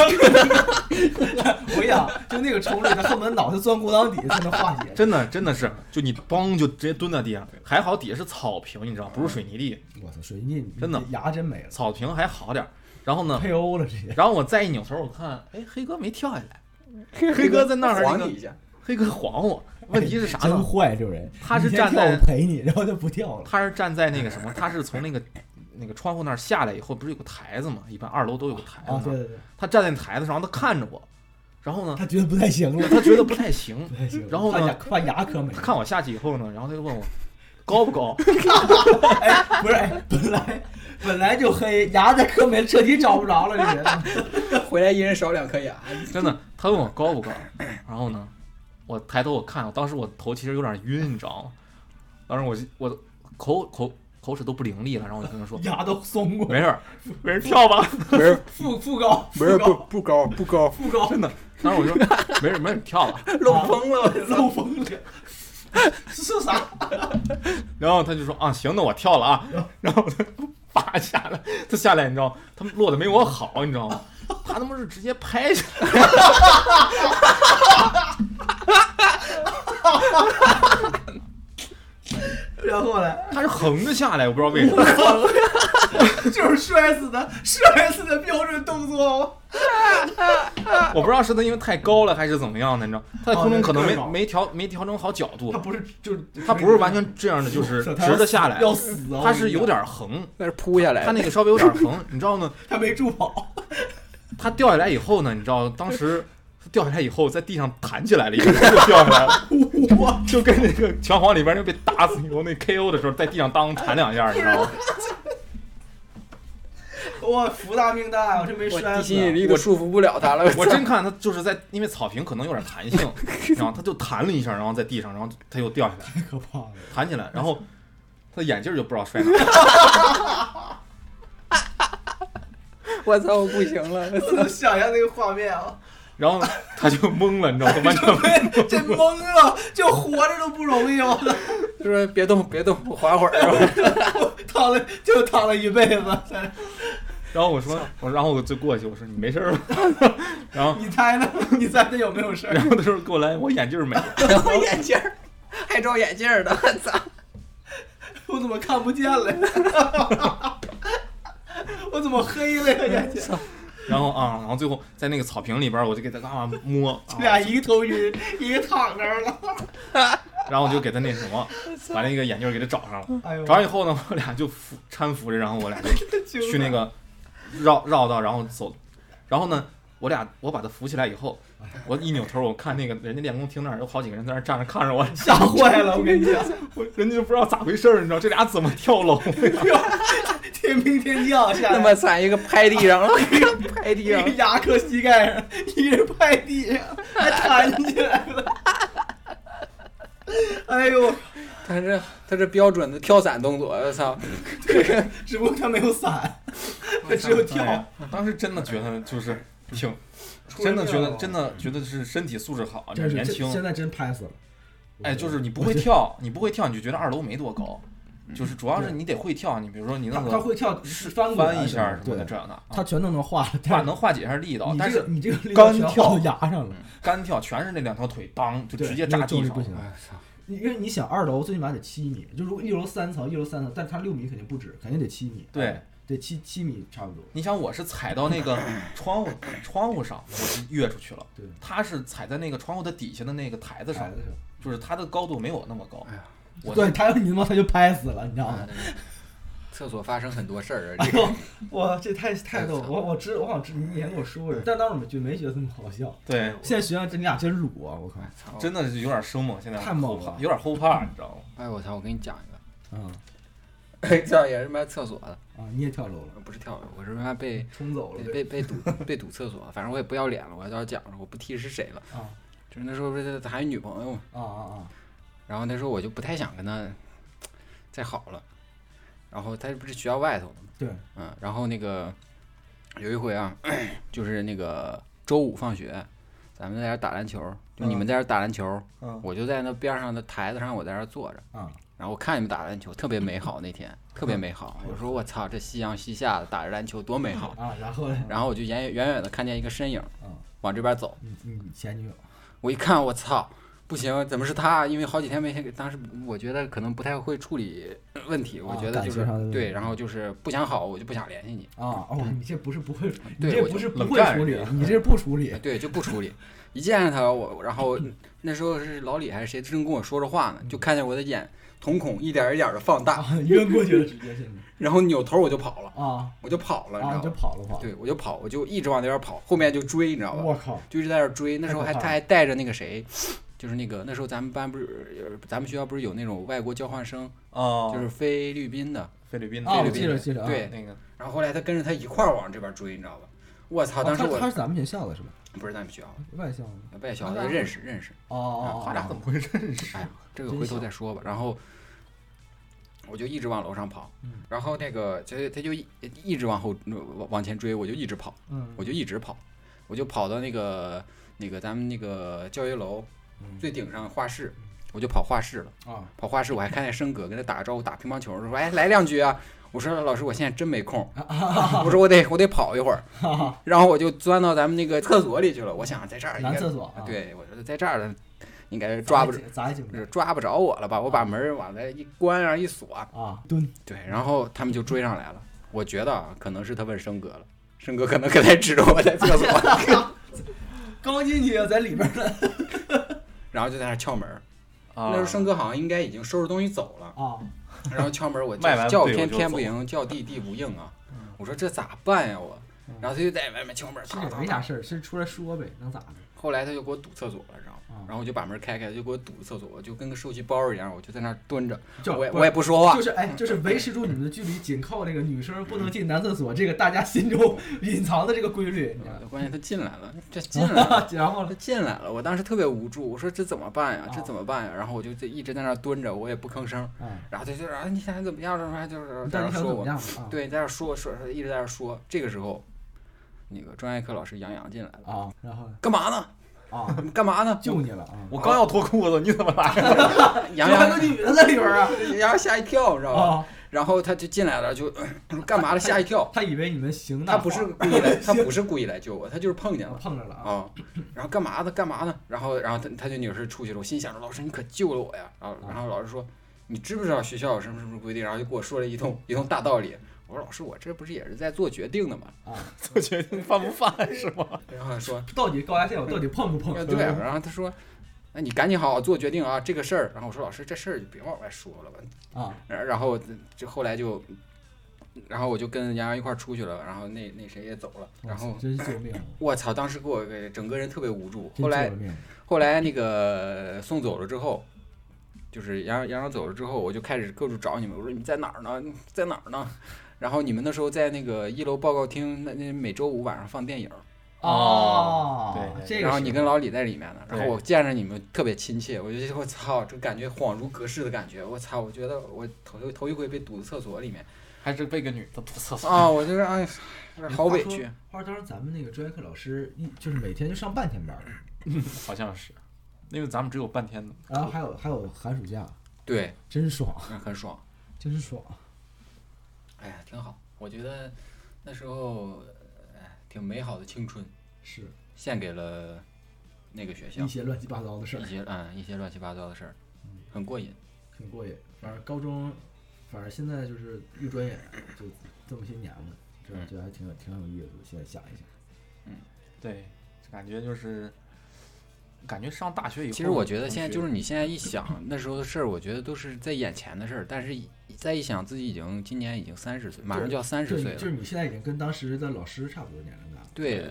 Speaker 2: 我跟你讲，就那个冲力，他恨不得脑袋钻裤裆底下才能化解。
Speaker 3: 真的，真的是，就你梆就直接蹲在地上，还好底下是草坪，你知道，不是水泥地，
Speaker 2: 我操，水泥你
Speaker 3: 真的嗯
Speaker 2: 牙真没了，
Speaker 3: 草坪还好点儿。然后呢，
Speaker 2: 配欧了直接。
Speaker 3: 然后我再一扭头，我看，哎，黑哥没跳下来，
Speaker 2: 嗯
Speaker 3: (laughs) 黑哥在那儿那
Speaker 1: 晃
Speaker 3: 个
Speaker 1: 你一下，
Speaker 3: 黑哥
Speaker 2: (laughs)
Speaker 3: 晃我。问题是啥
Speaker 2: 真
Speaker 3: 呢？
Speaker 2: 坏这种人，
Speaker 3: 他是
Speaker 2: 你先
Speaker 3: 站
Speaker 2: 跳
Speaker 3: 在
Speaker 2: 我陪你，然后就不跳了。
Speaker 3: 他是站在那个什么，他是从那个那个窗户那儿下来以后，不是有个台子嘛？一般二楼都有个台子
Speaker 2: 啊，
Speaker 3: 嘛
Speaker 2: 对。对对，
Speaker 3: 他站在台子上，他看着我，然后呢，
Speaker 2: 他觉得不太行了，
Speaker 3: 他觉得不太行
Speaker 2: 不，太行了。
Speaker 3: 然后
Speaker 2: 把
Speaker 3: 呢
Speaker 2: 牙把牙磕没
Speaker 3: 他
Speaker 2: 了。
Speaker 3: 看我下去以后呢，然后他就问我高不高， (laughs)
Speaker 2: 不是，哎本来本来就黑，牙再磕没了，彻底找不着了，这
Speaker 3: (laughs)
Speaker 2: 人。
Speaker 1: 回来一人少两颗牙。 (laughs)
Speaker 3: 真的，他问我高不高，然后呢，我抬头我看，我当时我头其实有点晕，你知道吗？当时我就我口口口齿都不伶俐了，然后我就跟他说
Speaker 2: 牙都松过，
Speaker 3: 没事儿， (laughs) 没人跳吧，
Speaker 1: 不是
Speaker 2: (laughs) 副副高，
Speaker 1: 不是
Speaker 2: 副
Speaker 1: 不
Speaker 2: 高
Speaker 1: 不高不高，
Speaker 2: 副高
Speaker 3: 真的。当时我就没人没人跳吧，
Speaker 4: 啊
Speaker 1: 漏风了，我操！
Speaker 2: 漏
Speaker 4: (laughs)
Speaker 2: 风了，是啥？
Speaker 3: 然后他就说啊行，那我跳了啊，然后 (laughs) 他叭下来，他下来你知道吗，他落的没我好，你知道吗？他他妈是直接拍下来，
Speaker 4: 然后呢，
Speaker 3: 他是横着下来，我不知道为什么。
Speaker 4: (laughs) 就是摔死的，摔死的标准动作。哦
Speaker 3: (laughs) 我不知道是他因为太高了还是怎么样的，你知道，他在空中可能
Speaker 4: 哦那个更
Speaker 3: 没
Speaker 4: 高
Speaker 3: 没调没调整好角度
Speaker 4: 他，不是就是
Speaker 3: 他不是完全
Speaker 4: (laughs)
Speaker 3: 这样的，就是
Speaker 4: 是他
Speaker 3: 直着下来，
Speaker 4: 要死啊！
Speaker 3: 他是有点横，
Speaker 1: 那是扑下来
Speaker 3: 他，那个稍微有点横，你知道呢？
Speaker 4: 他没助跑，
Speaker 3: 他掉下来以后呢，你知道当时他掉下来以后在地上弹起来了，一个就掉下来了，
Speaker 4: 我
Speaker 3: 就跟那个拳皇里边那被打死以后那 KO 的时候在地上当弹两下，你知道吗？ (laughs)
Speaker 4: 我福大命大，我这没
Speaker 1: 我
Speaker 4: 摔
Speaker 1: 地
Speaker 4: 死
Speaker 1: 心。引力都束缚不了他了。
Speaker 3: 我
Speaker 1: 操 (laughs)
Speaker 3: 真看他就是在因为草坪可能有点弹性，然后他就弹了一下，然后在地上，然后他又掉下来。
Speaker 2: 太可怕了！
Speaker 3: 弹起来，然后他眼镜儿就不知道摔哪儿了。
Speaker 5: 我操，我不行
Speaker 3: (laughs)
Speaker 5: 了，
Speaker 4: 我能想象那个画面啊，
Speaker 3: 然后他就懵了，你知道吗？完全 (laughs)
Speaker 4: 对，这懵了，就活着都不容易了，
Speaker 1: 他说别动别动，我缓会儿。
Speaker 4: 躺了就躺了一辈子。
Speaker 3: 然后我说，我然后我就过去，我说你没事儿吧？ (laughs) 然后
Speaker 4: 你猜呢？你猜他有没有事儿？
Speaker 3: 然后他说给我来，我眼镜儿没了。
Speaker 5: 我眼镜儿，还找眼镜儿呢，我
Speaker 1: (laughs)
Speaker 5: 操！
Speaker 4: (laughs) 我怎么看不见了呀？ (laughs) 我怎么黑了呀？眼
Speaker 2: (laughs)
Speaker 4: 睛，
Speaker 3: 然后啊，然后最后在那个草坪里边儿，我就给他啊摸，啊
Speaker 4: 这
Speaker 2: (laughs)
Speaker 4: 俩一个头晕，一个躺那儿了。
Speaker 3: 然后我就给他那什么，把那个眼镜儿给他找上了。
Speaker 4: 哎呦， (laughs)
Speaker 3: 找上以后呢，我俩就扶搀扶着，然后我俩就去那个绕绕道，然后走，然后呢，我俩我把他扶起来以后，我一扭头，我看那个人家练功厅那儿有好几个人在那儿站着看着我， (laughs)
Speaker 4: 吓坏了，我跟你讲，
Speaker 3: 我人家就不知道咋回事儿，你知道这俩怎么跳楼？
Speaker 4: 天兵天将下
Speaker 5: 那
Speaker 4: 来
Speaker 5: 么，惨，一个拍地
Speaker 1: (laughs)
Speaker 5: 上了，拍地
Speaker 4: 一
Speaker 5: 上
Speaker 4: 个，牙磕膝盖上，一人拍地上，还弹起来了。 (laughs) 哎呦，
Speaker 1: 他这他这标准的跳伞动作，我操！
Speaker 4: 对，只不过他没有伞， (laughs) 他只有跳。
Speaker 3: 哎我当时真的觉得
Speaker 2: 嗯
Speaker 3: 就是挺，
Speaker 4: 出人
Speaker 3: 真的觉
Speaker 4: 命
Speaker 3: 得
Speaker 4: 了
Speaker 3: 真的觉得哦是身体素质好，你
Speaker 2: 真是
Speaker 3: 年
Speaker 2: 真现
Speaker 3: 轻，
Speaker 2: 在真拍死了。
Speaker 3: 哎，就是你不会跳，你不会跳，你就觉得二楼没多高，
Speaker 4: 嗯
Speaker 3: 就是主要是你得会跳，你比如说你
Speaker 2: 他
Speaker 3: 那
Speaker 2: 他
Speaker 3: 个
Speaker 2: 会跳是翻过来
Speaker 3: 翻一下什么
Speaker 2: 对，
Speaker 3: 的这样的啊，
Speaker 2: 他全都能画了，
Speaker 3: 化
Speaker 2: 但是
Speaker 3: 能化解一下力道，
Speaker 2: 你
Speaker 3: 但
Speaker 2: 这
Speaker 3: 是
Speaker 2: 个你这个力
Speaker 3: 干
Speaker 2: 道全
Speaker 3: 跳
Speaker 2: 画到牙上了，
Speaker 3: (laughs) 干跳全是那两条腿当就
Speaker 2: 对
Speaker 3: 直接
Speaker 2: 那
Speaker 3: 扎
Speaker 2: 个重
Speaker 3: 地
Speaker 2: 力
Speaker 3: 上
Speaker 2: 不
Speaker 3: 了。
Speaker 2: 行。
Speaker 1: 哎操！
Speaker 2: 你因为你想二楼最起码得七米，就如果一楼三层，一楼三层，但它六米肯定不止，肯定得七米。
Speaker 3: 对，
Speaker 2: 得七七米差不多。
Speaker 3: 你想，我是踩到那个窗户窗户上，我是跃出去了。
Speaker 2: 对
Speaker 3: 他是踩在那个窗户的底下的那个台子上
Speaker 2: 矮，的时候
Speaker 3: 就是他的高度没我那么高
Speaker 1: 哎呀。
Speaker 3: 我
Speaker 2: 对，他要你他妈他就拍死了，你知道吗？
Speaker 1: 厕所发生很多事儿啊，
Speaker 2: 哎
Speaker 1: 这个
Speaker 2: 呦，哇，这太太逗！了！我我知我好像知你以前跟我说过，但当时我们就没觉得这么好笑。
Speaker 3: 对，
Speaker 2: 现在学校这你俩真辱啊！我靠，
Speaker 1: 操！
Speaker 3: 真的是有点生猛，现在
Speaker 2: 太猛
Speaker 3: 后怕
Speaker 2: 了
Speaker 3: 有点
Speaker 1: (laughs)
Speaker 3: 后怕，你知道吗？
Speaker 1: 哎我操！我给你讲一
Speaker 2: 啊
Speaker 1: 个，这也是他妈厕所的，
Speaker 2: 啊，你也跳楼了，
Speaker 1: 不是跳楼，我是他妈被
Speaker 2: 冲走了，
Speaker 1: 被被
Speaker 2: 对
Speaker 1: 被堵被堵厕所，反正我也不要脸了，我要讲了，我不提是谁了。
Speaker 2: 啊
Speaker 1: 就是那时候不是还有女朋友嘛，
Speaker 2: 啊啊
Speaker 1: 然后那时候我就不太想跟她再好了，然后她不是学校外头的嘛，
Speaker 2: 啊！对，
Speaker 1: 嗯，然后那个有一回啊，就是那个周五放学，咱们在那儿打篮球，就你们在那儿打篮球，
Speaker 3: 嗯，
Speaker 1: 我就在那边上的台子上，我在那儿坐着，
Speaker 2: 啊，
Speaker 1: 然后我看你们打篮球，特别美好，那天特别美好。我说我操，这夕阳西下的打着篮球多美好。
Speaker 2: 啊，然后呢？
Speaker 1: 然后我就远远远的看见一个身影
Speaker 2: 嗯，
Speaker 1: 往这边走，
Speaker 2: 你你前女友
Speaker 1: 我一看，我操，不行，怎么是他？啊因为好几天没当时我觉得可能不太会处理问题，我
Speaker 2: 啊
Speaker 1: 觉得
Speaker 2: 感
Speaker 1: 就
Speaker 2: 情
Speaker 1: 是
Speaker 2: 上的问题
Speaker 1: 对，然后就是不想好，我就不想联系你，
Speaker 2: 啊？哦，你这不是不会，你
Speaker 1: 嗯对
Speaker 2: 这
Speaker 1: 我
Speaker 2: 不
Speaker 1: 就是
Speaker 2: 不
Speaker 3: 冷
Speaker 2: 会
Speaker 3: 战
Speaker 2: 处理
Speaker 3: 人，
Speaker 2: 你这是不
Speaker 1: (laughs)
Speaker 2: 处理
Speaker 1: 哎。对，就不处理。一见着他，我然
Speaker 2: (laughs)
Speaker 1: 后那时候是老李还是谁正跟我说着话呢，
Speaker 2: 嗯
Speaker 1: 就看见我的眼瞳孔一点一点的放大，
Speaker 2: 啊，晕过去了，直接现在
Speaker 1: 然后扭头我就跑了，
Speaker 2: 啊
Speaker 1: 我就跑了，你
Speaker 2: 啊，
Speaker 1: 知
Speaker 2: 就
Speaker 1: 道吗？
Speaker 2: 跑了跑。
Speaker 1: 对，我就跑，我就一直往那边跑，后面就追，你知道吧？
Speaker 2: 我靠，
Speaker 1: 就一直在那儿追。那时候还
Speaker 2: 太
Speaker 1: 他
Speaker 2: 可怕了
Speaker 1: 还带着那个谁，就是那个那时候咱们班不是，呃咱们学校不是有那种外国交换生，
Speaker 3: 哦，
Speaker 1: 就是菲律宾的。
Speaker 3: 菲律宾的
Speaker 2: 啊，
Speaker 1: 对
Speaker 2: 我
Speaker 1: 对
Speaker 2: 记
Speaker 1: 对
Speaker 2: 着记着啊。
Speaker 1: 对
Speaker 3: 那个
Speaker 1: 然后后来他跟着他一块儿往这边追，你知道吧？我操！
Speaker 2: 啊
Speaker 1: 当时
Speaker 2: 他
Speaker 1: 我
Speaker 2: 他是咱们学校的是吧？
Speaker 1: 不是咱们学校
Speaker 2: 外校的。
Speaker 1: 的，外校
Speaker 2: 啊
Speaker 1: 的
Speaker 2: 那
Speaker 1: 认识认识，
Speaker 2: 哦
Speaker 3: 他
Speaker 2: 哦
Speaker 3: 俩怎么会认识
Speaker 1: 哎呀？这个
Speaker 2: 真
Speaker 1: 回头
Speaker 2: 小
Speaker 1: 再说吧。然后我就一直往楼上跑
Speaker 2: 嗯，
Speaker 1: 然后那个就他就一一直往后往往前追，我就一直跑，
Speaker 2: 哦，嗯
Speaker 1: 我就一直跑，我就跑到那个那个咱们那个教学楼
Speaker 2: 嗯
Speaker 1: 最顶上画室，我就跑画室了。
Speaker 2: 啊
Speaker 1: 跑画室，我还看见生哥跟他打个招呼，打乒乓球，说：“哎，来两局啊！”我说：“老师，我现在真没
Speaker 2: (laughs)
Speaker 1: 空。”我说：“我得我得跑一会儿。”然后我就钻到咱们那个厕所里去了。我想在这儿应
Speaker 2: 男
Speaker 1: 该
Speaker 2: 厕所啊，，
Speaker 1: 对，我说在这儿应该抓不
Speaker 2: 着，砸一警
Speaker 1: 着抓不着我了吧？我把门往那一关上一锁，
Speaker 2: 啊，蹲
Speaker 1: 对，然后他们就追上来了。我觉得啊，可能是他问生哥了，生哥可能刚才指着我在厕所， (laughs)
Speaker 2: 刚进去在里边儿
Speaker 1: 然后就在那儿敲门。
Speaker 3: 啊
Speaker 1: 那时候生哥好像应该已经收拾东西走了。
Speaker 2: 啊，
Speaker 1: 然后敲门，我
Speaker 3: 卖完
Speaker 1: 叫叫
Speaker 3: 队友
Speaker 1: 天
Speaker 3: 就
Speaker 1: 天不
Speaker 3: 走
Speaker 1: 应，叫地地不应啊！我说这咋办呀我
Speaker 2: 嗯？
Speaker 1: 然后他就在外面敲门，
Speaker 2: 其
Speaker 1: 啪
Speaker 2: 实也
Speaker 1: 啪
Speaker 2: 没啥
Speaker 1: 啪。
Speaker 2: 事儿，是出来说呗，能咋的？
Speaker 1: 后来他就给我堵厕所了，知道吗
Speaker 2: 嗯？
Speaker 1: 然后我就把门开开，就给我堵厕所，我就跟个受气包一样，我就在那儿蹲着，
Speaker 2: 就
Speaker 1: 我也我也不说话
Speaker 2: 就。是哎，就是维持住你们的距离，紧扣这个女生不能进男厕所，这个大家心中 (laughs) 隐藏的这个规律，你知道吗
Speaker 1: 哎
Speaker 2: 啊
Speaker 1: 关键他进来了，这进来
Speaker 2: (laughs)
Speaker 1: 了，
Speaker 2: 然后
Speaker 1: 他进来了，我当时特别无助，我说这怎么办呀
Speaker 2: 啊？
Speaker 1: 这怎么办呀？然后我就这一直在那儿蹲着，我也不吭声。
Speaker 2: 啊，
Speaker 1: 然后他就说啊，你想怎么样？然后他就是
Speaker 2: 你
Speaker 1: 在
Speaker 2: 到
Speaker 1: 那
Speaker 2: 底
Speaker 1: 儿
Speaker 2: 想
Speaker 1: 说
Speaker 2: 怎么
Speaker 1: 我，
Speaker 2: 样啊？
Speaker 1: 对，在那儿说说说，一直在那儿说。这个时候，那个专业课老师杨洋进来了，
Speaker 2: 啊，然后呢
Speaker 1: 干嘛呢？
Speaker 2: 啊，
Speaker 1: 你干嘛呢？嗯
Speaker 2: 救你了啊！
Speaker 3: 我刚要脱裤子，你怎么来了？
Speaker 1: (laughs) 杨
Speaker 2: 还有
Speaker 1: 洋
Speaker 2: 个女的在里边啊！
Speaker 1: (laughs) 杨洋吓一跳，知道吧？
Speaker 2: 啊，
Speaker 1: 然后他就进来了，就 (coughs) 干嘛了？吓一跳。
Speaker 2: 他以为你们行
Speaker 1: 他不是故意 (laughs) 来，他不是故意来救我，他就是碰见了。
Speaker 2: (laughs) 碰着了啊
Speaker 1: 啊、然后干嘛呢？干嘛呢？然后，然后他他就女士出去了。我心想着老师你可救了我呀。然后，然后老师说你知不知道学校有什么什么规定？然后就给我说了一通一通大道理。我说老师，我这不是也是在做决定的吗？
Speaker 2: 啊！
Speaker 3: 做决定犯
Speaker 1: (laughs)
Speaker 3: 不犯是吗？
Speaker 1: 然后他说
Speaker 2: 到底高压线我到底碰不
Speaker 1: (laughs)
Speaker 2: 碰
Speaker 1: 啊？对，然后他说。那你赶紧好好做决定啊，这个事儿。然后我说老师，这事儿就别往外说了吧。
Speaker 2: (laughs) 啊
Speaker 1: 然然后这后来就，然后我就跟杨洋一块儿出去了，然后那那谁也走了，然后
Speaker 2: 真救命！啊
Speaker 1: 我操，当时给我给整个人特别无助。
Speaker 2: 真
Speaker 1: 后
Speaker 2: 救
Speaker 1: 来
Speaker 2: 了命！
Speaker 1: 后来那个送走了之后，就是杨杨洋走了之后，我就开始各处找你们，我说你在哪儿呢？你在哪儿呢？然后你们那时候在那个一楼报告厅，那那每周五晚上放电影，
Speaker 2: 哦，
Speaker 3: 对
Speaker 2: 这个
Speaker 1: 然后
Speaker 2: 是
Speaker 1: 你跟老李在里面呢。然后
Speaker 3: 对
Speaker 1: 我见着你们特别亲切，我就觉得我操，这感觉恍如隔世的感觉。我操，我觉得我头一头一回被堵在厕所里面
Speaker 3: 还是被个女的堵厕所？
Speaker 1: 啊，我就是哎，好委屈。
Speaker 2: 话说当时咱们那个专业课老师一就是每天就上半天班儿，
Speaker 3: 好像是，因为咱们只有半天的。
Speaker 2: 然后还有还有寒暑假，
Speaker 1: 对，
Speaker 2: 真爽，
Speaker 1: 那很爽。
Speaker 2: 真爽。
Speaker 1: 哎呀，挺好，我觉得那时候哎挺美好的青春，
Speaker 2: 是
Speaker 1: 献给了那个学校
Speaker 2: 一些乱七八糟的事儿嗯
Speaker 1: 一，些嗯一些乱七八糟的事儿，很过瘾。
Speaker 2: 挺过瘾。反正高中，反正现在就是一转眼就这么些年了，这
Speaker 1: 嗯
Speaker 2: 觉得还挺有挺有意思的。现在想一想，
Speaker 3: 对，感觉就是，感觉上大学以后，
Speaker 1: 其实我觉得现在就是你现在一想那时候的事儿，我觉得都是在眼前的事儿，但是一再一想自己已经今年已经三十岁，马上就要三十
Speaker 2: 对，
Speaker 1: 岁
Speaker 2: 就
Speaker 1: 了，
Speaker 2: 是你现在已经跟当时的老师差不多年龄了。
Speaker 1: 对。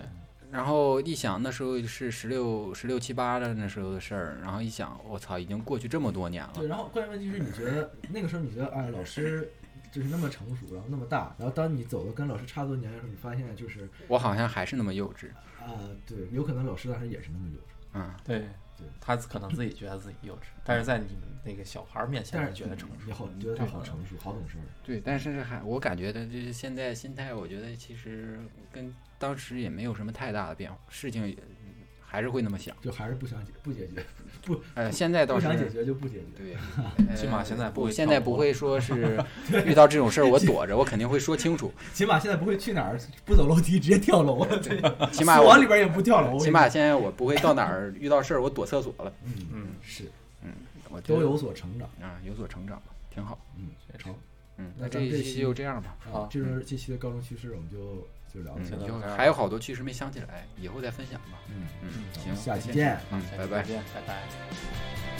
Speaker 1: 然后一想那时候是十六十六七八的那时候的事儿，然后一想我操，已经过去这么多年了
Speaker 2: 对，。然后关键问题是，你觉得那个时候你觉得，哎，老师就是那么成熟，然后那么大，然后当你走的跟老师差不多年龄的时候，你发现就是，
Speaker 1: 我好像还是那么幼稚，
Speaker 2: 呃，对，有可能老师当时也是那么幼稚，
Speaker 1: 嗯，
Speaker 3: 对
Speaker 2: 对，
Speaker 3: 他可能自己觉得自己幼稚，但是在你们那个小孩儿面前，
Speaker 2: 但
Speaker 3: 他
Speaker 2: 是
Speaker 3: 觉
Speaker 1: 嗯
Speaker 3: 得成熟。
Speaker 2: 你好，你觉得他好成熟，好懂事儿。
Speaker 1: 对，但是还我感觉的就是现在心态，我觉得其实跟当时也没有什么太大的变化，事情也还是会那么想。
Speaker 2: 就还是不想解不解决，
Speaker 1: 呃，现在倒
Speaker 2: 不
Speaker 1: 是
Speaker 2: 想解决就不解决。
Speaker 1: 对，
Speaker 3: (laughs) 起
Speaker 1: 呃
Speaker 3: 码现在不
Speaker 1: 不
Speaker 3: 会
Speaker 1: 现
Speaker 3: 跳
Speaker 1: 在不
Speaker 3: 楼
Speaker 1: 会说
Speaker 3: (laughs)
Speaker 1: 是遇到这种事儿我躲着，我肯定会说清楚。
Speaker 2: 起码现在不会去哪儿不走楼梯直接跳楼了，对，
Speaker 1: 起码
Speaker 2: 往
Speaker 1: 我
Speaker 2: 里边也不跳楼，
Speaker 1: 起码现在我不会到哪儿遇到事儿我躲厕所了。
Speaker 2: 嗯
Speaker 3: 嗯，
Speaker 2: 是
Speaker 1: 我觉
Speaker 2: 都
Speaker 1: 得
Speaker 2: 有所成长，
Speaker 1: 啊有所成长吧，挺好。
Speaker 2: 嗯，成
Speaker 1: 嗯，
Speaker 2: 那
Speaker 1: 那这
Speaker 2: 咱们这
Speaker 1: 一期
Speaker 2: 期
Speaker 1: 就这样吧。
Speaker 2: 啊
Speaker 3: 好，
Speaker 2: 这就是这期的高中趣事，我们就就聊到
Speaker 1: 嗯
Speaker 2: 这里，
Speaker 3: 行
Speaker 1: 以后
Speaker 3: 那
Speaker 1: 还有好多趣事没想起来，以后再分享吧。
Speaker 2: 嗯，
Speaker 1: 嗯，
Speaker 2: 咱
Speaker 1: 行
Speaker 2: 们，下期
Speaker 3: 再见
Speaker 2: 见。
Speaker 1: 嗯，
Speaker 3: 下期
Speaker 1: 拜
Speaker 3: 再
Speaker 1: 拜。
Speaker 3: 见，拜拜。